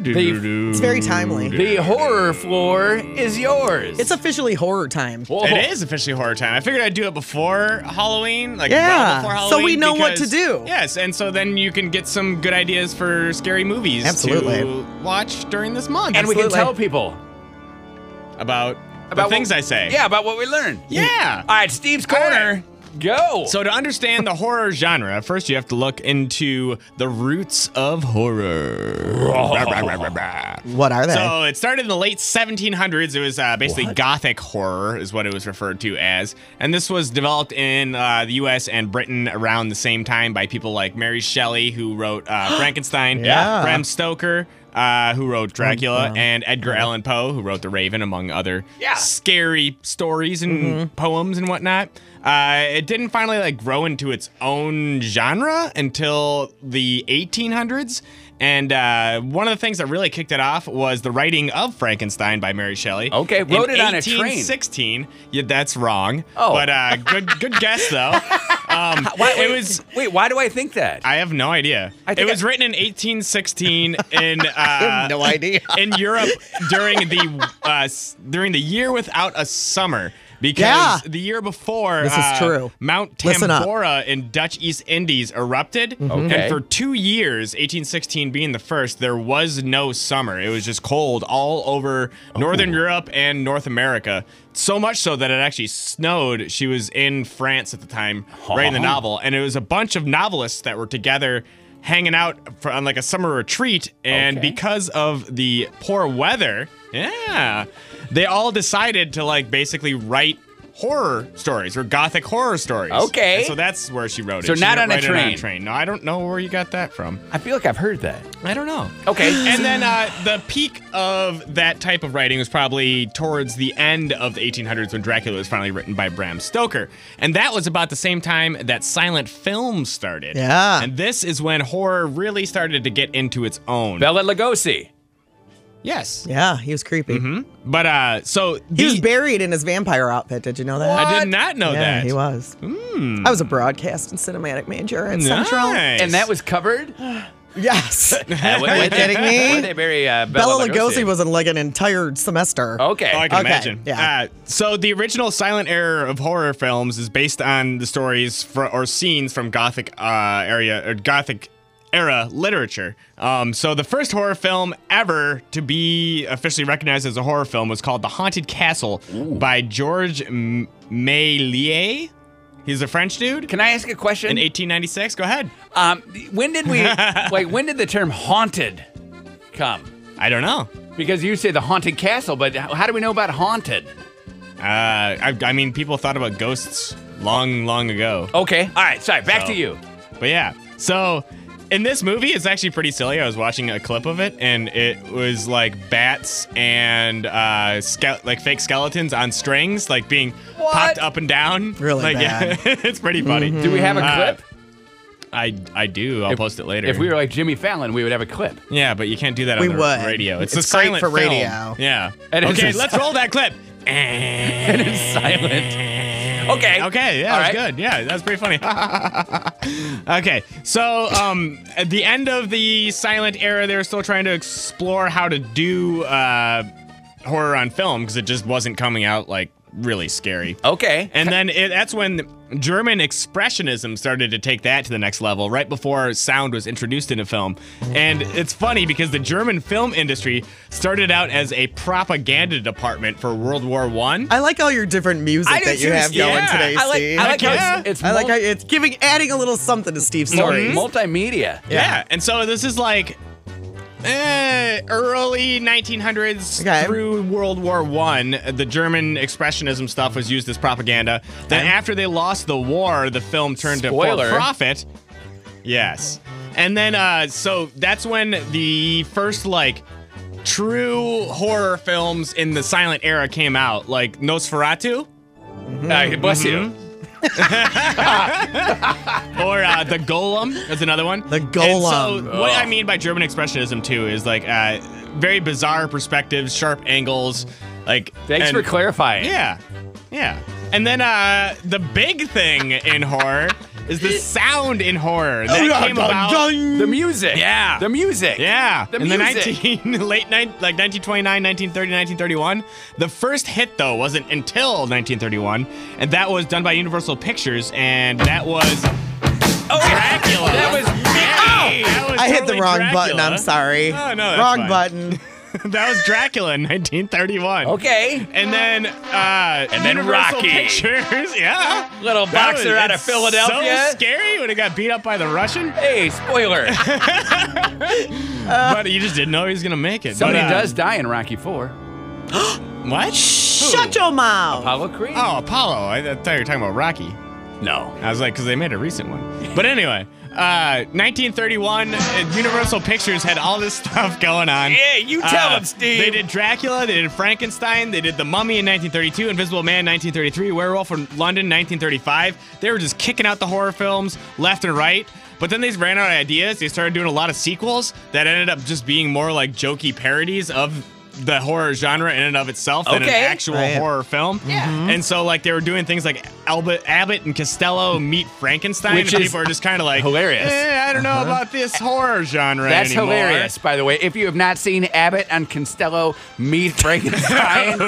S3: It's very timely.
S2: The horror floor is yours.
S3: It's officially horror time.
S2: Whoa.
S4: It is officially horror time. I figured I'd do it before Halloween, like well
S3: Yeah,
S4: before
S3: so
S4: Halloween.
S3: we know what to
S4: because-
S3: do.
S4: Yes, and so then you can get some good ideas for scary movies
S3: Absolutely.
S4: to watch during this month.
S2: and we can
S3: Absolutely.
S2: tell people
S4: about
S2: about
S4: the
S2: what-
S4: things I say.
S2: Yeah, about what we learned.
S4: yeah.
S2: All right, Steve's corner. Go.
S4: So to understand the horror genre, first you have to look into the roots
S3: [LAUGHS]
S4: of horror. Rah, rah, rah, rah, rah.
S3: What are they?
S4: So it started in the late 1700s. It was uh, basically Gothic horror, is what it was referred to as. And this was developed in uh, the U.S. and Britain around the same time by people like Mary Shelley, who wrote
S3: [GASPS]
S4: uh, Frankenstein,
S3: Yeah.
S4: Bram Stoker, uh, who wrote Dracula, and Edgar Allan Poe, who wrote The Raven, among other
S2: Yeah.
S4: scary stories and
S2: Mm-hmm.
S4: poems and whatnot. Uh, it didn't finally like grow into its own genre until the 1800s. And uh, one of the things that really kicked it off was the writing of Frankenstein by Mary Shelley.
S2: Okay, wrote
S4: In
S2: it on a train.
S4: 1816. Yeah, that's wrong.
S2: Oh.
S4: but uh, good, good guess though.
S2: [LAUGHS]
S4: Um, it was.
S2: Wait, why do I think that?
S4: I have no idea.
S2: I
S4: It
S2: think
S4: was
S2: I-
S4: written in 1816
S3: [LAUGHS]
S4: in uh,
S3: no idea. [LAUGHS]
S4: in Europe during the uh, s- during the year without a summer. because
S3: Yeah.
S4: the year before,
S3: This is
S4: uh,
S3: true.
S4: Mount
S3: Listen up.
S4: Tambora in Dutch East Indies erupted,
S2: Mm-hmm. Okay.
S4: and for two years, 1816 being the first, there was no summer. It was just cold all over
S2: Oh,
S4: Northern Europe and North America. So much so that it actually snowed. She was in France at the time, writing the novel, and it was a bunch of novelists that were together. Hanging out for, on like a summer retreat, and
S2: Okay.
S4: because of the poor weather, yeah, they all decided to like basically write horror stories or gothic horror stories.
S2: Okay.
S4: And so that's where she wrote it.
S2: So
S4: She
S2: not
S4: didn't
S2: on a
S4: write it
S2: train.
S4: No, I don't know where you got that from.
S2: I feel like I've heard that.
S4: I don't know.
S2: [LAUGHS] Okay.
S4: [GASPS] And then uh, the peak of that type of writing was probably towards the end of the 1800s when Dracula was finally written by Bram Stoker. And that was about the same time that silent film started.
S3: Yeah.
S4: And this is when horror really started to get into its own.
S2: Bella Lugosi.
S4: yes.
S3: Yeah, he was creepy.
S4: But uh, so
S3: He was
S4: the-
S3: buried in his vampire outfit. Did you know that?
S4: I did not know
S3: yeah,
S4: that.
S3: he was. I was a broadcast and cinematic major at Central.
S4: Nice.
S2: And that was covered.
S3: Yes.
S2: Are
S3: Are you kidding
S2: Where'd
S3: me?
S2: they bury uh,
S3: Bella
S2: Bella,
S3: Lugosi was in like an entire semester.
S2: Okay.
S4: Oh, I can
S3: Okay,
S4: imagine.
S3: yeah.
S4: Uh, so the original silent era of horror films is based on the stories fr- or scenes from Gothic uh, area or Gothic era literature. Um, so the first horror film ever to be officially recognized as a horror film was called The Haunted Castle by George M- Méliès. He's a French dude.
S2: Can I ask a
S4: in
S2: question?
S4: 1896, go ahead.
S2: Um, when did we like? When did the term haunted come?
S4: I don't know.
S2: Because you say the haunted castle, but h- how do we know about haunted?
S4: Uh, I, I mean, people thought about ghosts long, long ago.
S2: Okay. All right. Sorry. Back
S4: So-
S2: to you.
S4: But yeah, so in this movie, it's actually pretty silly. I was watching a clip of it, and it was like bats and uh, ske- like fake skeletons on strings, like being popped up and down.
S3: Really
S4: like,
S3: bad. Mm-hmm.
S4: Yeah, [LAUGHS] it's pretty funny.
S2: Do we have a
S4: Uh,
S2: clip?
S4: I I do. I'll post it later.
S2: If we were like Jimmy Fallon, we would have a clip.
S4: yeah, but you can't do that
S3: We
S4: on the
S3: would.
S4: radio. It's,
S3: It's
S4: a
S3: great
S4: silent
S3: for
S4: film.
S3: radio.
S4: Yeah.
S2: It is
S4: okay,
S2: a
S4: let's
S2: sil-
S4: roll
S3: [LAUGHS]
S4: that clip.
S2: [LAUGHS] And it's silent. Okay.
S4: [LAUGHS] Okay, yeah,
S2: All
S4: that's
S2: right.
S4: good. Yeah, that's pretty funny. [LAUGHS] okay, so um, at the end of the silent era, they were still trying to explore how to do uh, horror on film because it just wasn't coming out like really scary.
S2: Oh, Okay.
S4: And then it, that's when German expressionism started to take that to the next level, right before sound was introduced into film. And it's funny because the German film industry started out as a propaganda department for World War One.
S3: I like all your different music
S2: I do
S3: that you
S2: too,
S3: have
S2: Steve.
S3: going
S4: Yeah,
S3: today,
S2: I like,
S3: Steve.
S2: I like how
S4: Yeah.
S2: it's, it's
S3: I like
S2: mul-
S3: how it's giving adding a little something to Steve's
S2: mul-
S3: stories.
S2: multimedia.
S4: Yeah.
S3: Yeah.
S4: and so this is like eh, early 1900s
S3: Okay.
S4: through World War One. The German expressionism stuff was used as propaganda. Then after they lost the war, the film turned
S2: Spoiler.
S4: to for profit. Yes, and then uh, so that's when the first like true horror films in the silent era came out, like Nosferatu.
S2: Uh, bless you.
S4: or uh, the golem is another one.
S3: The
S4: And
S3: golem.
S4: so what I mean by German expressionism too is like uh, very bizarre perspectives, sharp angles, like.
S2: Thanks
S4: and-
S2: for clarifying.
S4: Yeah, yeah. And then uh, the big thing in horror is the sound in horror
S2: Oh,
S4: that came about.
S2: The music.
S4: Yeah.
S2: The music.
S4: Yeah,
S2: The
S4: in
S2: music.
S4: the 19 [LAUGHS] late night like 1929, 1930, 1931. The first hit though wasn't until 1931, and that was done by Universal Pictures, and that was
S2: Oh,
S4: Dracula. Oh!
S2: That was.
S4: Hey, that was
S3: I hit
S4: totally
S3: the wrong
S4: Dracula.
S3: button. I'm sorry.
S4: Oh, no, that's
S3: wrong
S4: fine.
S3: button.
S4: [LAUGHS] that was Dracula in 1931.
S2: Okay.
S4: And then, uh,
S2: And then
S4: Universal
S2: Rocky.
S4: Pictures, [LAUGHS] yeah.
S2: Little
S4: That
S2: boxer out of
S4: it's
S2: Philadelphia.
S4: So scary when it got beat up by the Russian,
S2: Hey,
S4: [LAUGHS]
S2: spoiler.
S4: but you just didn't know he was gonna make it.
S2: Uh, Somebody
S4: but, uh,
S2: does die in Rocky Four.
S4: What?
S3: Shut your mouth.
S2: Apollo Creed.
S4: Oh, Apollo. I, I thought you were talking about Rocky.
S2: no.
S4: I was like, because they made a recent one. But anyway, uh, 1931, uh, Universal Pictures had all this [LAUGHS] stuff going on.
S2: Yeah, you tell
S4: Uh,
S2: 'em, Steve.
S4: They did Dracula, they did Frankenstein, they did The Mummy in 1932, Invisible Man 1933, Werewolf in London 1935. They were just kicking out the horror films left and right. But then they ran out of ideas. They started doing a lot of sequels that ended up just being more like jokey parodies of the horror genre in and of itself than an
S2: Okay.
S4: actual
S3: Right.
S4: horror film. Yeah.
S2: Mm-hmm.
S4: And so like they were doing things like Albert Abbott and Costello meet Frankenstein,
S2: Which
S4: and
S2: is
S4: people are just kind of like
S2: hilarious. Uh-huh.
S4: "Eh, I don't know about this horror genre.
S2: That's
S4: anymore."
S2: hilarious, by the way. If you have not seen Abbott and Costello meet
S4: [LAUGHS]
S2: Frankenstein,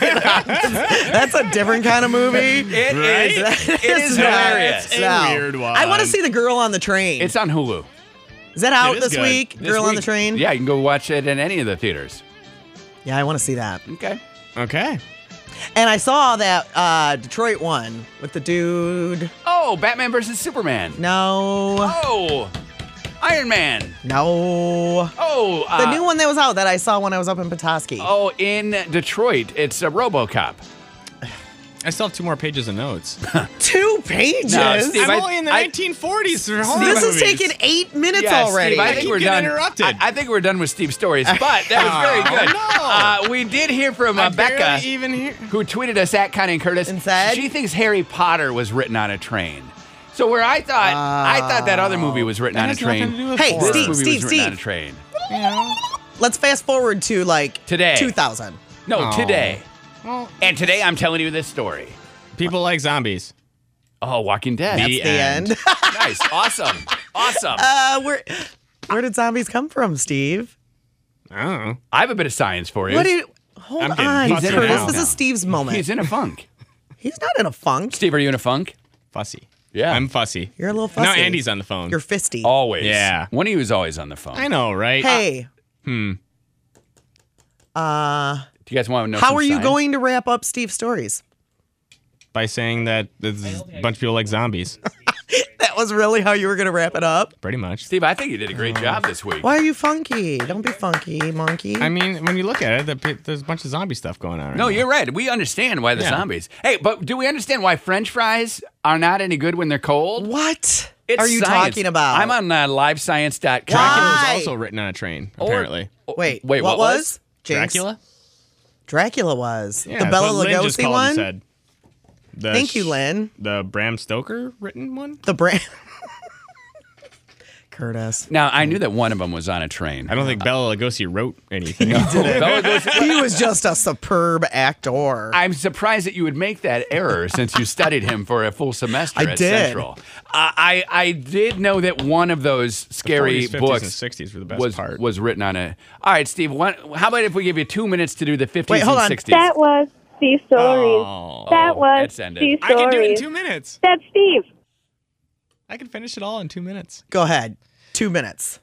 S3: That's a different kind of movie.
S4: [LAUGHS]
S2: it
S4: Right?
S3: [LAUGHS]
S2: is-
S3: That
S2: it is
S3: not-
S2: hilarious.
S4: It's a
S3: No.
S4: weird one.
S3: I want to see the girl on the train.
S2: It's on Hulu.
S3: is that out
S4: It is
S3: this
S4: good.
S3: week?
S4: This
S3: girl on the
S4: week.
S3: train.
S2: Yeah, you can go watch it in any of the theaters.
S3: Yeah, I want to see that.
S2: Okay.
S4: Okay.
S3: And I saw that uh, Detroit one with the dude.
S2: Oh, Batman versus Superman.
S3: No,
S2: Oh, Iron Man.
S3: no.
S2: Oh, uh,
S3: The new one that was out that I saw when I was up in Petoskey.
S2: Oh, in Detroit, it's a RoboCop.
S4: I still have two more pages
S3: [LAUGHS]
S4: of notes.
S3: Uh, Two pages.
S2: No, Steve,
S4: I'm
S2: I-
S4: only in the
S2: I-
S4: 1940s for horror
S3: this is
S4: movies.
S3: taking eight minutes
S2: Yeah,
S3: already.
S2: Steve, I
S4: keep
S2: think we're
S4: getting
S2: done.
S4: interrupted.
S2: I, I think we're done with Steve's stories, but that was very good.
S4: Oh,
S2: uh, we did hear from uh,
S4: I barely
S2: Becca,
S4: even here.
S2: who tweeted us at Connie and Curtis.
S3: And said?
S2: she thinks Harry Potter was written on a train. So where I thought I thought that other movie was written on a
S4: has
S2: train.
S4: nothing to do with
S3: Hey,
S2: this
S4: horror.
S3: Steve,
S2: movie
S3: Steve,
S2: was written on a
S3: Steve.
S2: train.
S3: Let's fast forward to like
S2: Today.
S3: 2000.
S2: No,
S4: Oh.
S2: today.
S4: Well,
S2: And today I'm telling you this story.
S4: people like zombies.
S2: Oh, Walking Dead.
S4: That's
S3: The end.
S2: nice. Awesome. Awesome.
S3: uh, where where did zombies come from, Steve?
S4: I don't know.
S2: I have a bit of science for you.
S3: What did? Hold
S4: I'm getting
S3: on,
S4: fuzzy
S3: Curtis.
S4: now.
S3: This is Steve's moment.
S2: He's
S3: He's,
S2: in a funk.
S3: not in a funk.
S2: Steve, are you in a funk?
S4: Fussy.
S2: Yeah.
S4: I'm fussy.
S3: You're a little
S4: Now
S3: fussy.
S4: Andy's on the phone.
S3: You're fisty.
S2: Always.
S4: Yeah.
S2: One of you is always on the phone.
S4: I know, right?
S3: hey. hmm. Uh,
S2: Do you guys want to know?
S3: how
S2: some
S3: are you
S2: science?
S3: going to wrap up Steve's stories?
S4: By saying that there's a bunch of people
S3: [LAUGHS]
S4: like zombies.
S3: That was really how you were going to wrap it up.
S4: Pretty much.
S2: Steve, I think you did a great job this week.
S3: Why are you funky? Don't be funky, monkey.
S4: I mean, when you look at it, the pe- there's a bunch of zombie stuff going on. Right
S2: No,
S4: now.
S2: you're right. We understand why the
S4: Yeah.
S2: zombies. Hey, but do we understand why French fries are not any good when they're cold?
S3: what
S2: It's
S3: are you
S2: science.
S3: talking about?
S2: I'm on uh, livescience.com.
S4: Dracula
S3: Why?
S4: was also written on a train, apparently.
S3: Wait,
S2: Wait,
S3: what,
S2: what was?
S3: Jinx?
S4: Dracula?
S3: Dracula was
S4: Yeah,
S3: the
S4: that's
S3: Bella
S4: what Lynn just
S3: Lugosi
S4: called
S3: one.
S4: and said. The
S3: Thank you,
S4: sh-
S3: Lynn.
S4: The Bram Stoker written one?
S3: The brand. [LAUGHS] Curtis.
S2: Now, I knew that one of them was on a train.
S4: I don't think Bella Lugosi wrote
S2: [LAUGHS]
S4: anything.
S2: Bella goes-
S3: He was just a superb actor.
S2: I'm surprised that you would make that error since you studied him for a full semester
S3: I
S2: at
S3: did.
S2: Central. I, I I did know that one of those scary
S4: 40s, 50s,
S2: books
S4: and 60s were the best
S2: was
S4: part.
S2: was written on a. All right, Steve. What, how about if we give you two minutes to do the 50s
S3: Wait, hold on.
S2: and 60s?
S1: That was Steve Stories. that was
S2: that's ended.
S1: Steve
S4: Oh. I
S1: Stories.
S4: can do it in two minutes.
S1: That's Steve.
S4: I can finish it all in two minutes.
S3: Go ahead. Two minutes.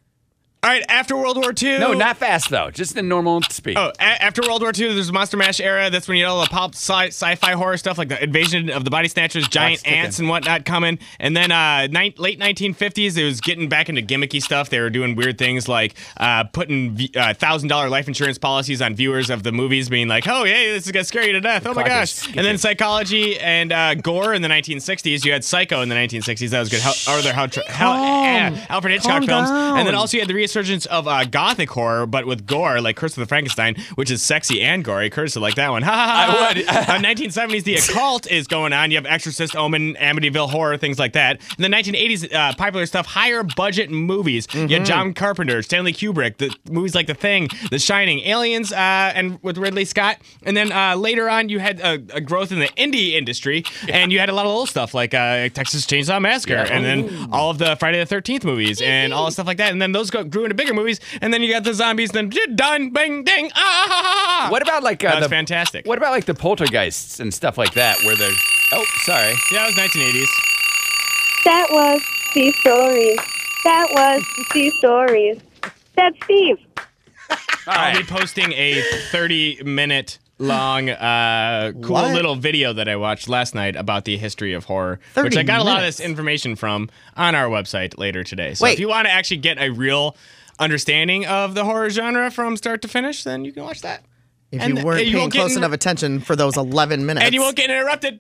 S4: All right, after World War II.
S2: No, not fast though. Just in normal speed.
S4: Oh, a- after World War II, there's Monster Mash era. That's when you had all the pop sci- fi horror stuff, like the invasion of the body snatchers, giant
S2: sticking.
S4: ants and whatnot coming. And then uh, ni- late 1950s, it was getting back into gimmicky stuff. They were doing weird things like uh, putting v- uh, $1,000 life insurance policies on viewers of the movies, being like, oh, yeah, this is going to scare you to death. Oh, my
S2: clock is
S4: gosh. And then psychology and uh, gore in the 1960s. You had Psycho in the 1960s. That was good. How, or their how, how, uh, Alfred
S3: Calm
S4: Hitchcock films. And then
S3: down.
S4: also also you had the resurgence of uh, gothic horror, but with gore, like Curse of the Frankenstein, which is sexy and gory. Curse would like that one. [LAUGHS] Ha ha
S2: would.
S4: ha. I would. 1970s, the occult is going on. You have Exorcist, Omen, Amityville horror, things like that. In the 1980s, uh, popular stuff, higher budget movies. You
S3: Mm-hmm.
S4: had John Carpenter, Stanley Kubrick, the movies like The Thing, The Shining, Aliens, uh, and with Ridley Scott. And then uh, later on, you had a, a growth in the indie industry, and you had a lot of old stuff like uh, Texas Chainsaw Massacre, and then all of the Friday the 13th movies, and all the stuff like that. And then those go, grew into bigger movies, and then you got the zombies, and then done, bang, ding, ah, ha, ha, ha, ha.
S2: What about like uh,
S4: That's
S2: the
S4: fantastic.
S2: What about like the poltergeists and stuff like that, where there's oh sorry.
S4: Yeah, it was 1980s.
S1: That was Steve Stories. That was Steve Stories. That's Steve.
S2: All
S4: I'll
S2: right.
S4: be posting a 30 minute long, uh, cool
S3: What?
S4: little video that I watched last night about the history of horror, which
S3: 30
S4: I got a lot of
S3: minutes.
S4: this information from on our website later today. So
S3: Wait.
S4: if you want to actually get a real understanding of the horror genre from start to finish, then you can watch that.
S3: If
S4: And uh,
S3: you weren't
S4: you
S3: paying
S4: won't get
S3: close
S4: in-
S3: enough attention for those 11 minutes.
S4: And you won't get interrupted.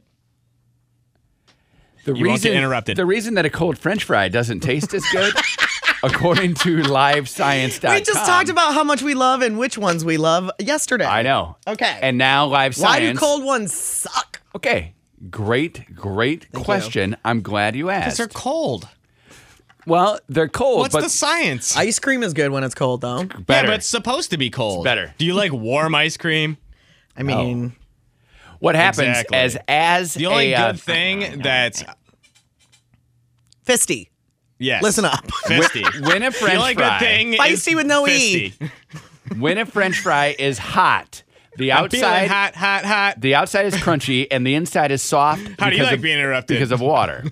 S2: The
S4: You won't get interrupted.
S2: The reason that a cold French fry doesn't taste as good,
S4: [LAUGHS]
S2: according to LiveScience.com.
S3: we just talked about how much we love and which ones we love yesterday.
S2: I know.
S3: Okay.
S2: And now Live
S3: Why
S2: Science.
S3: do cold ones suck?
S2: Okay. Great, great question. I'm glad you asked.
S4: They're cold.
S2: Well, they're cold,
S4: What's
S2: but
S4: the science?
S3: Ice cream is good when it's cold, though.
S4: Yeah,
S2: better.
S4: but it's supposed to be cold.
S2: better.
S4: Do you like warm ice cream?
S2: Oh.
S3: I mean,
S2: what happens
S4: Exactly.
S2: as as [LAUGHS]
S4: The only
S2: a, uh, [LAUGHS]
S4: good thing that's
S3: fisty.
S4: yes.
S3: Listen up.
S4: Fisty.
S2: when a
S4: [LAUGHS] the
S2: French
S4: only
S2: fry
S4: good thing
S3: Feisty
S4: is
S3: with no E.
S4: fisty.
S2: when a French fry is hot, the
S4: I'm feeling
S2: outside
S4: hot, hot, hot.
S2: the outside is crunchy and the inside is soft.
S4: How do you
S2: because
S4: like
S2: of-
S4: being interrupted?
S2: because of water.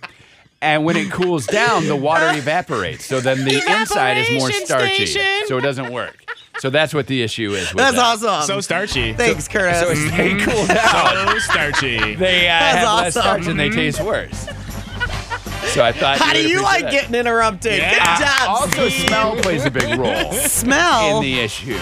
S2: And when it cools down, the
S4: [LAUGHS]
S2: water evaporates. So then the inside is more
S6: Evaporation
S2: starchy.
S6: station.
S2: So it doesn't work. So that's what the issue
S4: [LAUGHS]
S2: is. With
S3: That's
S2: that.
S3: awesome. [LAUGHS]
S4: so starchy.
S3: Thanks, Curtis.
S2: [LAUGHS] So it's, they cool down.
S4: so starchy.
S2: They uh,
S3: That's
S2: have less
S3: awesome. Mm-hmm.
S2: starch and they taste worse. So I thought.
S3: How
S2: you
S3: do
S2: would
S3: you
S2: appreciate
S3: like
S2: that.
S3: getting interrupted?
S4: Yeah.
S3: Good
S2: Uh,
S3: job.
S2: also,
S3: Steve.
S2: smell plays a big role
S3: smell.
S2: in the issue.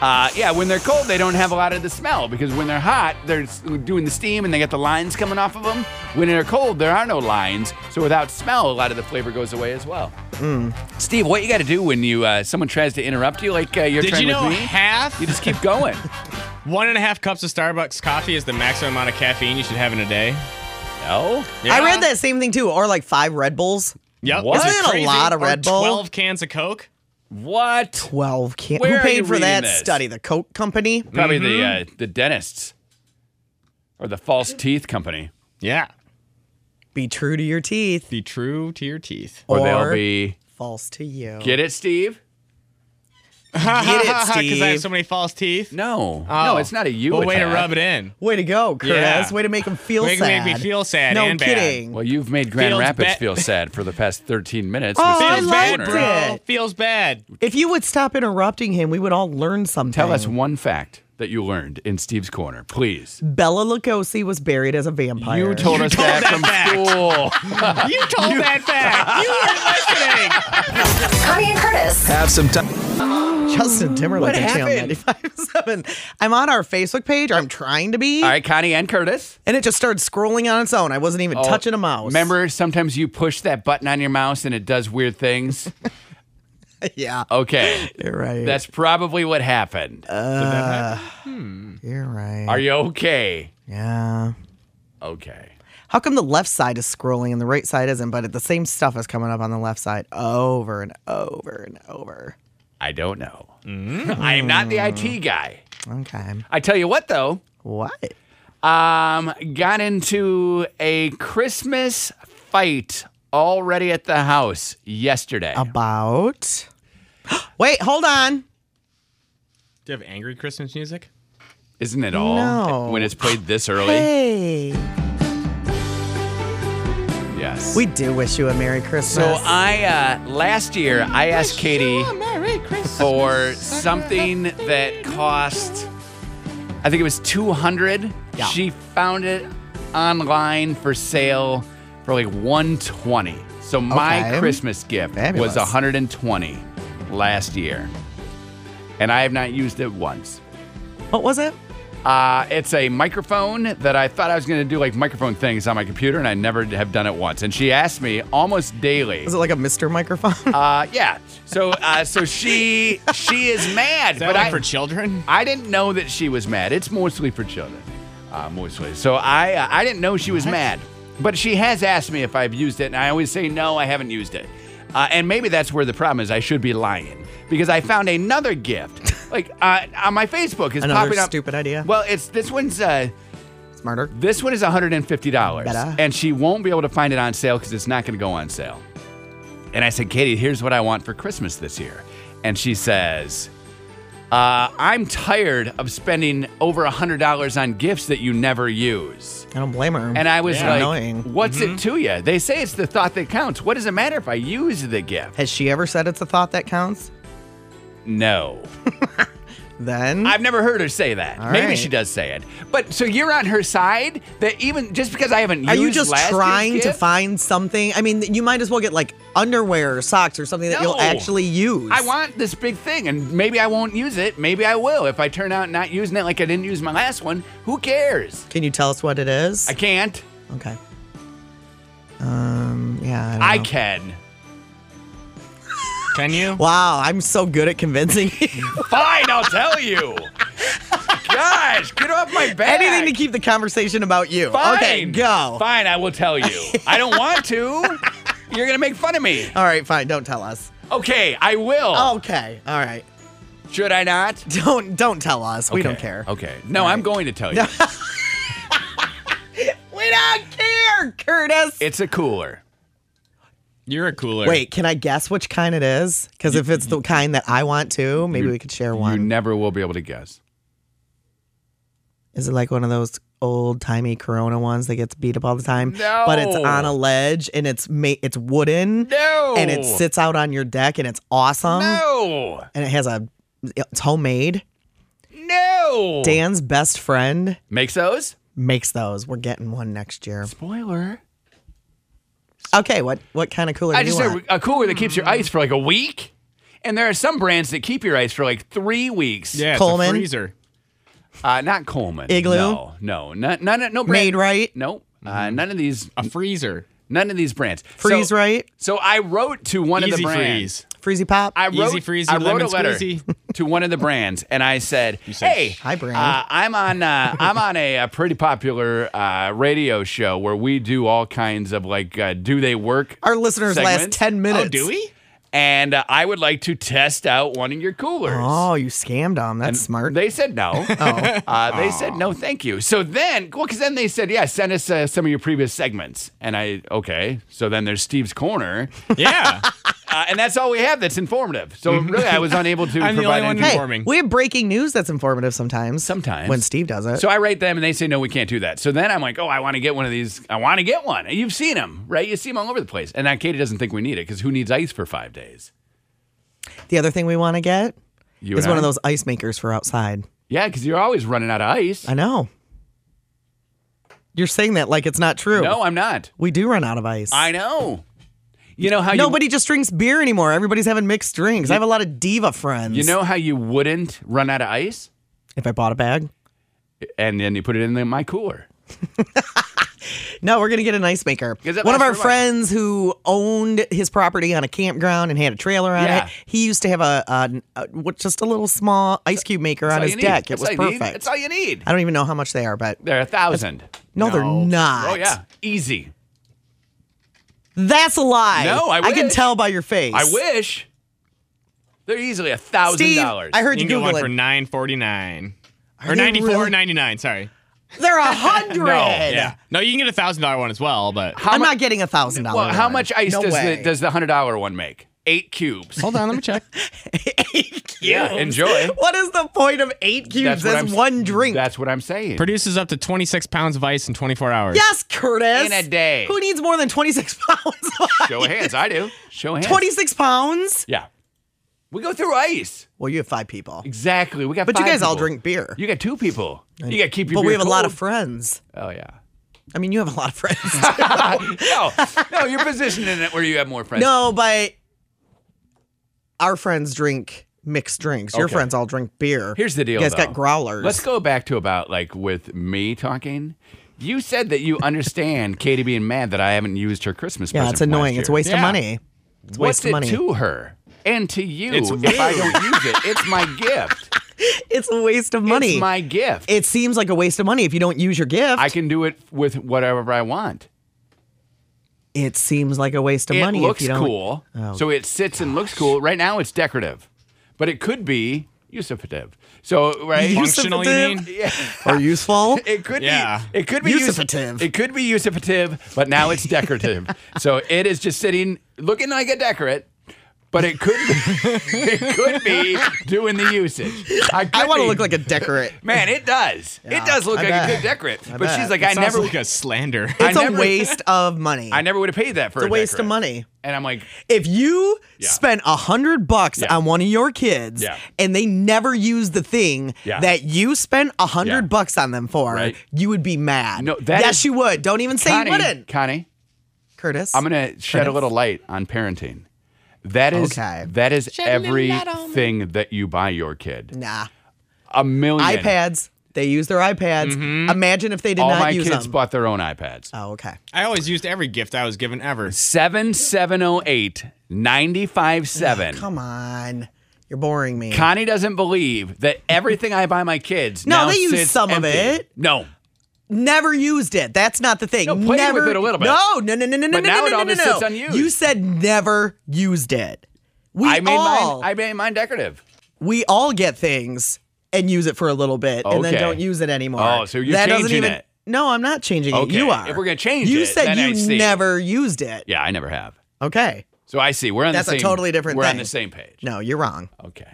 S2: Uh, yeah, when they're cold, they don't have a lot of the smell because when they're hot, they're s- doing the steam and they got the lines coming off of them. When they're cold, there are no lines, so without smell, a lot of the flavor goes away as well.
S3: Hmm.
S2: Steve, what you got to do when you uh, someone tries to interrupt you, like uh, you're
S4: Did
S2: trying
S4: you know
S2: with me?
S4: half
S2: you just keep [LAUGHS] going.
S4: one and a half cups of Starbucks coffee is the maximum amount of caffeine you should have in a day?
S2: no,
S3: I
S4: Yeah.
S3: read that same thing too, or like five Red Bulls.
S4: Yep.
S2: What?
S4: Isn't it
S3: Isn't it a
S4: crazy?
S3: lot of
S4: Or
S3: Red Bull?
S4: Twelve cans of Coke.
S2: what?
S3: Twelve can't.
S2: Where
S3: Who
S2: are you
S3: paid for
S2: reading
S3: that
S2: this?
S3: study? The Coke Company.
S2: Probably the uh, the dentists or the false teeth company,
S4: Yeah.
S3: Be true to your teeth,
S4: Be true to your teeth. [LAUGHS]
S2: or,
S3: Or-
S2: they'll be
S3: false to you.
S2: get it, Steve.
S4: [LAUGHS]
S3: Get it,
S4: Because I have
S3: Steve.
S4: so many false teeth.
S2: No,
S4: Oh.
S2: no, it's not a you.
S4: Well, way to
S2: attack.
S4: rub it in.
S3: Way to go, Curtis.
S4: Yeah.
S3: Way to make them feel
S4: Way to make
S3: sad.
S4: me feel sad
S3: No
S4: and bad.
S3: kidding.
S2: Well, you've made Grand
S4: Feels
S2: Rapids
S4: ba-
S2: feel sad for the past 13 minutes.
S3: Oh,
S2: with
S3: I
S4: Feels
S2: Steve's
S3: liked
S4: bad,
S2: boner.
S3: it.
S4: bro. Feels bad.
S3: If you would stop interrupting him, we would all learn something.
S2: Tell us one fact that you learned in Steve's corner, please.
S3: Bella Lugosi was buried as a vampire.
S2: You told us
S4: told
S2: that,
S4: that
S2: from
S4: fact.
S2: school.
S4: You told that fact. You weren't listening.
S9: Connie and Curtis.
S10: Have some time.
S3: Justin Timberlake
S2: What
S3: on Channel
S2: happened?
S3: 95.7. I'm on our Facebook page. I'm trying to be.
S2: All right, Connie and Curtis.
S3: And it just started scrolling on its own. I wasn't even touching a mouse.
S2: Oh, Remember, sometimes you push that button on your mouse and it does weird things.
S3: [LAUGHS] yeah.
S2: Okay,
S3: You're right.
S2: that's probably what happened.
S3: You're right.
S2: Are you okay?
S3: yeah.
S2: Okay.
S3: How come the left side is scrolling and the right side isn't, but the same stuff is coming up on the left side over and over and over?
S2: I don't know.
S3: Mm.
S2: I am not the
S3: Hmm.
S2: IT guy.
S3: Okay.
S2: I tell you what, though,
S3: What?
S2: um, got into a Christmas fight already at the house yesterday.
S3: Um, About. [GASPS] Wait, hold on.
S4: [LAUGHS] Do you have angry Christmas music?
S2: Isn't it all
S3: No.
S2: when it's played this early?
S3: Hey.
S2: Yes.
S3: We do wish you a Merry
S2: so
S3: Christmas.
S2: I uh, last year I asked Katie for something that cost I think it was 200.
S3: Yeah.
S2: She found it online for sale for like 120. So my
S3: Okay.
S2: Christmas gift
S3: Fabulous.
S2: was 120 last year. And I have not used it once.
S3: what was it?
S2: Uh, it's a microphone that I thought I was going to do like microphone things on my computer, and I never have done it once. And she asked me almost daily.
S3: Was it like a Mr. Microphone? [LAUGHS]
S2: Uh, yeah. So, uh, so she she is mad,
S4: Is that
S2: but
S4: one
S2: I
S4: for children?
S2: I didn't know that she was mad. It's mostly for children, uh, mostly. So I uh, I didn't know she was mad, but she has asked me if I've used it, and I always say no, I haven't used it. Uh, and maybe that's where the problem is. I should be lying because I found another gift, like uh, on my Facebook is
S3: Another
S2: popping up.
S3: stupid idea.
S2: Well, it's this one's. Uh,
S3: Smarter.
S2: this one is $150.
S3: Better.
S2: And she won't be able to find it on sale because it's not going to go on sale. And I said, Katie, here's what I want for Christmas this year. And she says, uh, I'm tired of spending over $100 on gifts that you never use.
S3: I don't blame her.
S2: And I was
S3: Yeah.
S2: like,
S3: Annoying.
S2: what's it to you? They say it's the thought that counts. What does it matter if I use the gift?
S3: Has she ever said it's a thought that counts? [LAUGHS]
S2: No.
S3: Then
S2: I've never heard her say that.
S3: All
S2: Maybe
S3: right.
S2: she does say it. But so you're on her side that even just because I haven't
S3: are
S2: used
S3: you just
S2: last year's
S3: trying to
S2: gift-
S3: find something? I mean, you might as well get like underwear or socks or something that you'll
S2: No.
S3: actually use.
S2: I want this big thing, and maybe I won't use it. Maybe I will if I turn out not using it like I didn't use my last one. Who cares?
S3: Can you tell us what it is?
S2: I can't.
S3: okay. Um. Yeah. I. Don't
S2: I
S3: know.
S2: can.
S4: Can you?
S3: Wow, I'm so good at convincing [LAUGHS] you.
S2: Fine, I'll tell you. Gosh, get off my back.
S3: Anything to keep the conversation about you.
S2: Fine.
S3: Okay, go.
S2: Fine, I will tell you. I don't want to. You're gonna make fun of me.
S3: All right, fine. Don't tell us.
S2: Okay, I will.
S3: Okay. All right. [LAUGHS]
S2: Should I not?
S3: Don't don't tell us. We don't
S2: Okay,
S3: care.
S2: Okay. No, I'm going to tell you.
S3: We don't care, Curtis.
S2: It's a cooler.
S4: You're a cooler.
S3: Wait, can I guess which kind it is? Because if it's the kind that I want to, maybe we could share
S2: You
S3: one.
S2: never will be able to guess.
S3: Is it like one of those old timey Corona ones that gets beat up all the time?
S2: No.
S3: But it's on a ledge and it's ma- it's wooden.
S2: No.
S3: And it sits out on your deck and it's awesome.
S2: No.
S3: And it has a it's homemade.
S2: No.
S3: Dan's best friend
S2: Makes those?
S3: makes those. We're getting one next year.
S2: Spoiler.
S3: Okay, what what kind of cooler
S2: I
S3: do you
S2: just
S3: want?
S2: said a cooler that keeps your ice for like a week. And there are some brands that keep your ice for like three weeks.
S4: Yeah, it's a
S3: Coleman?
S4: freezer.
S2: Uh, not Coleman.
S3: Igloo?
S2: No, no, none, none, no brand.
S3: Made Right?
S2: No, uh, none of these,
S4: Mm-hmm. A freezer.
S2: none of these brands.
S3: Freeze
S2: so,
S3: right,
S2: So I wrote to one of
S4: Easy
S2: the brands.
S4: freeze.
S3: freezy pop.
S2: I
S4: Easy
S2: wrote,
S4: freezy,
S2: I wrote
S4: lemon
S2: a letter
S4: squeezy.
S2: [LAUGHS] to one of the brands, and I said,
S4: said,
S2: "Hey,
S3: "Hi, brand."
S2: Uh, I'm on. Uh, I'm on a, a pretty popular uh, radio show where we do all kinds of like, uh, do they work?
S3: Our listeners last
S2: segments.
S3: ten minutes.
S4: Oh, do we?
S2: And uh, I would like to test out one of your coolers.
S3: Oh, you scammed them. That's smart.
S2: They said no.
S3: [LAUGHS] Oh.
S2: Uh, they said no, thank you. So then, well, because then they said, yeah, send us uh, some of your previous segments. And I, okay. So then there's Steve's Corner.
S4: [LAUGHS] Yeah. Mm-hmm.
S2: Uh, and that's all we have that's informative. So really, I was unable to
S4: [LAUGHS] I'm the
S2: provide
S4: only one
S2: any-
S4: who
S3: hey,
S4: informing.
S3: we have breaking news that's informative sometimes.
S2: Sometimes.
S3: when Steve does it.
S2: So I write them and they say, no, we can't do that. So then I'm like, oh, I want to get one of these. I want to get one. And You've seen them, right? You see them all over the place. And now Katie doesn't think we need it because who needs ice for five days?
S3: the other thing we want to get
S2: You
S3: is
S2: and
S3: one
S2: I?
S3: of those ice makers for outside.
S2: Yeah, because you're always running out of ice.
S3: I know. You're saying that like it's not true.
S2: No, I'm not.
S3: we do run out of ice.
S2: I know. You know how you-
S3: Nobody just drinks beer anymore. Everybody's having mixed drinks. I have a lot of diva friends.
S2: You know how you wouldn't run out of ice?
S3: if I bought a bag.
S2: And then you put it in the- my cooler.
S3: No, we're gonna get an ice maker.
S2: Is it
S3: One of
S2: last
S3: our
S2: for what?
S3: friends who owned his property on a campground and had a trailer on
S2: Yeah.
S3: it. He used to have a, a, a what- just a little small ice cube maker on
S2: That's all
S3: his
S2: you need.
S3: deck. It
S2: That's
S3: was
S2: all you need.
S3: perfect.
S2: That's all you need.
S3: I don't even know how much they are, but
S2: They're a thousand.
S3: no, they're not.
S2: Oh yeah, easy.
S3: that's a lie.
S2: No, I
S3: I can
S2: wish.
S3: tell by your face.
S2: I wish. They're easily a thousand
S3: Steve,
S2: dollars.
S3: I heard
S4: You
S3: you,
S4: can get
S3: Google
S4: one
S3: it.
S4: for nine forty nine.
S3: they
S4: Or ninety four
S3: really-
S4: ninety nine, sorry.
S3: They're a
S2: [LAUGHS]
S3: hundred.
S4: Yeah. No, you can get a thousand dollar one as well, but
S3: I'm not getting a thousand dollars.
S2: Well, how much ice
S3: No
S2: does
S3: way.
S2: the does the hundred dollar one make? Eight cubes.
S4: hold on, let
S2: [LAUGHS]
S4: me check.
S2: Yeah, enjoy.
S3: What is the point of eight cubes as
S2: I'm-
S3: one drink?
S2: That's what I'm saying.
S4: Produces up to twenty six pounds of ice in twenty four hours.
S3: yes, Curtis.
S2: In a day.
S3: Who needs more than 26 [LAUGHS] pounds? of
S2: Show of
S3: ice?
S2: hands. I do. Show of hands.
S3: 26 pounds?
S2: Yeah. We go through ice.
S3: Well, you have five people.
S2: Exactly. We got.
S3: But you
S2: five
S3: guys all
S2: people.
S3: drink beer.
S2: You got two people. You got to keep your.
S3: but we
S2: beer
S3: have a lot of
S2: cold.
S3: friends.
S2: Oh yeah.
S3: I mean, you have a lot of
S2: [LAUGHS]
S3: friends.
S2: no, no, you're positioning it where you have more friends.
S3: no, but our friends drink mixed drinks. Your
S2: Okay.
S3: friends all drink beer.
S2: Here's the deal.
S3: You guys
S2: though.
S3: got growlers.
S2: Let's go back to about like with me talking. You said that you understand [LAUGHS] Katie being mad that I haven't used her Christmas present.
S3: Yeah, it's
S2: from
S3: annoying.
S2: last
S3: It's a
S2: year.
S3: waste of
S4: Yeah.
S3: money. It's a
S2: What's
S3: waste of
S2: it
S3: money.
S2: to her and to you
S4: It's
S2: if I don't use it? It's
S3: [LAUGHS]
S2: my gift.
S3: It's a waste of money.
S2: It's my gift.
S3: it seems like a waste of money if you don't use your gift.
S2: I can do it with whatever I want.
S3: it seems like a waste of
S2: It
S3: money
S2: looks
S3: if you don't. Oh.
S2: cool, so it sits and looks cool. Right now, it's decorative, but it could be usative. So right,
S4: Functional, you
S3: Usative.
S4: mean?
S3: Or useful.
S2: [LAUGHS] It could
S4: Yeah.
S2: be. It could be usa-
S3: Usipative.
S2: It could be usipative, but now it's decorative. so it is just sitting, looking like a decorate. But it could, be, [LAUGHS] it could be doing the usage. I,
S3: I want to
S2: to
S3: look like a decorate.
S2: man. It does. it does look
S3: I
S2: like
S3: bet.
S2: a good decorate. but
S3: bet.
S2: she's like, I
S4: Sounds
S2: never,
S4: like a slander.
S2: [LAUGHS] I
S3: It's a
S2: never- [LAUGHS]
S3: waste of money.
S2: I never would have paid that for
S3: It's a
S2: a
S3: waste
S2: decorate.
S3: of money.
S2: And
S3: [LAUGHS]
S2: I'm like,
S3: If you
S2: Yeah.
S3: spent a hundred bucks
S2: Yeah.
S3: on one of your kids
S2: Yeah.
S3: and they never used the thing
S2: Yeah.
S3: that you spent a hundred
S2: Yeah.
S3: bucks on them for,
S2: Right.
S3: you would be mad.
S2: No, that
S3: yes,
S2: is-
S3: you would. Don't even say
S2: Connie,
S3: you wouldn't,
S2: Connie,
S3: Curtis.
S2: I'm gonna shed a little light on parenting. That is
S3: Okay.
S2: that is
S6: Shed a little light on me.
S2: everything that you buy your kid.
S3: nah.
S2: A million
S3: iPads. They use their iPads. Imagine if they did
S2: Mm-hmm. All
S3: not
S2: my
S3: use
S2: kids
S3: them.
S2: bought their own iPads.
S3: oh, okay.
S4: I always used every gift I was given ever.
S2: 7708 957.
S3: Come on, you're boring me.
S2: Connie doesn't believe that everything I buy my kids.
S3: No,
S2: now
S3: they use
S2: sits
S3: some of
S2: empty.
S3: it.
S2: No.
S3: Never used it. That's not the thing.
S2: No, played
S3: never,
S2: with it a little bit.
S3: No, no, no, no, no, no,
S2: But now
S3: no,
S2: it
S3: no,
S2: all
S3: no,
S2: just
S3: no.
S2: sits unused.
S3: You said never used it. We
S2: I made
S3: all,
S2: mine. I made mine decorative.
S3: we all get things and use it for a little bit and then
S2: Okay.
S3: don't use it anymore.
S2: Oh, so you're
S3: that doesn't
S2: changing
S3: even,
S2: it.
S3: No, I'm not changing it.
S2: Okay,
S3: You are.
S2: if we're gonna change
S3: you
S2: it,
S3: said
S2: then I
S3: you
S2: see.
S3: never used it.
S2: Yeah, I never have.
S3: Okay.
S2: So I see. We're on
S3: That's
S2: the
S3: a
S2: same.
S3: totally different
S2: We're on
S3: thing.
S2: the same page.
S3: No, you're wrong.
S2: Okay.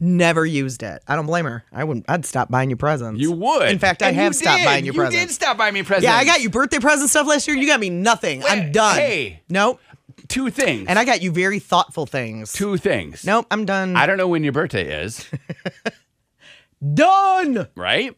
S3: Never used it. I don't blame her. I wouldn't. I'd stop buying you presents.
S2: You would.
S3: In fact, I
S2: And
S3: have
S2: you
S3: stopped
S2: did.
S3: buying you presents.
S2: You did stop buying me presents.
S3: Yeah, I got you birthday present stuff last year. You got me nothing. I'm
S2: Wait,
S3: done.
S2: hey.
S3: Nope.
S2: two things.
S3: And I got you very thoughtful things.
S2: two things.
S3: Nope, I'm done.
S2: I don't know when your birthday is, [LAUGHS]
S3: done.
S2: right?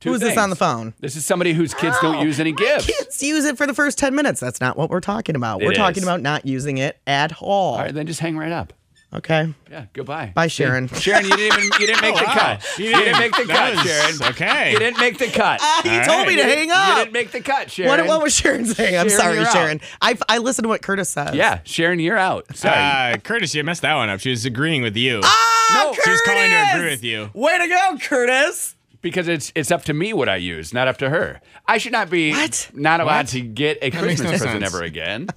S2: Two
S3: Who is this
S2: things.
S3: on the phone?
S2: This is somebody whose kids
S3: [GASPS]
S2: don't use any gifts.
S3: Kids use it for the first 10 minutes. That's not what we're talking about.
S2: It
S3: we're talking
S2: is.
S3: about not using it at all.
S2: All right, then just hang right up.
S3: Okay.
S2: Yeah, goodbye.
S3: Bye, Sharon.
S2: [LAUGHS] Sharon, you didn't even you didn't
S4: [LAUGHS]
S2: make the
S4: Oh, wow.
S2: cut.
S4: She
S2: You didn't
S4: Ah, didn't-
S2: make the
S4: that
S2: cut,
S4: was-
S2: Sharon.
S4: okay.
S2: You didn't make
S3: [LAUGHS]
S2: the cut.
S3: he told me to hang
S2: You
S3: up.
S2: didn't make the cut, Sharon.
S3: What, what was Sharon saying? I'm
S2: Sharon,
S3: sorry,
S2: you're out.
S3: Sharon. I, I listened to what Curtis said.
S2: Yeah, Sharon, you're out. Sorry.
S4: Uh, Curtis, you messed that one up. She was agreeing with you.
S3: Ah,
S2: No.
S3: Curtis!
S4: she was calling to agree with you.
S3: Way to go, Curtis.
S2: because it's it's up to me what I use, not up to her. I should not be
S3: What?
S2: not allowed
S4: What?
S2: to get a
S4: makes
S2: Christmas
S4: no
S2: present
S4: sense.
S3: [LAUGHS]
S2: ever again.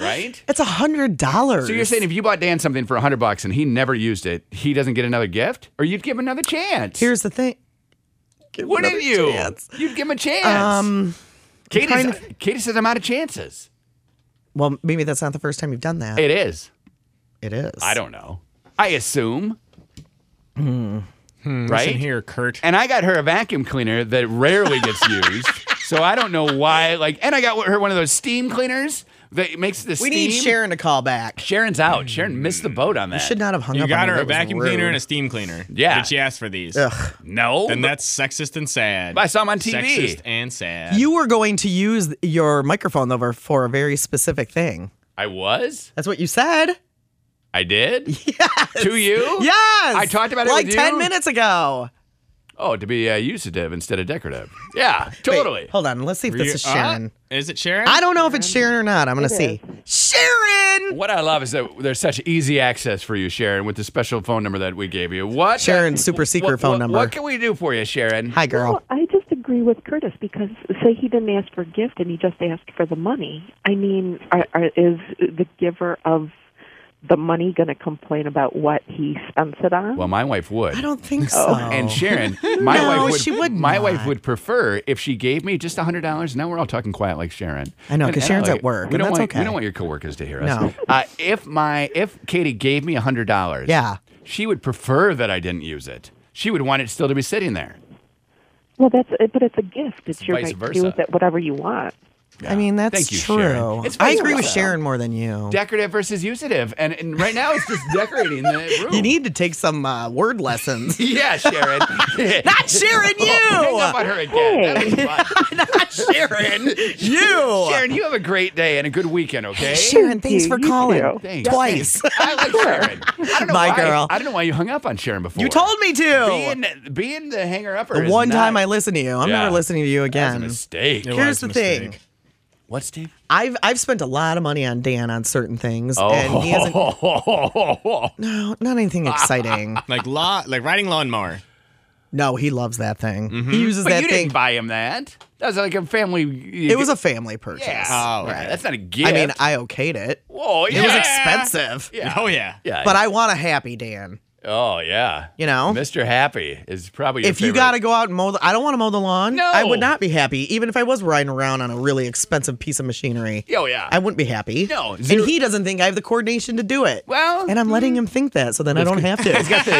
S2: right?
S3: It's a hundred dollars.
S2: So you're saying if you bought Dan something for hundred bucks and he never used it, he doesn't get another gift? Or you'd give him another chance.
S3: here's the thing. Give
S2: wouldn't
S3: another
S2: you?
S3: chance.
S2: You'd give him a chance.
S3: Um,
S2: Katie,
S3: trying
S2: says- Katie says I'm out of chances.
S3: well, maybe that's not the first time you've done that.
S2: It is.
S3: it is.
S2: I don't know. I assume.
S4: Listen
S2: Right?
S4: here, Kurt.
S2: And I got her a vacuum cleaner that rarely [LAUGHS] gets used. So I don't know why. Like, and I got her one of those steam cleaners that makes the
S3: We
S2: steam.
S3: need Sharon to call back. She
S2: Sharon's out. Sharon missed the boat on that.
S3: should not have hung
S4: You
S3: up. on
S4: got her a
S3: That was
S4: vacuum
S3: rude.
S4: cleaner and a steam cleaner.
S2: Yeah.
S4: Did she ask for these?
S3: Ugh.
S2: No.
S4: Then that's sexist and sad.
S2: I saw 'em on TV.
S4: Sexist and sad.
S3: You were going to use your microphone over for a very specific thing.
S2: I was.
S3: That's what you said. [LAUGHS]
S2: I [LAUGHS] did. To you.
S3: Yes.
S2: I talked about it
S3: like
S2: with
S3: ten
S2: you?
S3: minutes ago.
S2: Oh, to be uh, usative instead of decorative. Yeah,
S3: Wait,
S2: totally.
S3: hold on. Let's see if
S4: Were you-
S3: this is
S4: uh,
S3: Sharon.
S4: is it Sharon?
S3: I don't know if it's Sharon or not. I'm gonna see. Sharon.
S2: What I love is that there's such easy access for you, Sharon, with the special phone number that we gave you. What?
S3: Sharon's super secret
S2: what-
S3: phone
S2: what-
S3: number.
S2: What can we do for you, Sharon?
S3: Hi, girl.
S10: Well, I just agree with Curtis because say he didn't ask for a gift and he just asked for the money. I mean, are, are, is the giver of the money going to complain about what he spends it on?
S2: Well, my wife would.
S3: I don't think so. [LAUGHS]
S2: And Sharon, my
S3: No,
S2: wife would,
S3: she would
S2: my
S3: not.
S2: wife would prefer if she gave me just hundred dollars. Now we're all talking quiet like Sharon.
S3: I know,
S2: And-
S3: 'cause
S2: and
S3: Sharon's
S2: like-
S3: at work,
S2: We
S3: and
S2: don't
S3: that's
S2: want
S3: okay.
S2: we don't want your coworkers to hear us.
S3: No.
S2: Uh, if my if Katie gave me hundred dollars,
S3: Yeah.
S2: she would prefer that I didn't use it. She would want it still to be sitting there.
S10: Well, that's it, but it's a gift. It's your
S2: vice
S10: right to do
S2: versa.
S10: with it whatever you want.
S3: I mean, that's
S2: Thank you,
S3: true.
S2: Sharon. It's
S3: I
S2: vice
S3: agree with
S2: versa.
S3: Sharon more than you.
S2: Decorative versus usative, and, and right now it's just
S3: [LAUGHS]
S2: decorating the room.
S3: You need to take some uh, word lessons. [LAUGHS]
S2: yeah, Sharon. [LAUGHS] Oh,
S3: Not Sharon, you!
S2: Hang up on her again. That was
S3: [LAUGHS]
S2: fun.
S3: Not Sharon, you.
S2: Sharon, you have a great day and a good weekend. Okay.
S3: Sharon, thanks
S10: you.
S3: for
S10: You
S3: calling
S10: too.
S2: Thanks.
S3: twice.
S2: I like Sharon. I don't know
S3: My
S2: why.
S3: girl.
S2: I don't know why you hung up on Sharon before.
S3: You told me to.
S2: Being, being the hanger upper.
S3: The
S2: is
S3: one
S2: not-
S3: time I listened to you, I'm
S2: Yeah.
S3: never listening to you
S2: that was a
S3: again.
S2: mistake.
S4: It
S3: Here's
S4: was a
S3: the thing.
S4: mistake.
S2: What, [LAUGHS] Steve?
S3: I've I've spent a lot of money on Dan on certain things,
S2: Oh.
S3: and he
S2: [LAUGHS]
S3: hasn't. No, not anything exciting.
S4: Like law, like riding lawnmower.
S3: no, he loves that thing. He uses
S2: Mm-hmm. but
S3: that
S2: you
S3: thing.
S2: didn't buy him that. That was like a family. you-
S3: it was a family purchase.
S2: Yeah.
S4: Oh, okay.
S2: Right, That's not a gift.
S3: I mean, I okayed it.
S2: Whoa, yeah.
S3: It was expensive,
S2: Yeah.
S4: Oh yeah.
S2: Yeah.
S3: but I want a happy Dan.
S2: Oh yeah.
S3: You know?
S2: Mr. Happy is probably. Your
S3: If you
S2: favorite.
S3: got to go out and mow, the, I don't want to mow the lawn.
S2: No.
S3: I would not be happy, even if I was riding around on a really expensive piece of machinery.
S2: Oh yeah.
S3: I wouldn't be happy.
S2: No, zero-
S3: and he doesn't think I have the coordination to do it.
S2: well.
S3: and I'm letting him think that, so then I don't have
S2: [LAUGHS]
S3: to.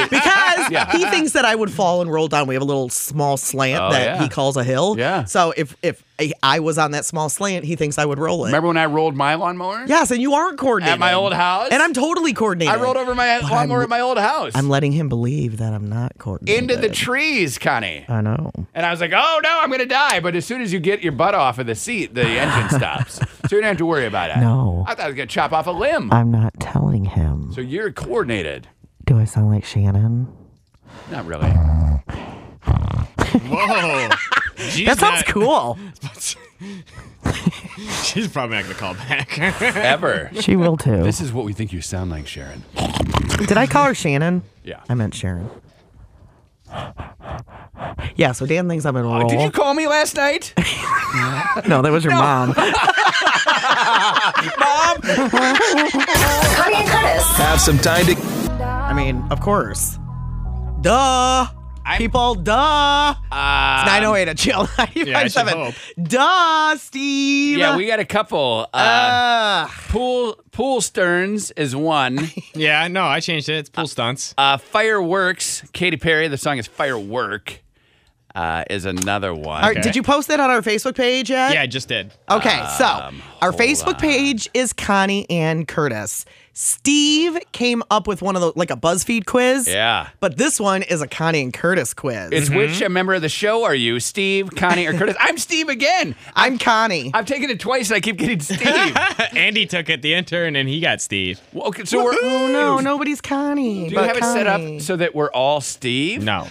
S3: [LAUGHS] because
S2: Yeah.
S3: he thinks that I would fall and roll down. We have a little small slant
S2: Oh,
S3: that
S2: yeah.
S3: he calls a hill.
S2: Yeah.
S3: So if if I- I was on that small slant, he thinks I would roll it.
S2: Remember when I rolled my lawnmower?
S3: Yes, and you aren't coordinated
S2: At my old house.
S3: and I'm totally coordinated.
S2: I rolled over my lawnmower at my old house.
S3: I'm letting him believe that I'm not coordinated.
S2: into the trees, Connie.
S3: I know.
S2: And I was like, oh no, I'm going to die. But as soon as you get your butt off of the
S3: [LAUGHS]
S2: seat, the engine stops. So you don't have to worry about it.
S3: No.
S2: I thought I was going to chop off a limb.
S3: I'm not telling him.
S2: so you're coordinated.
S3: Do I sound like Shannon? [LAUGHS]
S2: Not really. [LAUGHS]
S4: Whoa. She's
S3: That sounds
S4: not-
S3: cool.
S4: She's probably not gonna call back. [LAUGHS]
S2: Ever.
S3: she will too.
S2: this is what we think you sound like, Sharon.
S3: Did I call her Shannon?
S2: Yeah.
S3: I meant Sharon. Yeah, so Dan thinks I'm in a role.
S2: Oh, Did you call me last
S3: [LAUGHS]
S2: night?
S3: no, that was your
S2: [LAUGHS]
S3: mom.
S9: Connie and Curtis.
S11: Have some time to.
S3: I mean, of course. Duh. People, duh. it's 908 at chill
S2: Um,
S3: [LAUGHS]
S2: yeah, I should
S3: 957. duh, Steve.
S2: Yeah, we got a couple. Uh, pool pool sterns
S3: [LAUGHS]
S2: is one.
S4: yeah, no, I changed it. It's pool stunts.
S2: Uh, fireworks. Katy Perry. The song is Firework. Uh, is another one.
S3: All right, did you post that on our Facebook page yet?
S4: Yeah, I just did. [LAUGHS]
S3: Okay, so
S2: Um,
S3: our
S2: hold
S3: Facebook
S2: on.
S3: page is Connie and Curtis. Steve came up with one of the like a BuzzFeed quiz.
S2: Yeah.
S3: But this one is a Connie and Curtis quiz.
S2: It's which uh, member of the show are you? Steve, Connie, or Curtis? I'm Steve again.
S3: I'm Connie.
S2: I've taken it twice and I keep
S3: [LAUGHS]
S2: getting Steve.
S4: Andy took it, the intern, and he got Steve.
S2: Well, okay, so we're.
S3: Oh no, nobody's Connie.
S2: Do you
S3: but
S2: have it set
S3: Connie.
S2: up so that we're all Steve?
S4: No.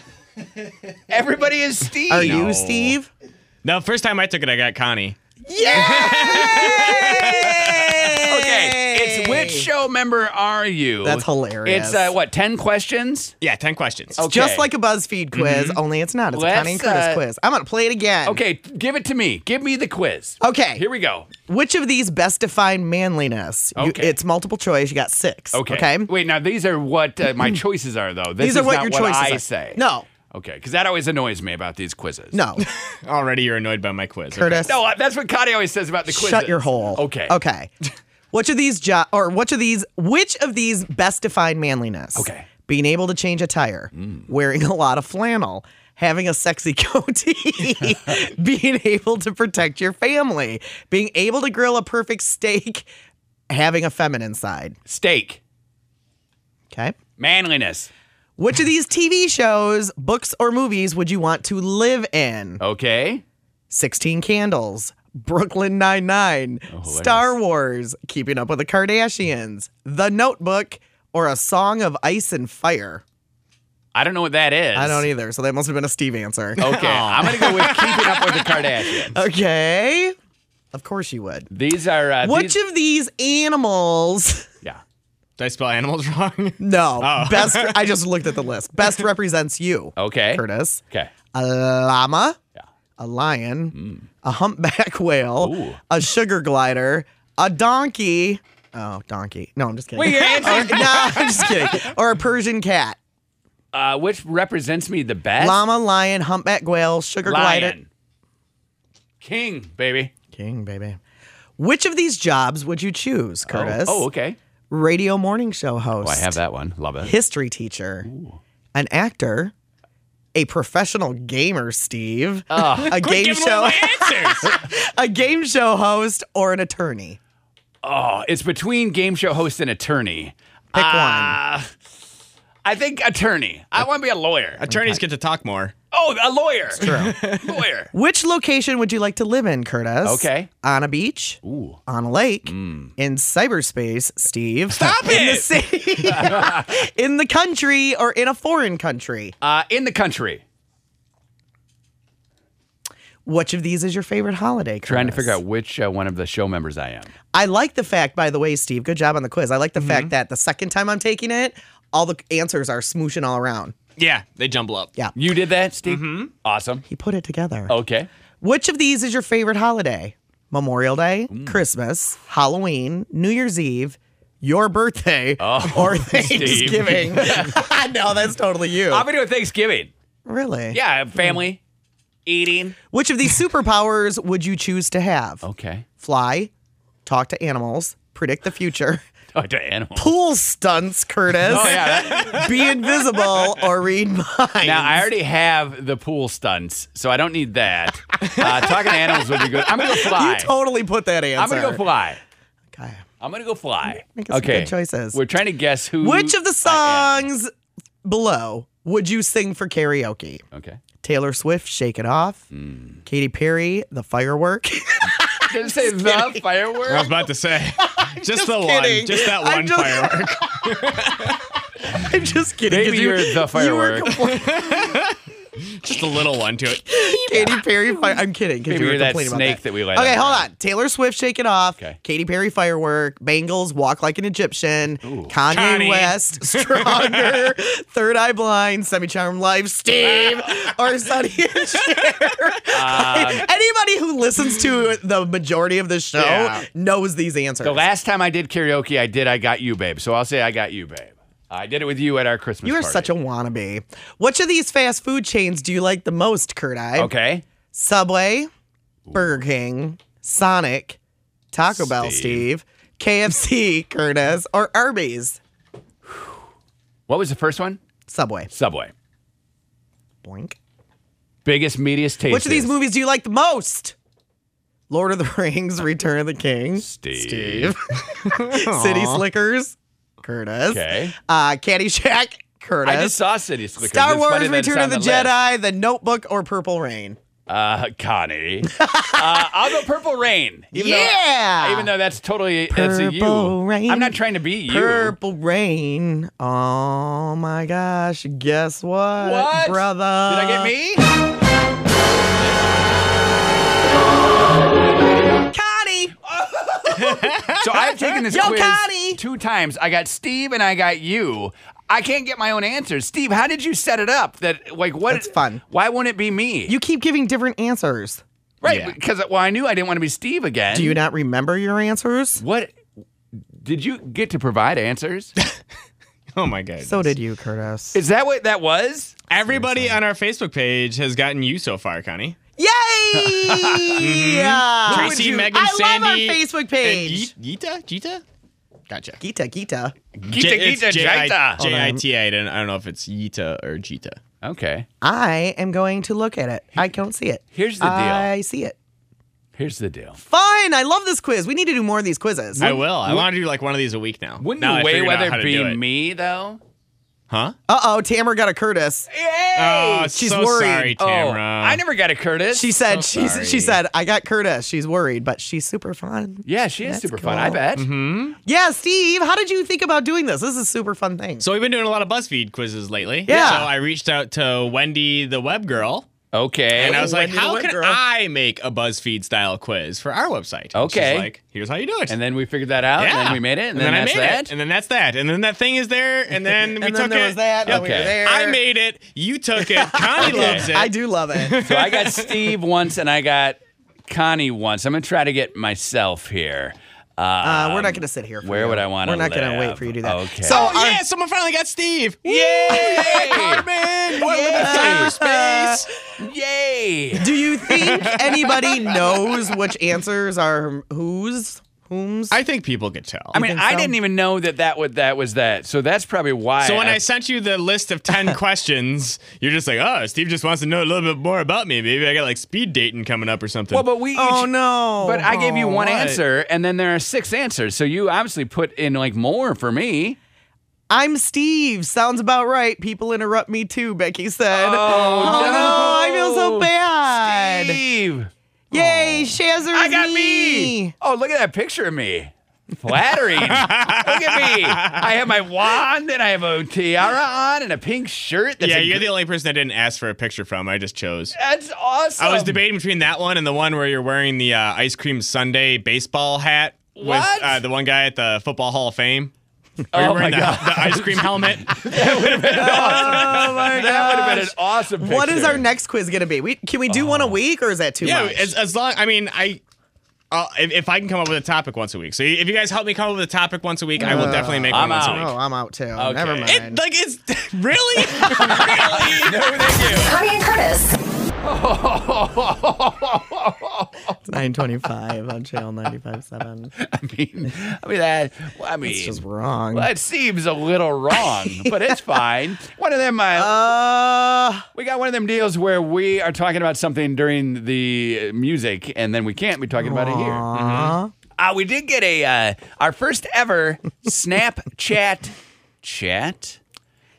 S2: Everybody is Steve.
S3: Are you
S4: No.
S3: Steve?
S4: No, first time I took it, I got Connie.
S2: Okay, it's which show member are you?
S3: That's hilarious. Mm.
S2: It's uh, what ten questions?
S4: Yeah, 10 questions.
S2: Okay. Mm-hmm.
S3: Just like a BuzzFeed quiz, only it's not. It's a Connie and
S2: Let's,
S3: Curtis
S2: uh,
S3: quiz. I'm gonna play it again.
S2: Okay, give it to me. Give me the quiz.
S3: Okay.
S2: Here we go.
S3: Which of these best define manliness? You-
S2: Okay.
S3: it's multiple choice. You got six.
S2: Okay. Wait, now these are what uh, my choices are, though. This
S3: Mm-hmm. These are
S2: is
S3: what
S2: not
S3: your
S2: what
S3: choices
S2: I
S3: are.
S2: say.
S3: No.
S2: Okay, because that always annoys me about these [LAUGHS] quizzes.
S3: No.
S4: Already you're annoyed by my quiz.
S3: Curtis.
S2: No, uh, that's what Connie always says about the quizzes.
S3: Shut your hole.
S2: Okay. [LAUGHS]
S3: Okay. Which of these jo- or which of these which of these best define manliness?
S2: Okay. Mm.
S3: Being able to change a tire, wearing a lot of flannel, having a sexy [LAUGHS]
S2: [LAUGHS]
S3: goatee, being able to protect your family, being able to grill a perfect steak, having a feminine side.
S2: Steak.
S3: Okay.
S2: Manliness.
S3: Which of these TV shows, books, or movies would you want to live in?
S2: Okay.
S3: 16 Candles, Brooklyn Nine-Nine,
S2: Oh, hilarious.
S3: Star Wars, Keeping Up with the Kardashians, The Notebook, or A Song of Ice and Fire?
S2: I don't know what that is.
S3: I don't e- either, so that must have been a Steve answer.
S2: Okay, I'm gonna go with keeping up with the
S3: [LAUGHS]
S2: Kardashians.
S3: Okay. Of course you would.
S2: These are uh,
S3: Which
S2: these-
S3: of these animals? [LAUGHS]
S2: yeah.
S4: Did I spell animals [LAUGHS] wrong?
S3: No. Best
S2: [LAUGHS]
S3: I just looked at the list. Best represents you,
S2: Oh. Okay.
S3: Curtis.
S2: Okay.
S3: A llama,
S2: Yeah. Mm.
S3: a lion, a humpback [LAUGHS] whale,
S2: Ooh.
S3: a sugar glider, a donkey. Oh, donkey. No, I'm just kidding.
S2: Wait, your answer-
S3: [LAUGHS] Or- no, I'm just kidding. Or a Persian cat.
S2: Uh, which represents me the best?
S3: Llama, lion, humpback whale, sugar glider.
S2: Lion. King, baby.
S3: King, baby. Which of these jobs would you choose, Curtis?
S2: Oh, oh, okay.
S3: Radio morning show host.
S2: Oh, I have that one. Love it.
S3: History teacher. An actor. A professional gamer, Steve. a game
S4: Give him all
S3: show.
S4: my answers.
S3: a game show host or an attorney.
S2: [LAUGHS] Oh, it's between game show host and attorney.
S3: Pick
S2: Uh, I think attorney. I want to be a lawyer.
S4: Attorneys get to talk more.
S2: Oh, a lawyer. true. [LAUGHS] lawyer.
S3: one. Which location would you like to live in, Curtis?
S2: Okay.
S3: On a beach,
S2: Ooh. Hmm.
S3: on a lake, in cyberspace, Steve. Stop [LAUGHS] in The
S2: it!
S3: city, [LAUGHS] in the country, or in a foreign country.
S2: Uh, in the country.
S3: Which of these is your favorite holiday? Curtis?
S2: Trying to figure out which uh, one of the show members I am.
S3: I like the fact, by the way, Steve. Good job on the quiz. I like the
S2: Mm-hmm.
S3: fact that the second time I'm taking it, all the answers are smooshing all around.
S4: Yeah, they jumble up.
S3: Yeah.
S2: You did that, Steve? Mm-hmm. Awesome.
S3: He put it together.
S2: Okay.
S3: Which of these is your favorite holiday? Memorial Day, Christmas, Halloween, New Year's Eve, your birthday,
S2: Oh, [LAUGHS]
S3: or Thanksgiving? I know that's totally you.
S2: I'm going to do Thanksgiving.
S3: really?
S2: Yeah, family, eating.
S3: Which of these superpowers would you choose to have?
S2: Okay.
S3: Fly, talk to animals, predict the future,
S2: Talk to animals.
S3: pool stunts, Curtis,
S2: [LAUGHS] Oh, yeah. [LAUGHS] that-
S3: be invisible, or read minds.
S2: now, I already have the pool stunts, so I don't need [LAUGHS] that. Uh, talking to animals would be good. I'm going to go
S3: you
S2: fly.
S3: totally put that answer.
S2: I'm going to go fly.
S3: Okay.
S2: I'm going to go fly.
S3: Making some good choices.
S2: We're trying to guess who.
S3: Which of the
S2: I am.
S3: songs below would you sing for karaoke? [LAUGHS]
S2: Okay.
S3: Taylor Swift, Shake It Off.
S2: Mm.
S3: Katy Perry, The Firework. [LAUGHS]
S2: Did it say the
S4: I was
S2: fireworks?
S4: about to say.
S3: [LAUGHS]
S4: just, the
S3: kidding.
S4: one. Just that
S3: I'm
S4: one
S3: just-
S4: firework. [LAUGHS]
S3: I'm just kidding. 'cause
S2: Maybe
S3: you-
S2: you're the
S3: you were
S2: firework.
S3: compl-
S4: Just a little one to it.
S3: Katy Perry. Fire- I'm kidding. 'cause
S2: Maybe
S3: you were
S2: you're that
S3: complaining about
S2: snake that we let
S3: Okay,
S2: out.
S3: hold on. Taylor Swift, "Shake It Off."
S2: Okay.
S3: Katy Perry, "Firework." Bangles, "Walk Like an Egyptian." Kanye
S2: [LAUGHS]
S4: Connie.
S3: West, "Stronger." Third Eye Blind, "Semi Charmed Life."
S2: [LAUGHS]
S3: Steve, or Sonny and Cher.
S2: Um.
S3: [LAUGHS] Anybody who listens to the majority of the show
S2: Yeah.
S3: knows these answers.
S2: The last time I did karaoke, I did I Got You, Babe. So I'll say I Got You, Babe. I did it with you at our Christmas
S3: you are
S2: party.
S3: such a wannabe. Which of these fast food chains do you like the most, Kurt? I?
S2: Okay.
S3: Subway, Burger King, Sonic, Taco Bell, Steve,
S2: [LAUGHS]
S3: KFC, Curtis, or Arby's?
S2: What was the first one?
S3: Subway.
S2: Subway.
S3: Boink.
S2: Biggest, meatiest taste.
S3: Which of these movies do you like the most? Lord of the
S2: [LAUGHS]
S3: Rings, Return of the King,
S2: Steve.
S3: [LAUGHS] City Slickers, Curtis, [LAUGHS]
S2: Okay.
S3: uh, Caddyshack, Curtis,
S2: I just saw City Slickers.
S3: Star
S2: It's funny
S3: Wars,
S2: that it's
S3: Return
S2: on
S3: of the,
S2: the list.
S3: Jedi, The Notebook, or Purple Rain?
S2: Uh, Connie. uh, I'll go Purple Rain. Even
S3: Yeah.
S2: Though, even though that's totally that's a you.
S3: Purple Rain.
S2: I'm not trying to be you.
S3: Purple Rain. Oh my gosh. Guess what?
S2: What?
S3: Brother.
S2: Did I get me?
S3: Connie!
S2: So I've taken this
S3: Yo,
S2: quiz
S3: Connie.
S2: two times. I got Steve and I got you. I can't get my own answers. Steve, how did you set it up? That like what?
S3: That's fun.
S2: Why won't it be me?
S3: You keep giving different answers.
S2: right? Because well, I knew I didn't want to be Steve again.
S3: Do you not remember your answers?
S2: What? Did you get to
S3: [LAUGHS]
S2: provide answers?
S4: Oh my god.
S3: So did you, Curtis.
S2: Is that what that was?
S4: Everybody on our Facebook page has gotten you so far, Connie.
S3: Yay!
S2: [LAUGHS] Mm-hmm.
S3: Yeah.
S4: Tracy, Megan,
S3: I love our
S4: Sandy,
S3: Facebook
S4: And
S3: page.
S4: Ye- Gita? Gita? Gotcha.
S3: Gita, Gita.
S2: Gita, Gita, Gita.
S4: J I T A. I don't I don't know if it's Yita or Gita.
S2: Okay.
S3: I am going to look at it. I don't see it.
S2: Here's the deal.
S3: I see it.
S2: Here's the deal.
S3: Fun. I love this quiz. We need to do more of these quizzes.
S4: I will. I want to do like one of these a week now.
S2: Wouldn't
S4: now I
S2: you way
S4: figured out
S2: whether
S4: how to
S2: be
S4: do it.
S2: me though?
S4: Huh?
S3: Uh oh, Tamara got a Curtis.
S4: Oh,
S3: she's
S4: so
S3: worried.
S4: sorry, Tamara.
S2: Oh, I never got a Curtis.
S3: She said
S4: So
S3: she
S4: sorry.
S3: she said I got Curtis. She's worried, but she's super fun.
S2: yeah, she is
S3: That's
S2: super fun. I
S3: cool.
S2: bet.
S4: Mm-hmm.
S3: Yeah, Steve, how did you think about doing this? This is a super fun thing.
S4: So we've been doing a lot of BuzzFeed quizzes lately.
S3: Yeah.
S4: So I reached out to Wendy, the web girl,
S2: Okay.
S4: and I was like,
S3: Wendy the
S4: "How
S3: web
S4: can
S3: girl."
S4: I make a BuzzFeed style quiz for our website?" And she's
S2: Okay.
S4: like, here's how you do it.
S2: And then we figured that out, and Oh, then we made it, and, then,
S4: I
S2: that's
S4: made
S2: that.
S4: It. And then that's that. And then that thing is there. And then
S3: and
S4: we took
S3: then there
S4: it.
S3: was that. and we were
S2: Okay.
S3: there.
S4: I made it. You took it. Connie loves it.
S3: I do love
S2: [LAUGHS]
S3: it.
S2: so I got Steve [LAUGHS] once, and I got Connie once. I'm gonna try to get myself here. Uh,
S3: Uh, we're not going to sit here. For
S2: where
S3: you.
S2: would I wanna
S3: We're not gonna
S2: live?
S3: wait for you to do that.
S2: Okay.
S3: So
S4: Oh,
S3: our-
S4: yeah, someone finally got Steve.
S2: Yay!
S4: Carmen, what
S3: Yeah.
S4: with the cyberspace?
S2: Yay!
S3: do
S2: [LAUGHS]
S3: you think anybody knows which answers are whose, whom's?
S4: I think people could tell.
S2: I mean,
S3: think
S2: I
S3: so?
S2: didn't even know that that would that was that. So that's probably why.
S4: so when I sent you the list of 10 questions, you're just like, oh, Steve just wants to know a little bit more about me. Maybe I got like speed dating coming up or something.
S2: well, but we.
S3: oh
S2: each-
S3: no!
S2: But I gave you one
S4: Oh, what?
S2: answer, and then there are six answers. So you obviously put in like more for me.
S3: I'm Steve. Sounds about right. People interrupt me too. Becky said. [LAUGHS]
S2: Oh,
S3: no!
S2: no.
S3: I feel so bad.
S2: Steve,
S3: Yay, Shazzer!
S2: I got me. Oh, look at that picture of me.
S4: [LAUGHS]
S2: Flattering. look at me. I have my wand and I have a tiara on and a pink shirt. That's
S4: yeah,
S2: a
S4: you're
S2: gr-
S4: the only person I didn't ask for a picture from. I just chose.
S2: That's awesome.
S4: I was debating between that one and the one where you're wearing the uh, ice cream Sunday baseball hat
S2: What?
S4: with uh, the one guy at the Football Hall of Fame. Where
S2: Oh
S4: you're
S2: my
S4: wearing [LAUGHS] the,
S2: god.
S4: the ice
S2: [LAUGHS]
S4: cream helmet.
S3: Oh my
S2: That would have been an awesome picture.
S3: What is our next quiz gonna be? We can we do one a week or is that too
S4: yeah,
S3: much?
S4: as, as long I mean I. Uh, if, if I can come up with a topic once a week, so if you guys help me come up with a topic once a week, I will definitely make
S2: Uh, I'm
S4: one once
S2: out.
S4: a
S3: oh,
S4: week.
S3: I'm out too. Never mind.
S2: Okay.
S4: It, like
S3: [LAUGHS]
S4: it's really, really.
S2: No, Oh, thank
S4: [LAUGHS]
S2: you.
S9: Connie and Curtis.
S3: it's 925 on channel
S2: [LAUGHS]
S3: 95.7.
S2: [LAUGHS] I mean, I mean that. I mean,
S3: It's just
S2: [LAUGHS]
S3: wrong.
S2: Well, it seems a little wrong, but it's fine. One of them, I,
S3: Uh,
S2: we got one of them deals where we are talking about something during the uh, music, and then we can't be talking about it here. Mhm. Uh, we did get a uh, our first ever Snapchat chat,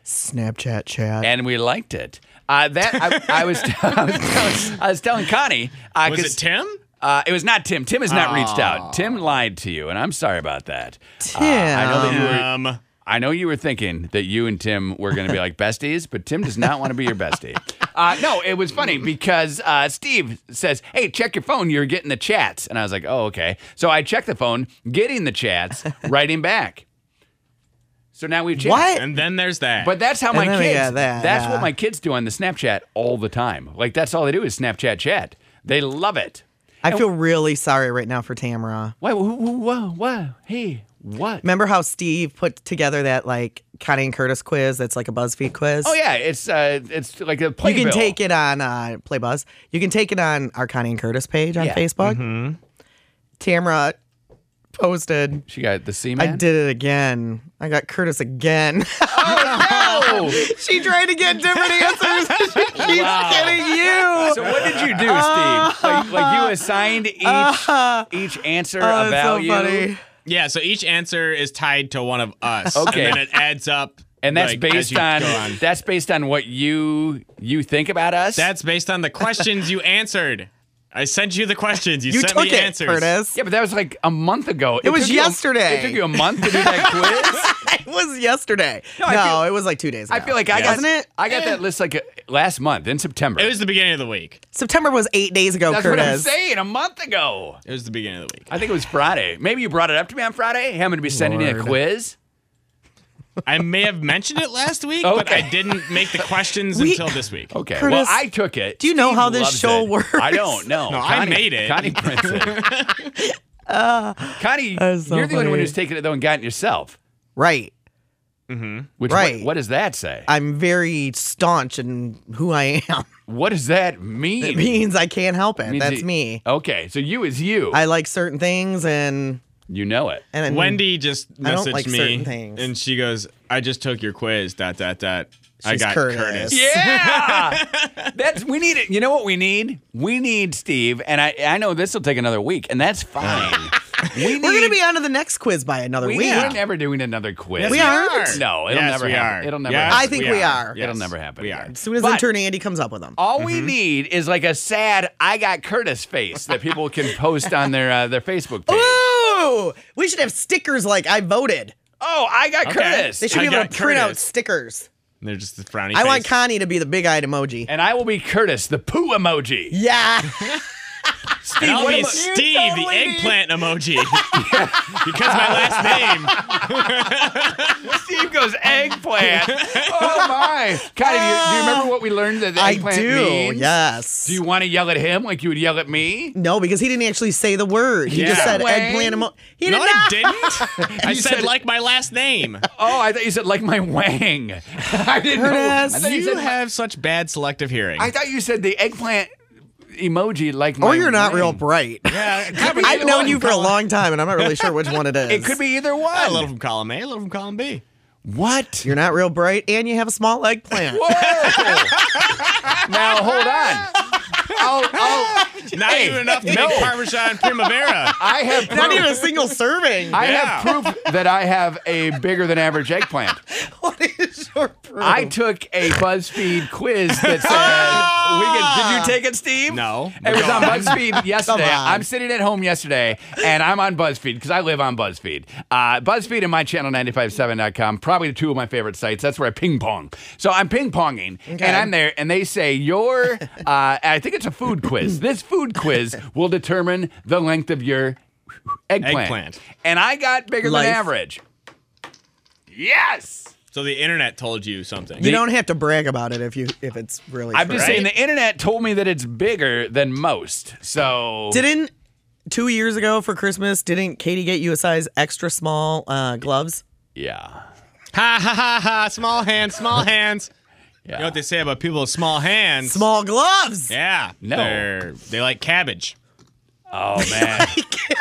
S3: Snapchat chat.
S2: and we liked it. Uh, that I, I was, [LAUGHS] I was telling, I was telling Connie. Uh,
S4: Was
S2: 'cause-
S4: it Tim?
S2: Uh, it was not Tim. Tim has not reached out. Tim lied to you, and I'm sorry about that.
S3: Tim.
S2: I know that you were.
S4: Um,
S2: I know you were thinking that you and Tim were going to be [LAUGHS] like besties, but Tim does not want to be your bestie. [LAUGHS] Uh, no, it was funny because uh, Steve says, Hey, check your phone. You're getting the chats. And I was like, Oh, okay. So I checked the phone, getting the [LAUGHS] chats, writing back. So now we've changed.
S4: And then there's that.
S2: But that's how
S4: And
S2: my
S4: then we
S2: kids.
S4: got that,
S2: that's
S4: yeah.
S2: what my kids do on the Snapchat all the time. Like that's all they do is Snapchat chat. They love it.
S3: I
S2: And-
S3: feel really sorry right now for Tamara.
S2: Why? Whoa, whoa, whoa! Hey, what?
S3: Remember how Steve put together that like Connie and Curtis quiz? That's like a BuzzFeed quiz.
S2: Oh yeah, it's uh, it's like a play.
S3: you can take it on uh, Play Buzz. You can take it on our Connie and Curtis page on
S2: Yeah. Mm-hmm.
S3: Facebook. Tamara posted.
S2: She got the semen.
S3: I did it again. I got Curtis
S2: [LAUGHS]
S3: again.
S2: Oh,
S3: she tried to get [LAUGHS] different answers. She keeps
S2: Wow.
S3: getting you.
S2: So what did you do, Steve?
S3: Uh,
S2: like, like you assigned each each answer
S3: oh,
S2: a value.
S4: Yeah, so each answer is tied to one of us.
S2: Okay.
S4: And then it adds up.
S2: And that's
S4: like, as
S2: based
S4: you go
S2: on, that's based on what you you think about us.
S4: That's based on the questions you answered. I sent you the questions. You,
S2: You
S4: sent
S2: took
S4: me
S2: it,
S4: answers.
S3: Curtis.
S2: Yeah, but that was like a month ago.
S3: It was
S2: took you a-
S3: yesterday.
S2: it took you a month to do
S3: [LAUGHS] [LAUGHS]
S2: that quiz.
S3: it was yesterday. No,
S2: No, I feel-
S3: it was like two days ago.
S2: I feel like I got
S3: wasn't it?
S2: I got that list like uh, last month in September.
S4: It was the beginning of the week.
S3: September was eight days ago,
S2: That's
S3: Curtis.
S2: what I'm saying. A month ago.
S4: It was the beginning of the week.
S2: I think it was Friday. Maybe you brought it up to me on Friday. Hey, I'm going to be sending you a
S4: Lord.
S2: quiz.
S4: I may have mentioned it last week, but
S2: Okay.
S4: I didn't make the questions
S3: We-
S4: until this week.
S2: Okay. well,
S3: Curtis,
S2: I took it.
S3: do you know
S2: Steve
S3: how this
S2: loves
S3: show
S2: it.
S3: works?
S2: I
S3: [LAUGHS]
S2: don't know.
S4: No, I
S2: Connie,
S4: made it.
S2: Connie prints it. Connie,
S3: Uh, That is so
S2: you're the only one
S3: funny.
S2: who's taken it though and gotten it yourself.
S3: Right.
S2: Which
S3: Right.
S2: What, what does that say?
S3: I'm very staunch in who I
S2: [LAUGHS]
S3: am.
S2: What does that mean?
S3: It means I can't help it.
S2: Means
S3: That's
S2: you-
S3: me.
S2: Okay, so you is you.
S3: I like certain things and
S2: you
S3: [LAUGHS]
S2: know it.
S3: and
S4: Wendy just
S3: I don't
S4: messaged
S3: like certain
S4: me
S3: things.
S4: and she goes, I just took your quiz, dot, dot, dot. I
S3: She's
S4: got
S3: Curtis.
S2: Yeah, that's we need it. You know what we need? We need Steve, and I. I know this will take another week, and
S3: [LAUGHS]
S2: that's fine. we need.
S3: We're gonna be on to the next quiz by another
S2: we,
S3: week.
S2: are never doing another quiz.
S4: Yes,
S3: We aren't?
S2: No, it'll
S4: Yes,
S2: never
S4: we
S2: happen.
S4: are.
S2: It'll never
S4: Yes,
S2: happen.
S3: I think we are.
S2: It'll never happen
S4: We
S2: again.
S4: are.
S3: As soon as
S2: But-
S3: intern Andy comes up with them.
S2: All we need is like a sad "I got Curtis" face that people can post on their uh, their
S3: [LAUGHS]
S2: Facebook page.
S3: Ooh! We should have stickers like I voted.
S2: Oh, I got
S4: Okay.
S2: Curtis,
S3: They should
S4: I
S3: be able to
S4: got
S3: print out
S4: Curtis.
S3: stickers.
S4: And they're just the frowny
S3: I want
S4: face.
S3: Connie to be the big eyed emoji.
S2: and I will be Curtis, the poo emoji.
S3: Yeah.
S4: And I'll
S2: what
S4: be
S2: about-
S4: Steve,
S2: You
S4: the
S2: totally
S4: eggplant emoji. because my last name.
S2: Steve goes
S3: [LAUGHS]
S2: eggplant. oh my! Connie, do you, do you remember what we learned that the
S3: Ah. I
S2: eggplant
S3: do.
S2: means?
S3: Yes.
S2: Do you want to yell at him like you would yell at me?
S3: no, because he didn't actually say the word. He just
S2: Yeah.
S3: said
S2: Way.
S3: eggplant emoji. He
S4: No,
S3: did
S4: I
S3: not.
S4: didn't. I
S2: You
S4: said,
S2: said-
S4: like my last name.
S2: Oh, I thought you said like my wang. [LAUGHS] I didn't know. I
S3: Curtis,
S2: thought you,
S4: you
S2: said,
S4: have such bad selective hearing.
S2: I thought you said the eggplant emoji like my.
S3: Or Oh, you're not real
S2: wang.
S3: bright.
S4: yeah, it could be
S3: I've
S4: either
S3: known
S4: one.
S3: you for a long time, and I'm not really sure which one it is.
S2: It could be either one.
S4: A little from column A, a little from column B.
S2: What?
S3: You're not real bright, and you have a small eggplant.
S2: Whoa! now hold on. I'll, I'll,
S4: Not
S2: Hey,
S4: even enough to
S2: no.
S4: make Parmesan Primavera.
S2: I have proof,
S3: Not even a single serving.
S2: I
S4: Yeah.
S2: have proof that I have a bigger than average eggplant.
S3: [LAUGHS] what is your proof?
S2: I took a BuzzFeed quiz that
S3: Oh!
S2: said, we can, "Did you take it, Steve?"
S4: No.
S2: It was on
S4: Go on.
S2: BuzzFeed yesterday.
S3: Come on.
S2: I'm sitting at home yesterday, and I'm on BuzzFeed because I live on BuzzFeed. Uh, BuzzFeed and my channel 957.com, probably two of my favorite sites. That's where I ping pong. So I'm ping ponging, and I'm there, and they say [LAUGHS] your, uh, I think it's a food quiz. This food quiz will determine the length of your eggplant.
S4: Eggplant.
S2: And I got bigger
S3: Life.
S2: than average. Yes.
S4: So the internet told you something.
S3: You don't have to brag about it if you if it's really.
S2: I'm
S3: true.
S2: just
S4: Right.
S2: saying the internet told me that it's bigger than most. So
S3: Didn't two years ago for Christmas? Didn't Katie get you a size extra small uh, gloves?
S2: yeah.
S4: ha ha ha ha! Small hands, small hands.
S2: Yeah.
S4: You know what they say about people with small hands?
S3: Small gloves.
S4: Yeah.
S2: No.
S4: they're- They like cabbage.
S2: oh man.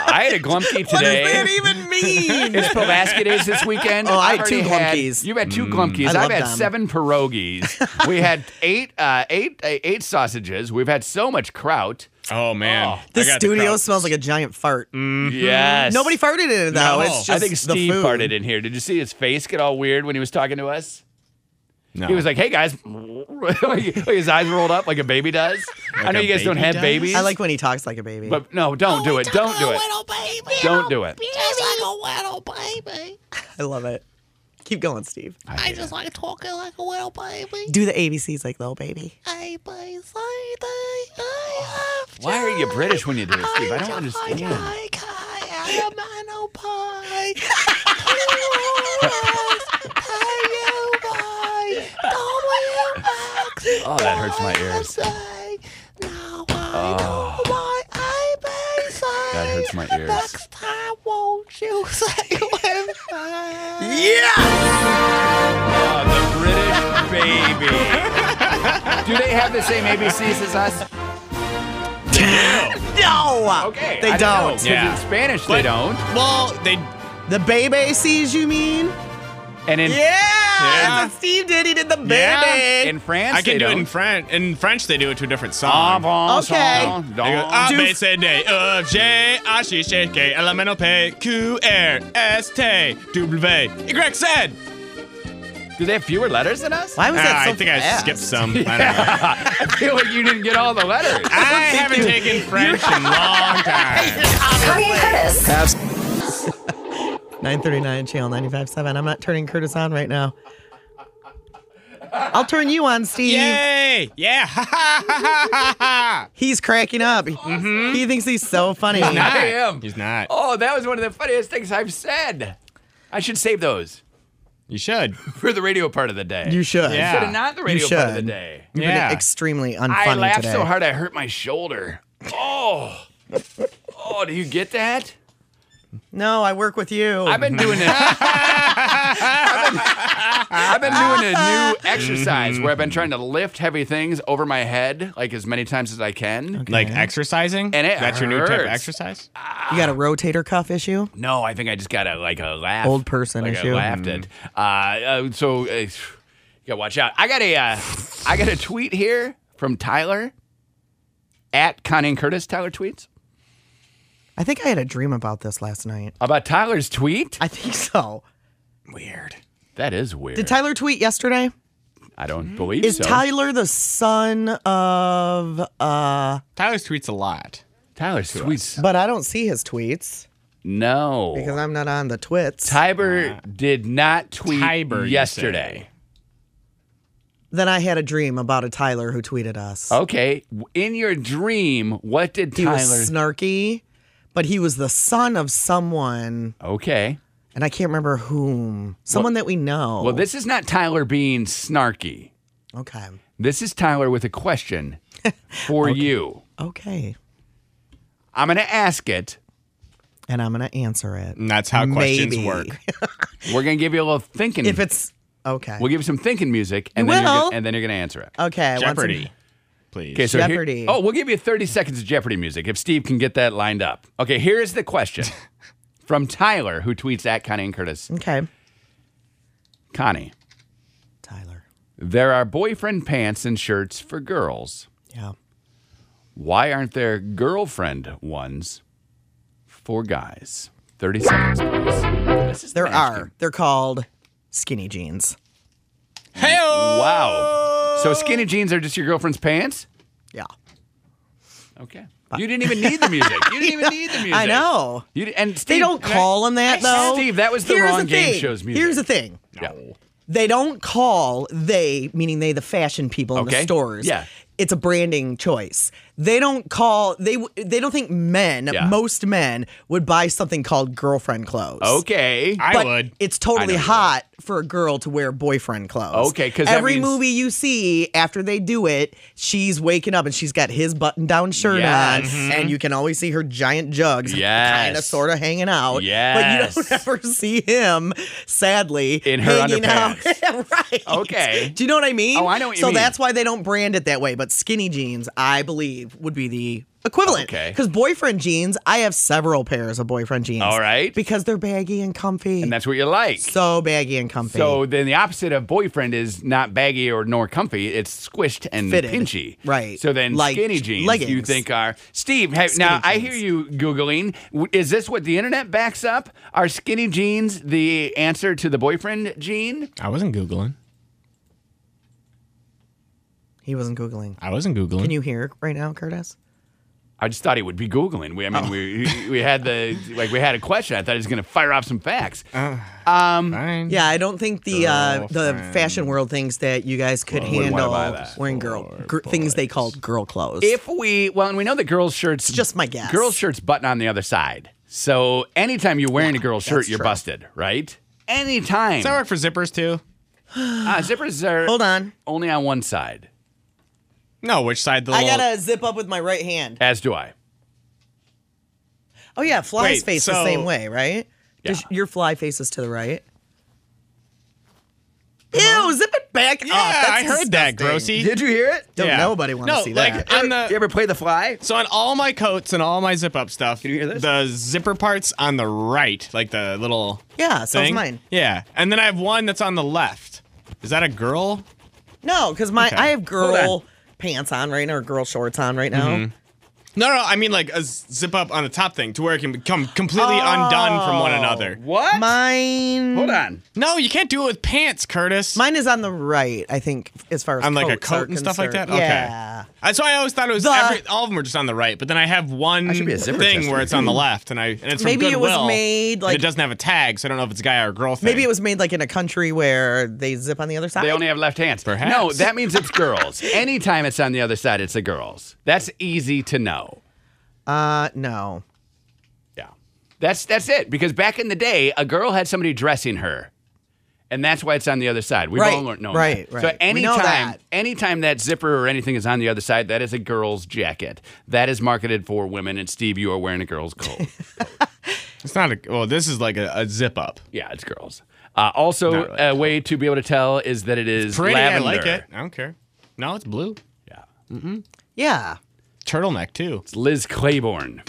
S2: I had a glumpy
S3: What does that
S2: today. [LAUGHS]
S3: even mean?
S2: It's Pulaski days this weekend.
S3: Oh, I had
S2: I've
S3: two
S2: already had-
S3: Glumpkies.
S2: You've had two glumpkies.
S3: I
S2: I've
S3: love
S2: had
S3: them. [LAUGHS]
S2: seven pierogies. we had eight, uh, eight, uh, eight sausages. We've had so much kraut.
S4: Oh man. I
S3: the
S4: got
S3: studio
S4: crowd.
S3: smells like a giant fart.
S2: Yes.
S3: Nobody farted in it though.
S4: No.
S3: It's just
S2: Mm. I think
S3: the
S2: Steve
S3: food.
S2: farted in here. Did you see his face get all weird when he was talking to us?
S4: No.
S2: He was like, "Hey guys," [LAUGHS] like, his eyes rolled up like a baby does. I know
S4: a
S2: you guys don't
S4: baby
S2: have
S4: does?
S2: babies.
S3: I like when he talks like a baby.
S2: But no, don't do it. Don't do it. Don't do it.
S3: I love it. Keep going, Steve.
S11: I, just like talking like a little baby.
S3: Do the ABCs like little baby.
S11: I play Friday.
S2: Why are you British when you do this, Steve? I don't understand.
S11: I am an old
S3: [LAUGHS]
S11: pie.
S2: Oh, that hurts my ears. Oh, that hurts my ears.
S11: Next time, won't you say [LAUGHS] with me?
S2: Oh, the British baby. do they have the same ABCs as us?
S3: No.
S2: Okay,
S3: They
S2: I know,
S3: don't.
S2: 'cause In Spanish, they don't.
S4: Well, they.
S3: The baby C's, you mean?
S2: And in
S3: yeah, That's what Steve did. He did the baby.
S2: in France,
S4: I can
S2: they
S4: do it
S2: don't.
S4: in French. In French, they do it to a different song.
S3: Okay.
S4: They go, "Ah." A,
S3: Do-
S4: B, C, D, E, F, G, H, I, J, K, L, M, N, O, P, Q, R, S, T, W, Y, Z.
S2: Do they have fewer letters than us?
S3: Why was that
S4: Ah,
S3: so
S4: I think I
S3: fast?
S4: skipped some. I don't know.
S2: I feel [LAUGHS] like you didn't get all the letters.
S4: I haven't taken French in a long time.
S9: Connie and Curtis.
S3: 939 channel 957. I'm not turning Curtis on right now. I'll turn you on, Steve.
S4: Yay! Yeah! [LAUGHS] Ha ha ha ha ha!
S3: He's cracking up. Mm-hmm. He thinks he's so funny.
S4: Not.
S2: I am.
S4: He's not.
S2: Oh, that was one of the funniest things I've said. I should save those
S4: You should.
S2: for the radio part of the day.
S3: You should.
S4: Yeah.
S2: Instead of not the
S3: You
S2: radio part of the
S3: should.
S2: day.
S3: You've
S4: Yeah.
S3: been extremely unfunny
S2: I laughed
S3: today.
S2: so hard I hurt my shoulder. Oh. Oh, do you get that?
S3: No, I work with you.
S2: I've
S3: [LAUGHS]
S2: been doing it. I've been, I've been doing a
S3: [LAUGHS]
S2: new exercise where I've been trying to lift heavy things over my head like as many times as I can.
S4: Like exercising?
S2: And it
S4: That's your new type of
S2: hurts.
S4: exercise?
S3: you got a rotator cuff issue?
S2: No, I think I just got a like a laugh.
S3: Old person
S2: like
S3: issue.
S2: I laughed at. Uh, uh, so uh, you gotta watch out. I got a uh, I got a tweet here from Tyler at Connie and Curtis. Tyler tweets
S3: I think I had a dream about this last night.
S2: about Tyler's tweet.
S3: I think so.
S4: Weird.
S2: That is weird.
S3: Did Tyler tweet yesterday?
S2: I don't believe
S3: Is
S2: so.
S3: Tyler the son of uh
S4: Tyler tweets a lot.
S2: Tyler's tweets.
S3: but I don't see his tweets
S2: No,
S3: because I'm not on the twits. Uh,
S2: Tiber did not tweet
S4: Tiber, you
S2: yesterday.
S3: then I had a dream about a Tyler who tweeted us.
S2: Okay, w- in your dream, what did
S3: he
S2: Tyler?
S3: was snarky, but he was the son of someone,
S2: okay,
S3: and I can't remember whom. Someone that we know.
S2: well, this is not Tyler being snarky.
S3: okay,
S2: This is Tyler with a
S3: [LAUGHS]
S2: question for you.
S3: okay,
S2: I'm going to ask it.
S3: and I'm gonna answer it.
S4: And that's how questions
S3: Maybe.
S4: work.
S2: We're going to give you a little
S3: [LAUGHS]
S2: thinking.
S3: If it's okay,
S2: we'll give you some thinking music, and
S3: You
S2: then you're
S3: will?
S2: gonna, and then you're going to answer it.
S3: okay. once
S4: Jeopardy, please.
S2: Okay, so here-
S3: Jeopardy.
S2: oh, we'll give you 30 seconds of Jeopardy music if Steve can get that lined up. Okay, here is the
S3: [LAUGHS]
S2: question from Tyler, who tweets at Connie and Curtis.
S3: I'm- okay,
S2: Connie,
S3: Tyler.
S2: there are boyfriend pants and shirts for girls.
S3: Yeah,
S2: Why aren't there girlfriend ones for guys? 30 seconds, please. This is
S3: there
S2: nasty.
S3: are. They're called skinny jeans.
S4: Hey-o!
S2: Wow. So skinny jeans are just your girlfriend's pants?
S3: Yeah,
S2: Okay. You didn't even need the music. You didn't
S3: [LAUGHS]
S2: even need the music.
S3: I know.
S2: You di- and Steve,
S3: They don't call them that though.
S2: Steve, that was the
S3: Here's
S2: wrong game
S3: thing.
S2: show's music.
S3: Here's the thing.
S2: Yeah.
S3: They don't call they, meaning they, the fashion people in
S2: Okay.
S3: the stores.
S2: Yeah.
S3: It's a branding choice. They don't call they they don't think men,
S2: Yeah.
S3: most men, would buy something called girlfriend clothes.
S2: Okay.
S4: I
S3: But
S4: would.
S3: It's
S2: know
S3: totally
S2: you
S3: hot for a girl to wear boyfriend clothes.
S2: Okay, 'cause that
S3: every
S2: means-
S3: movie you see after they do it, she's waking up and she's got his button-down shirt
S2: Yes.
S3: on,
S2: Mm-hmm.
S3: and you can always see her giant jugs,
S2: Yes.
S3: kind of, sort of hanging out.
S2: Yes.
S3: but you don't [LAUGHS] ever see him, sadly,
S2: In her
S3: hanging out. [LAUGHS] right.
S2: Okay.
S3: Do you know what I mean?
S2: Oh, I know what you
S3: so
S2: mean.
S3: that's why they don't brand it that way. But skinny jeans, I believe, would be the equivalent.
S2: Okay.
S3: Because boyfriend jeans, I have several pairs of boyfriend jeans.
S2: All right.
S3: Because they're baggy and comfy.
S2: and that's what you like.
S3: so baggy and comfy.
S2: So then the opposite of boyfriend is not baggy or nor comfy. It's squished and
S3: Fitted.
S2: pinchy.
S3: Right.
S2: So then
S3: Like
S2: skinny jeans you
S3: leggings.
S2: think are Steve. Have, now I hear
S3: jeans.
S2: you googling. W- Is this what the internet backs up? Are skinny jeans the answer to the boyfriend gene?
S4: I wasn't Googling.
S3: he wasn't googling.
S4: I wasn't Googling.
S3: Can you hear right now, Curtis?
S2: I just thought he would be googling. We, I
S3: Oh.
S2: mean, we we had the like we had a question. I thought he was going to fire off some facts.
S3: Uh-huh.
S2: um,
S3: Yeah, I don't think the uh, the fashion world thinks that you guys could
S2: Wouldn't wanna
S3: handle
S2: buy that.
S3: wearing girl gr- things they called girl clothes.
S2: If we well, and we know that girls' shirts
S3: just my guess.
S2: Girls' shirts button on the other side. So anytime you're wearing a girl's shirt,
S3: that's
S2: you're
S3: true.
S2: busted, right? Anytime.
S4: Does that work for zippers too?
S2: Ah, zippers are hold
S3: on
S2: only on one side.
S4: No, which side? The
S3: I
S4: little-
S3: gotta zip up with my right hand.
S2: As do I.
S3: Oh yeah, fly's
S4: Wait,
S3: face the
S4: so-
S3: same way, right? Does your fly faces to the right? Ew, zip it back
S4: Yeah,
S3: up. That's
S4: I heard that,
S3: disgusting.
S4: Grossy.
S3: Did you hear it? Don't
S4: Yeah.
S3: nobody want to
S4: No,
S3: see
S4: like,
S3: that.
S4: on the-
S2: You ever play the fly?
S4: So on all my coats and all my zip up stuff, the zipper parts on the right, like the little
S3: Yeah, so's
S4: thing.
S3: mine.
S4: Yeah, and then I have one that's on the left. Is that a girl?
S3: No, because my
S4: Okay.
S3: I have
S4: Hold on.
S3: girl pants on right now or girl shorts on right now.
S4: Mhm. No, no, I mean like a z- zip up on the top thing to where it can become completely undone from one
S3: Oh.
S4: another.
S2: What?
S3: Mine.
S2: Hold on.
S4: No, you can't do it with pants, Curtis.
S3: Mine is on the right, I think, as far as
S4: On like a
S3: coats
S4: coat
S3: are
S4: and stuff like that.
S3: concerned.
S4: Okay.
S3: Yeah.
S4: That's why I always thought it was
S3: The-
S4: every, all of them were just on the right, but then I have one
S2: should be a zipper
S4: thing
S2: tester.
S4: where it's on the left, and I and it's from
S3: Maybe it was
S4: Goodwill,
S3: made,
S4: and
S3: like-
S4: it doesn't have a tag, so I don't know if it's a guy or a girl thing.
S3: Maybe it was made like in a country where they zip on the other side.
S2: They only have left hands.
S4: Perhaps.
S2: No, that means it's girls. Anytime it's on the other side, it's the girls. That's easy to know.
S3: uh, no.
S2: Yeah. That's that's it. Because back in the day, a girl had somebody dressing her. And that's why it's on the other side. We've
S3: Right,
S2: all learned known
S3: right,
S2: that. So
S3: right. We know
S2: anytime
S3: that.
S2: anytime that zipper or anything is on the other side, that is a girl's jacket. That is marketed for women. And Steve, you are wearing a girl's coat.
S4: It's not a. Well, this is like a, a zip up.
S2: yeah, it's girls. Uh, also,
S4: Not really.
S2: a way to be able to tell is that it is
S4: Pretty,
S2: lavender.
S4: I like it. I don't care. No, it's blue.
S3: Yeah.
S4: Turtleneck too.
S2: It's Liz Claiborne.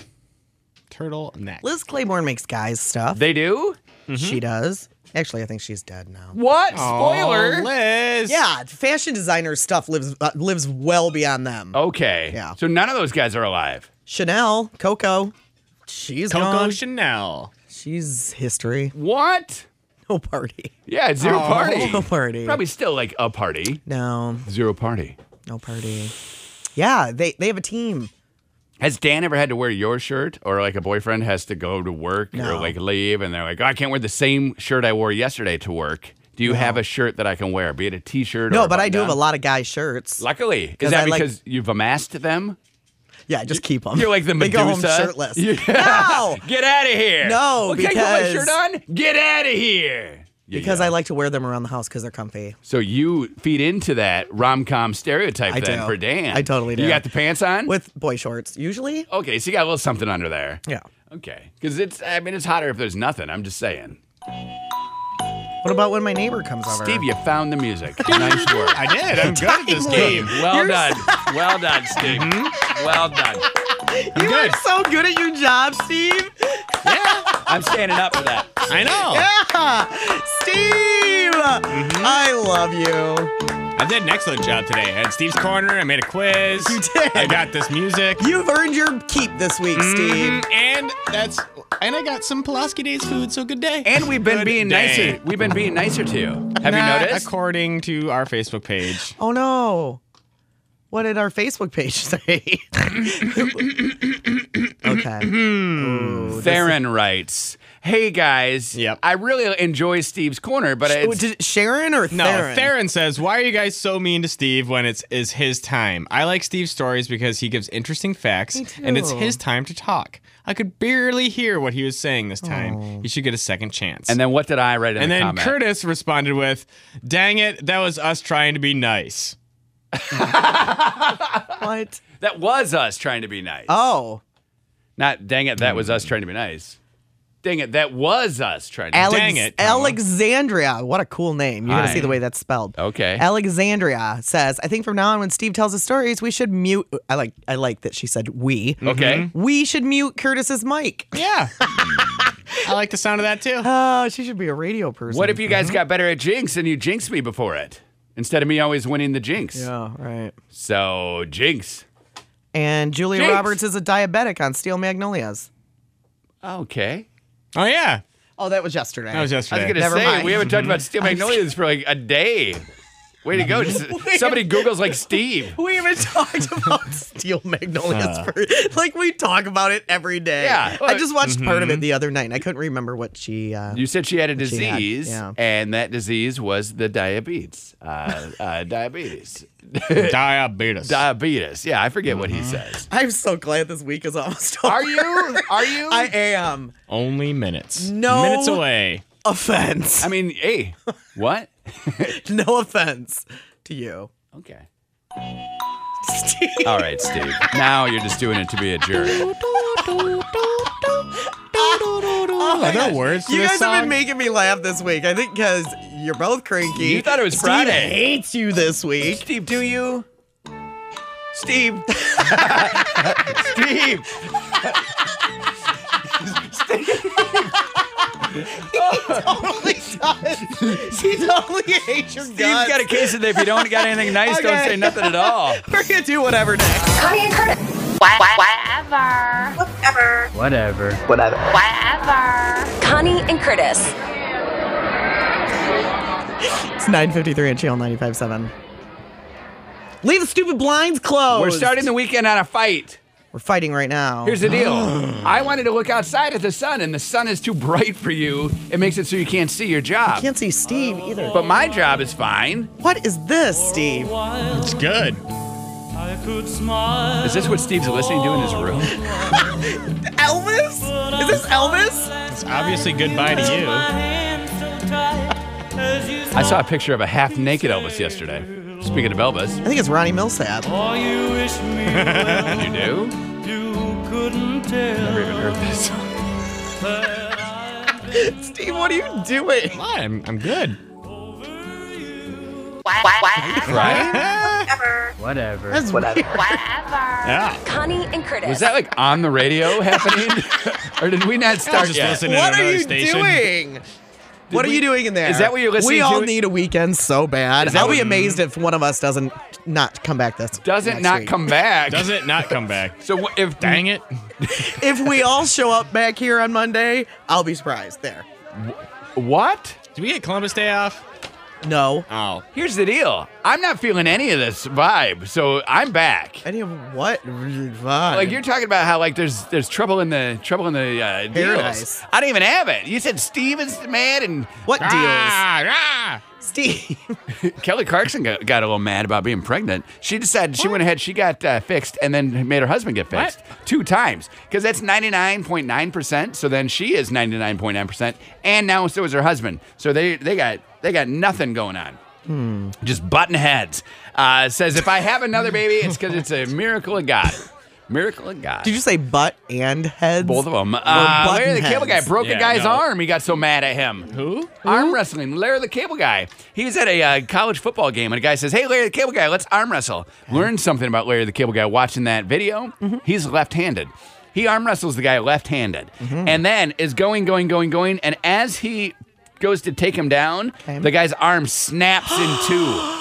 S4: Turtleneck.
S3: Liz Claiborne makes guys stuff.
S2: They do?
S3: She does. Actually, I think she's dead now.
S2: What? Spoiler.
S4: Oh, Liz.
S3: Yeah, fashion designer stuff lives uh, lives well beyond them.
S2: Okay.
S3: Yeah.
S2: So none of those guys are alive.
S3: Chanel, Coco, she's
S4: Coco
S3: gone.
S4: Chanel.
S3: She's history.
S2: What?
S3: No party.
S2: [LAUGHS] Yeah, it's
S3: Oh.
S2: zero party.
S3: [LAUGHS] No party.
S2: Probably still like a party.
S3: No,
S2: Zero party.
S3: no party. Yeah, they they have a team.
S2: Has Dan ever had to wear your shirt or like a boyfriend has to go to work or
S3: No.
S2: like leave and they're like, oh, I can't wear the same shirt I wore yesterday to work. Do you have a shirt that I can wear, be it a t shirt or
S3: No, but I
S2: button
S3: do have a
S2: down?
S3: lot of guy shirts.
S2: Luckily. Is
S3: 'Cause
S2: that
S3: I like-
S2: because you've amassed them?
S3: yeah, I just keep them.
S2: You're like the
S3: they
S2: Medusa.
S3: go home shirtless.
S2: [LAUGHS] Yeah.
S3: No,
S2: Get out of here.
S3: No,
S2: Okay, can I put my
S3: because-
S2: shirt on? Get out of here. Yeah,
S3: because
S2: yeah.
S3: I like to wear them around the house because they're comfy.
S2: So you feed into that rom com stereotype
S3: I
S2: then
S3: do.
S2: for Dan.
S3: I totally do.
S2: You got the pants on?
S3: With boy shorts, usually.
S2: okay, so you got a little something under there.
S3: Yeah.
S2: Okay. Because it's, I mean, it's hotter if there's nothing. I'm just saying.
S3: What about when my neighbor comes over?
S2: Steve, you found
S3: [LAUGHS]
S2: the music. nice work.
S4: I did. I'm good at [LAUGHS] this game.
S2: Well done. well
S3: [LAUGHS]
S2: done, Steve. Well done.
S4: I'm good.
S3: so good at your job, Steve.
S2: I'm standing up for that.
S4: I [LAUGHS] know.
S3: Yeah, Steve.
S2: Mm-hmm.
S3: I love you.
S4: I did an excellent job today. I had Steve's corner. I made a quiz.
S3: You did.
S4: I got this music.
S3: You've earned your keep this week,
S2: Mm-hmm.
S3: Steve.
S4: Mm, And that's and I got some Pulaski Days food. So good day.
S2: And we've been
S4: Good
S2: being
S4: day.
S2: nicer. We've been being nicer to you. Have
S4: Not
S2: you noticed?
S4: According to our Facebook page.
S3: Oh no. What did our Facebook page [LAUGHS]
S2: [LAUGHS]
S3: say? okay. Ooh, this is-
S2: Theron writes, "Hey guys,
S4: Yep.
S2: I really enjoy Steve's corner, but
S3: Oh,
S2: it's,
S3: did Sharon or
S4: No,
S3: Theron?
S4: Theron. says, "Why are you guys so mean to Steve when it's is his time? I like Steve's stories because he gives interesting facts, and it's
S3: too.
S4: his time to talk. I could barely hear what he was saying this time.
S3: Oh.
S4: He should get a second chance."
S2: and then what did I write in
S4: And
S2: the
S4: then
S2: comment?
S4: Curtis responded with, "Dang it, that was us trying to be nice."
S3: What?
S2: that was us trying to be nice.
S3: Oh,
S2: Not dang it, that was us trying to be nice. Dang it, that was us trying to.
S3: Alex-
S4: Dang it, Pamela.
S3: Alexandria. What a cool name. You're going
S2: Hi.
S3: to see the way that's spelled.
S2: Okay.
S3: Alexandria says, I think from now on when Steve tells his stories, we should mute I like I like that she said we.
S2: Mm-hmm. okay.
S3: We should mute Curtis's mic. [LAUGHS]
S4: Yeah, I like the sound of that too.
S3: Oh, she should be a radio person.
S2: What if you guys got better at jinx and you jinxed me before it instead of me always winning the jinx?
S3: Yeah, Oh, right.
S2: So jinx.
S3: And Julia
S2: Jinx.
S3: Roberts is a diabetic on Steel Magnolias.
S2: Okay.
S4: Oh yeah,
S3: Oh, that was yesterday.
S4: that was yesterday.
S2: I was gonna
S3: Never [LAUGHS]
S2: say
S3: mind.
S2: we haven't talked about steel magnolias for like a day. Way to
S3: [LAUGHS]
S2: go. Just, somebody Googles like Steve.
S3: We even [LAUGHS] talked about Steel Magnolias
S2: Uh.
S3: for like we talk about it every day.
S2: Yeah.
S3: I just watched part of
S2: Mhm.
S3: it the other night and I couldn't remember what she uh,
S2: You said she had a
S3: She had,
S2: disease,
S3: yeah.
S2: and that disease was the diabetes. Uh,
S3: [LAUGHS]
S2: uh, diabetes.
S4: diabetes.
S2: Diabetes. Yeah, I forget what he
S3: Mm-hmm.
S2: says.
S3: I'm so glad this week is almost over. Are
S2: you? Are you?
S3: [LAUGHS] I am.
S4: Only minutes.
S3: No
S4: Minutes away.
S3: Offense.
S2: I mean, hey, what?
S3: no offense to you.
S2: Okay. All right, Steve. Now you're just doing it to be a jerk.
S3: Oh my
S2: Are
S3: [LAUGHS]
S2: there
S3: gosh.
S2: words to
S3: You
S2: this
S3: guys have
S2: song?
S3: been making me laugh this week. I think because you're both cranky.
S2: You thought it was
S3: Steve
S2: Friday.
S3: hates you this week.
S2: [LAUGHS] Steve, do you? Steve. [LAUGHS] Steve.
S3: totally does. He totally hates your guts.
S2: Steve's got a case of that if you don't got anything nice, don't
S3: Okay.
S2: say nothing at all.
S3: We're gonna do whatever next.
S9: Connie and Curtis. Whatever. Whatever.
S8: Whatever. Whatever.
S9: Whatever. Connie and Curtis.
S3: It's 9:53 and Channel 95.7. Leave the stupid blinds closed.
S2: We're starting the weekend on a fight.
S3: We're fighting right now.
S2: Here's the deal.
S3: [GASPS]
S2: I wanted to look outside at the sun, and the sun is too bright for you. It makes it so you can't see your job.
S3: Can't see Steve either.
S2: But my job is fine.
S3: What is this, Steve?
S4: It's good.
S11: I could smile.
S2: Is this what Steve's listening to in his room?
S3: Elvis? Is this Elvis?
S4: It's obviously goodbye to you.
S2: I saw a picture of a half naked Elvis yesterday. Speaking of Elvis,
S3: I think it's Ronnie Millsap.
S11: All you wish me
S2: you
S11: well,
S2: do?
S11: you couldn't tell.
S2: Never even heard this song.
S3: Steve, what are you doing?
S4: Why? I'm, I'm good.
S9: Whatever.
S8: Whatever.
S3: That's weird.
S4: Yeah.
S9: Connie and Curtis.
S2: Was that like on the radio happening? [LAUGHS] or did we not start
S4: just
S2: yet?
S4: listening.
S3: What
S4: Another
S3: are you
S4: station.
S3: doing? what
S2: we-
S3: are you doing in there?
S2: Is that what you're listening
S3: We all
S2: to?
S3: need a weekend so bad. I'll be
S2: what-
S3: amazed if one of us doesn't not come back this.
S2: Does it
S3: next
S2: not
S3: week.
S2: come back?
S4: Does it not come back?
S2: So wh- if
S4: Dang it.
S3: If we all show up back here on Monday, I'll be surprised. There.
S2: what?
S4: Did we get Columbus Day off?
S3: No.
S4: Oh.
S2: Here's the deal. I'm not feeling any of this vibe, so I'm back.
S3: Any of what? Vibe.
S2: Like you're talking about how like there's there's trouble in the trouble in the uh, deals.
S3: Paradise.
S2: I don't even have it. You said Steve is mad and
S3: what deals?
S4: Ah, ah.
S3: Steve. [LAUGHS]
S2: Kelly Clarkson got, got a little mad about being pregnant. She decided she went ahead, she got uh, fixed, and then made her husband get fixed two times because that's 99.9%. So then she is 99.9%, and now so is her husband. So they they got they got nothing going on. Just button heads. Uh, says if I have another baby, it's because it's a miracle of God. Miracle of God.
S3: Did you say butt and heads?
S2: Both of them.
S3: Or
S2: Uh,
S3: button
S2: Larry the Cable Guy
S3: heads?
S2: broke
S4: Yeah,
S2: a guy's
S4: no.
S2: arm. He got so mad at him.
S4: Who?
S2: Arm wrestling. Larry the Cable Guy. He was at a uh, college football game, and a guy says, "Hey, Larry the Cable Guy, let's arm wrestle." Learned something about Larry the Cable Guy watching that video.
S4: Mm-hmm.
S2: He's left-handed. He arm wrestles the guy left-handed,
S4: Mm-hmm.
S2: and then is going, going, going, going, and as he goes to take him down, the guy's arm snaps
S4: [GASPS]
S2: in two.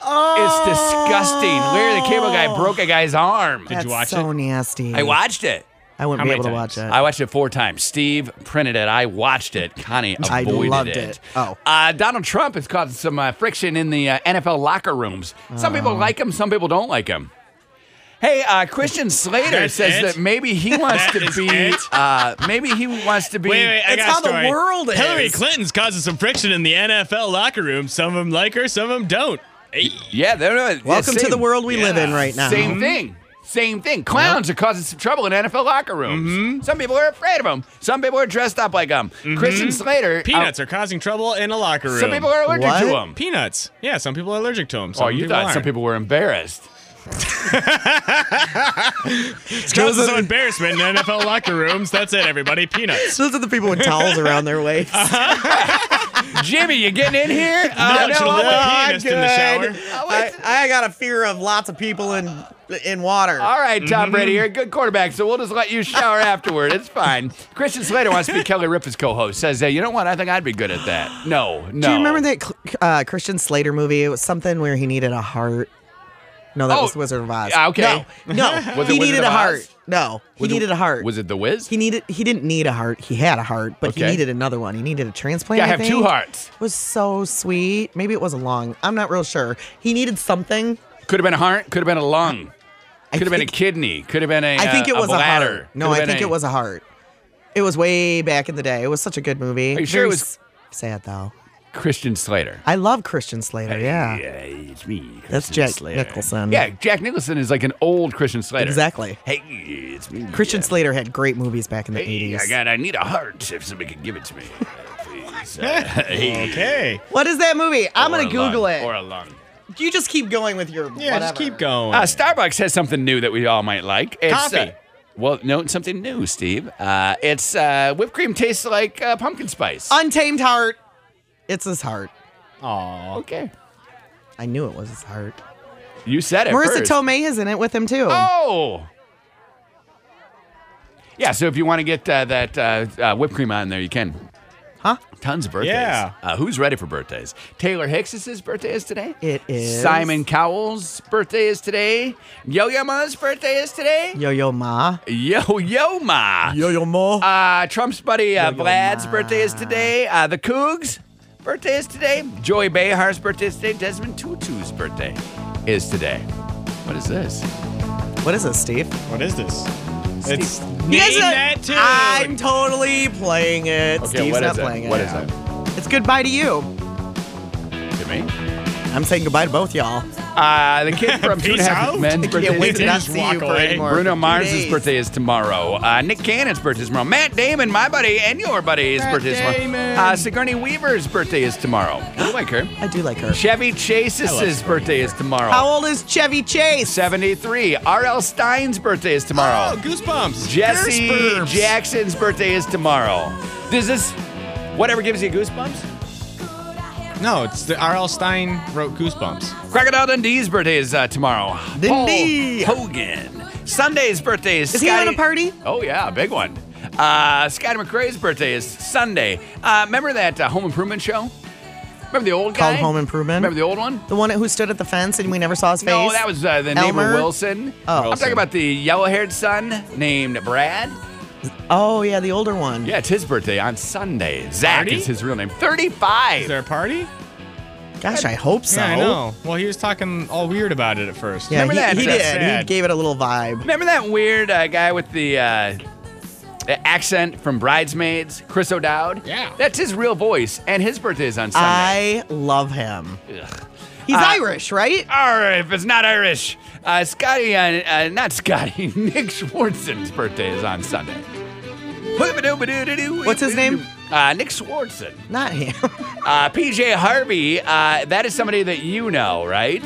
S2: It's disgusting. Larry the Cable Guy broke a guy's arm.
S4: Oh. Did you watch
S3: That's so
S4: it?
S3: nasty.
S2: I watched it.
S3: I wouldn't
S4: How
S3: be
S4: many
S3: able to
S4: times?
S3: watch it.
S2: I watched it four times. Steve printed it. I watched it. Connie
S3: [LAUGHS] I
S2: avoided
S3: loved it. Oh.
S2: Uh, Donald Trump has caused some uh, friction in the uh, NFL locker rooms. Some people
S3: Uh-huh.
S2: like him, some people don't like him. Hey, uh, Christian Slater
S4: That's
S2: says
S4: it?
S2: that maybe
S4: [LAUGHS]
S2: he wants
S4: That
S2: to
S4: is
S2: be.
S4: it?
S2: Uh, maybe he wants to be.
S4: Wait, wait, I
S3: It's
S4: got a
S3: how the
S4: story.
S3: world is.
S4: Hillary Clinton's causing some friction in the NFL locker room. Some of them like her, some of them don't. Hey.
S2: Yeah, they're, they're
S3: Welcome to
S2: same-
S3: the world we live in
S4: Yeah.
S3: right now.
S4: Mm-hmm.
S2: Same thing. Same thing. Clowns are causing some trouble in NFL locker rooms.
S4: Mm-hmm.
S2: Some people are afraid of them. Some people are dressed up like them. Christian Slater. uh,
S4: Peanuts are causing trouble in a locker room.
S2: Some people are allergic to
S3: What?
S2: them.
S4: Peanuts. Yeah, some people are allergic to them. Some
S2: Oh, you
S4: people
S2: thought
S4: aren't.
S2: some people were embarrassed.
S4: It's causes some embarrassment in NFL locker rooms. That's it, everybody.
S3: [LAUGHS]
S4: Peanuts.
S3: Those are the people with towels around their
S2: [LAUGHS]
S3: waist.
S2: Jimmy, you getting in
S4: [LAUGHS]
S2: here? Uh,
S4: No, it's a little
S2: I'm
S4: penis in the
S2: good.
S4: shower.
S3: I,
S2: Oh, it's-
S3: I got a fear of lots of people in in water.
S2: All right,
S4: Mm-hmm.
S2: Tom Brady, you're a good quarterback, so we'll just let you shower afterward. It's fine. Christian Slater wants to be Kelly Ripa's co-host. Says, hey, you know what? I think I'd be good at that. No, no.
S3: Do you remember that Cl- uh, Christian Slater movie? It was something where he needed a heart. No, that
S2: Oh,
S3: was Wizard of Oz.
S2: yeah, okay.
S3: No, no
S2: Was it [LAUGHS]
S3: he
S2: Wizard
S3: needed
S2: of
S3: a
S2: Oz?
S3: heart. No, he
S2: Was it-
S3: needed a heart.
S2: Was it the Wiz?
S3: He needed. He didn't need a heart. He had a heart, but
S2: Okay.
S3: he needed another one. He needed a transplant.
S2: Yeah, I
S3: I
S2: have two
S3: think.
S2: hearts.
S3: Was so sweet. Maybe it was a lung. I'm not real sure. He needed something.
S2: Could have been a heart. Could have been a lung. Could have been a kidney. Could have been a.
S3: I think
S2: uh,
S3: it was a,
S2: bladder.
S3: heart. No,
S2: Could have
S3: I
S2: been
S3: think
S2: a-
S3: it was a heart. It was way back in the day. It was such a good movie.
S2: Are you sure it
S3: Very
S2: was-
S3: s- sad though?
S2: Christian Slater.
S3: I love Christian Slater. Uh, Yeah,
S2: it's me.
S3: that's Jack Nicholson.
S2: Yeah, Jack Nicholson is like an old Christian Slater.
S3: Exactly.
S2: Hey, it's me.
S3: Christian Slater had great movies back in the
S2: Hey,
S3: 80s.
S2: I got. I need a heart. If somebody could give it to
S3: [LAUGHS]
S2: me, uh, please. Uh, [LAUGHS] hey.
S4: Okay.
S3: What is that movie? I'm
S2: Or
S3: gonna
S2: a
S3: Google
S2: lung,
S3: it.
S2: Or a lung.
S3: You just keep going with your
S4: Yeah, just keep going.
S2: Uh, Starbucks has something new that we all might like.
S4: Coffee.
S2: Uh, well, no, it's something new, Steve. Uh, it's uh, whipped cream tastes like uh, pumpkin spice.
S3: Untamed heart. It's his heart.
S4: Aw.
S2: Okay.
S3: I knew it was his heart.
S2: You said it.
S3: Marissa
S2: first.
S3: Tomei is in it with him too.
S2: Oh. Yeah, so if you want to get uh, that uh, uh, whipped cream on there, you can.
S3: Huh?
S2: Tons of birthdays.
S4: Yeah.
S2: Uh, who's ready for birthdays? Taylor Hicks's birthday is today.
S3: It is
S2: Simon Cowell's birthday is today. Yo-Yo Ma's birthday is today.
S3: Yo Yo Ma.
S2: Yo Yo Ma.
S3: Yo Yo Ma.
S2: Uh, Trump's buddy uh, Vlad's birthday is today. Uh, the Cougs' birthday is today. Joey Behar's birthday is today. Desmond Tutu's birthday is today. What is this?
S3: What is this, Steve?
S4: What is this? It's name
S3: You guys are-
S4: that tune.
S3: I'm totally playing it.
S2: Okay,
S3: Steve's
S2: what
S3: not
S2: is it?
S3: playing it.
S2: What
S3: now.
S2: is
S3: It's goodbye to you.
S2: it? To me?
S3: I'm saying goodbye to both y'all.
S2: Uh, the kid from Two and a
S4: [LAUGHS] Peace
S2: Half
S4: out.
S2: Men's
S3: I
S2: birthday
S3: can't wait
S2: is
S3: to
S2: today.
S3: not
S4: just
S3: see
S4: walk
S3: you for
S4: away.
S3: anymore.
S2: Bruno Mars'
S3: days.
S2: birthday is tomorrow. Uh, Nick Cannon's birthday is tomorrow. Matt Damon, my buddy, and your buddy's
S4: Matt
S2: birthday is tomorrow.
S4: Damon.
S2: Uh, Sigourney Weaver's birthday is
S4: [GASPS]
S2: tomorrow. I like her.
S3: I do like her.
S2: Chevy Chase's birthday is tomorrow.
S3: How old is Chevy Chase?
S2: 73. R.L. Stein's birthday is tomorrow.
S4: Oh, goosebumps.
S2: Jesse
S4: Goosebumps.
S2: Jackson's birthday is tomorrow. Does this whatever gives you goosebumps?
S4: No, it's the R.L. Stein wrote Goosebumps.
S2: Crocodile Dundee's birthday is uh, tomorrow.
S3: Dundee.
S2: Paul Hogan. Sunday's birthday is
S3: Is he
S2: Scotty.
S3: having a party?
S2: Oh yeah, a big one. Uh, Scotty McRae's birthday is Sunday. Uh, remember that uh, Home Improvement show? Remember the old
S3: Called
S2: guy?
S3: Home Improvement.
S2: Remember the old one?
S3: The one who stood at the fence and we never saw his face.
S2: No, that was uh, the neighbor
S3: Elmer?
S2: Wilson.
S3: Oh.
S2: I'm talking about the yellow-haired son named Brad.
S3: Oh yeah, the older one.
S2: Yeah, it's his birthday on Sunday. Zach
S4: Thirty?
S2: is his real name. 35.
S4: Is there a party?
S3: Gosh, I hope so.
S4: Yeah, I know. Well, he was talking all weird about it at first.
S3: Yeah,
S2: Remember
S3: he,
S2: that?
S3: he
S2: That's
S3: did.
S4: sad.
S3: He gave it a little vibe.
S2: Remember that weird uh, guy with the uh, accent from Bridesmaids, Chris O'Dowd?
S4: Yeah.
S2: That's his real voice, and his birthday is on Sunday.
S3: I love him.
S2: Ugh.
S3: He's
S2: Uh,
S3: Irish, right?
S2: Arr, if it's not Irish. Uh, Scotty, uh, uh, not Scotty, [LAUGHS] Nick Swartzen's birthday is on Sunday.
S3: What's his name?
S2: Uh, Nick Swartzen.
S3: Not
S2: [LAUGHS]
S3: him.
S2: Uh, PJ Harvey, uh, that is somebody that you know, right?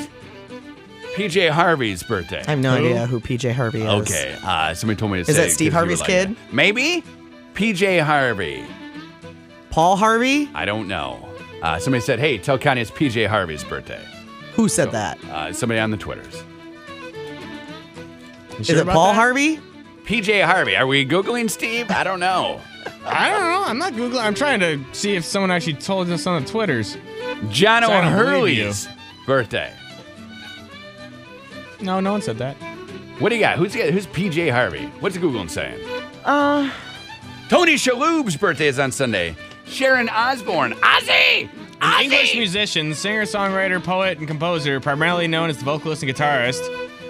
S2: PJ Harvey's birthday.
S3: I have no idea who PJ Harvey is.
S2: Okay. Uh, somebody told me to
S3: Is that Steve Harvey's kid?
S2: Maybe. PJ Harvey.
S3: Paul Harvey?
S2: I don't know. Uh, somebody said, hey, tell Connie it's PJ Harvey's birthday.
S3: Who said that?
S2: Uh, somebody on the Twitters.
S4: You
S3: Is
S4: sure
S3: it
S4: about
S3: Paul
S4: that?
S3: Harvey?
S2: PJ Harvey. Are we Googling Steve? I don't know.
S4: I don't know. I'm not Googling. I'm trying to see if someone actually told us on the Twitters.
S2: John
S4: So I don't believe
S2: O'Hurley's birthday.
S4: No, no one said that.
S2: What do you got? Who's, who's PJ Harvey? What's Googling saying? Uh. Tony Shalhoub's birthday is on Sunday. Sharon Osbourne. Ozzy!
S4: An
S2: Ozzy!
S4: English musician, singer, songwriter, poet, and composer, primarily known as the vocalist and guitarist.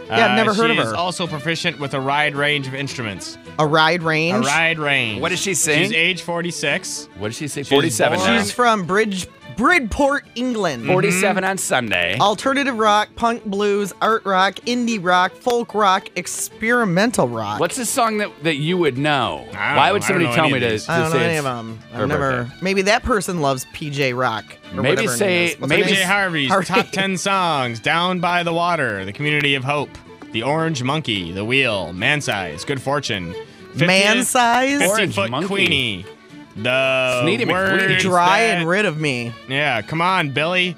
S3: Yeah, I've
S4: Uh,
S3: never heard
S4: she
S3: of her.
S4: Is also proficient with a wide range of instruments.
S3: A ride
S4: A
S3: range?
S4: wide range.
S2: What does she sing?
S4: She's age 46.
S2: What did she say? 47
S4: born-
S2: now.
S3: She's from Bridge Bridport, England.
S4: Mm-hmm.
S2: 47 on Sunday.
S3: Alternative rock, punk blues, art rock, indie rock, folk rock, experimental rock.
S2: What's the song that, that you would know?
S4: I don't
S2: Why
S4: know.
S2: would
S4: I
S2: somebody
S4: don't know
S2: tell
S4: any
S2: me
S4: of
S2: to,
S4: these.
S2: to
S3: I don't know
S2: say
S3: any of
S2: it's
S3: them.
S2: her
S3: I've never.
S2: birthday?
S3: Maybe that person loves PJ Rock. Or
S2: Maybe
S3: whatever her name
S2: say-
S3: is. What's her
S2: maybe
S3: name?
S4: PJ Harvey's
S3: Harvey.
S4: top
S3: [LAUGHS]
S4: 10 songs Down by the Water, The Community of Hope, The Orange Monkey, The Wheel, Man Size, Good Fortune, 50
S3: Man size,
S4: 50
S2: Orange
S4: Foot
S2: Monkey.
S4: Queenie, The
S2: Sneedy McQueenie.
S4: Words
S3: dry
S4: That-
S3: and rid of me.
S4: Yeah, come on, Billy.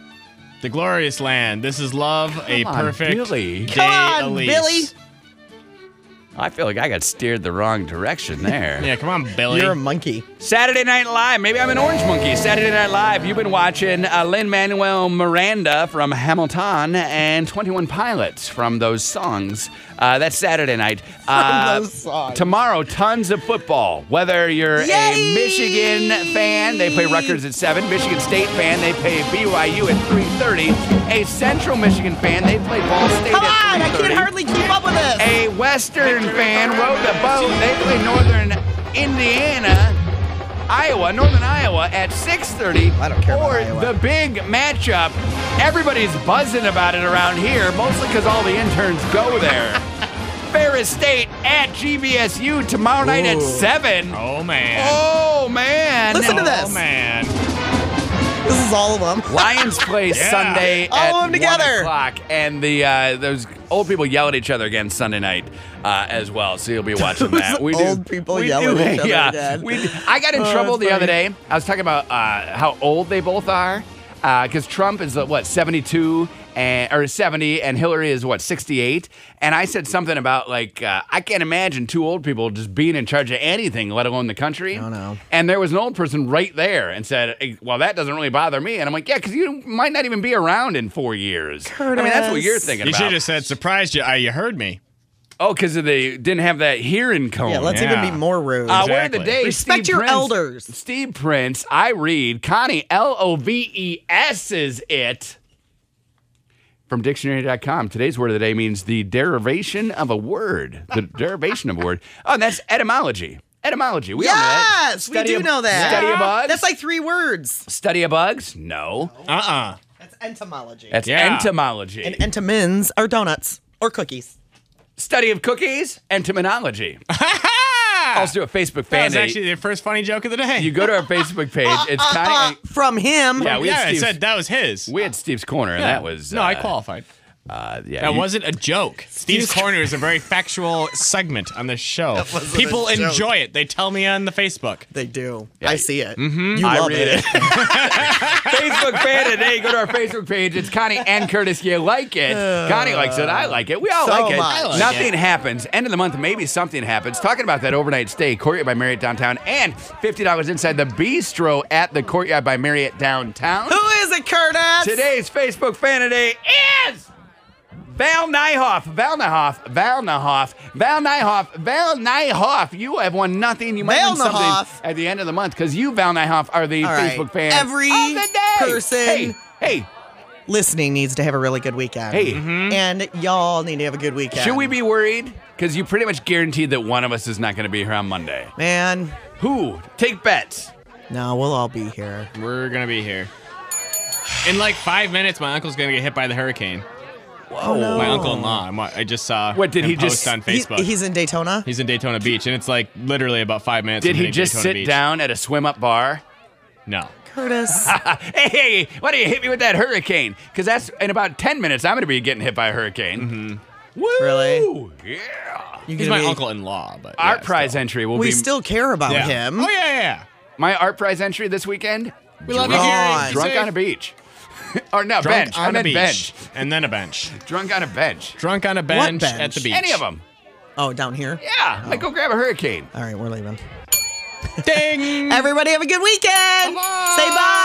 S4: The Glorious Land, This Is Love, A
S2: Come on,
S4: Perfect
S2: Billy.
S4: Day
S3: Come on,
S4: Elise.
S3: Billy.
S2: I feel like I got steered the wrong direction there.
S4: [LAUGHS] Yeah, come on, Billy. [LAUGHS]
S3: You're a monkey.
S2: Saturday Night Live. Maybe I'm an orange monkey. Saturday Night Live. You've been watching uh, Lin Manuel Miranda from Hamilton and 21 Pilots from those songs. Uh, that's Saturday
S11: [LAUGHS]
S2: night. Uh,
S11: those songs.
S2: Tomorrow, tons of football. Whether you're a Michigan fan, they play Rutgers at seven. Michigan State fan, they play BYU at 3:30. A Central Michigan fan, they play Ball State
S11: Come
S2: at
S11: on, I
S2: 3:30.
S11: can hardly keep up with this.
S2: A Western fan rode the boat. They play Northern Indiana, Iowa, Northern Iowa at 6:30. I don't care. Or the big matchup. Everybody's buzzing about it around here, mostly because all the interns go
S4: [LAUGHS]
S2: there. Ferris State at GBSU tomorrow night at
S4: Ooh.
S2: seven.
S4: Oh man.
S2: Oh man!
S4: Listen to
S2: oh,
S4: this.
S2: man!
S3: This is all of them.
S2: Lions play
S3: Yeah.
S2: Sunday
S3: All
S2: at
S3: of 'em together.
S2: one o'clock, and the uh, those old people yell at each other again Sunday night uh, as well. So you'll
S3: [LAUGHS]
S2: be watching that. We
S3: old
S2: do.
S3: people
S2: we
S3: yell
S2: do,
S3: at each other
S2: [LAUGHS] yeah.
S3: again.
S2: We do. I got in
S3: Oh,
S2: trouble the
S3: that's
S2: other
S3: funny.
S2: day. I was talking about uh, how old they both are. Because Trump is uh, what seventy two and or seventy, and Hillary is what sixty eight. And I said something about like uh, I can't imagine two old people just being in charge of anything, let alone the country. No, no. And there was an old person right there and said, "Hey, "Well, that doesn't really bother me." And I'm like, "Yeah, because you might not even be around in four years." I mean, that's what you're thinking
S4: You
S2: about.
S4: should have said, "Surprised you? Uh, you heard me."
S2: Oh, because they didn't have that hearing cone.
S4: Yeah, let's even Yeah. be
S3: more rude.
S2: Uh, Where the day?
S3: Respect
S2: Steve
S3: your
S2: Prince-
S3: elders.
S2: Steve Prince. I read Connie L O V E S is it from dictionary.com. Today's word of the day means the derivation of a word. The [LAUGHS] derivation of a word. Oh, and that's etymology. Etymology. We all know that.
S3: yes, we
S2: Study
S3: do
S2: of-
S3: know that.
S2: Study of bugs.
S3: That's like three words.
S2: Study of bugs? No. Uh uh
S4: Uh-uh. [LAUGHS]
S3: That's entomology.
S2: That's entomology.
S3: And entomins are donuts or cookies.
S2: Study of cookies?
S4: [LAUGHS]
S2: Entomology. also do a Facebook
S4: That
S2: fan
S4: was
S2: day.
S4: actually the first funny joke of the day.
S2: You go to our Facebook page.
S3: [LAUGHS]
S2: It's
S4: Uh, uh,
S2: Connie.
S3: From him.
S2: Yeah, Uh, we had
S4: yeah I
S2: Steve's-
S4: said that was his.
S2: We had Steve's corner, and
S4: Yeah.
S2: that was
S4: No, I
S2: uh,
S4: qualified.
S2: Uh, yeah,
S4: That
S2: you- [LAUGHS]
S4: wasn't a joke. Steve's Corner is a very factual segment on this show.
S3: wasn't
S4: People
S3: a joke.
S4: enjoy it. They tell me on the Facebook.
S3: They do. I see it.
S4: Mhm.
S3: You
S4: I
S3: love
S4: read
S3: it.
S2: Facebook fan today. Go to our Facebook page. It's Connie and Curtis. You
S3: [SIGHS]
S2: like it? Connie likes it. I like it. We all
S3: so
S2: like it.
S3: much. I like
S2: Nothing
S3: it.
S2: happens. End of the month, maybe something happens. Talking about that overnight stay, Courtyard by Marriott Downtown, and fifty dollars inside the bistro at the Courtyard by Marriott Downtown.
S3: Who is it, Curtis?
S2: Today's Facebook fan today is Val Nyhoff. Val Nyhoff. Val Nyhoff. Val Nyhoff. Val Nyhoff. You have won nothing. You might
S3: Val
S2: win something
S3: Nyhoff.
S2: at the end of the month because you, Val Nyhoff, are the
S3: All right.
S2: Facebook fan.
S3: Every
S2: of the day.
S3: person
S2: Hey, hey,
S3: listening needs to have a really good weekend. Mm-hmm.
S2: Hey.
S4: Mm-hmm.
S3: And y'all need to have a good weekend.
S2: should we be worried? Because you pretty much guaranteed that one of us is not going to be here on Monday.
S3: Man.
S2: Who? Take bets.
S3: No, we'll all be here.
S4: We're gonna be here. In like five minutes, my uncle's gonna get hit by the hurricane.
S2: Whoa!
S3: no.
S4: My uncle-in-law. I'm- I just saw.
S2: What, did
S4: him
S2: he
S4: post
S2: just-
S4: on
S3: He-
S4: Facebook?
S3: he's in Daytona.
S4: He's in Daytona Beach, and it's like literally about five minutes.
S2: Did
S4: from
S2: he
S4: hitting
S2: just
S4: Daytona
S2: sit
S4: Beach.
S2: down at a swim up bar?
S4: No. [LAUGHS]
S3: Curtis.
S2: hey, hey, why do you hit me with that hurricane? Because that's in about 10 minutes, I'm going to be getting hit by a hurricane. Woo!
S3: Really?
S2: Yeah.
S3: You're
S4: He's
S3: gonna
S4: my
S3: be-
S4: uncle-in-law, but
S2: Art
S4: yeah,
S2: prize
S4: still.
S2: entry will
S3: We
S2: be.
S3: still care about
S4: Yeah.
S3: him.
S4: Oh yeah, yeah.
S2: my art prize entry this weekend?
S4: We love you,
S2: drunk,
S4: Gary. Be
S2: drunk
S4: safe.
S2: on a beach. [LAUGHS] or no,
S4: Drunk
S2: bench.
S4: on
S2: I
S4: a
S2: meant
S4: beach,
S2: bench.
S4: and then a bench.
S2: Drunk on a bench.
S4: Drunk on a bench, at
S3: bench?
S4: the beach.
S2: Any of them.
S3: Oh, down here?
S2: Yeah. Like, go grab a hurricane.
S3: All right, we're leaving.
S4: Ding.
S3: Everybody have a good weekend. Say bye. Ah!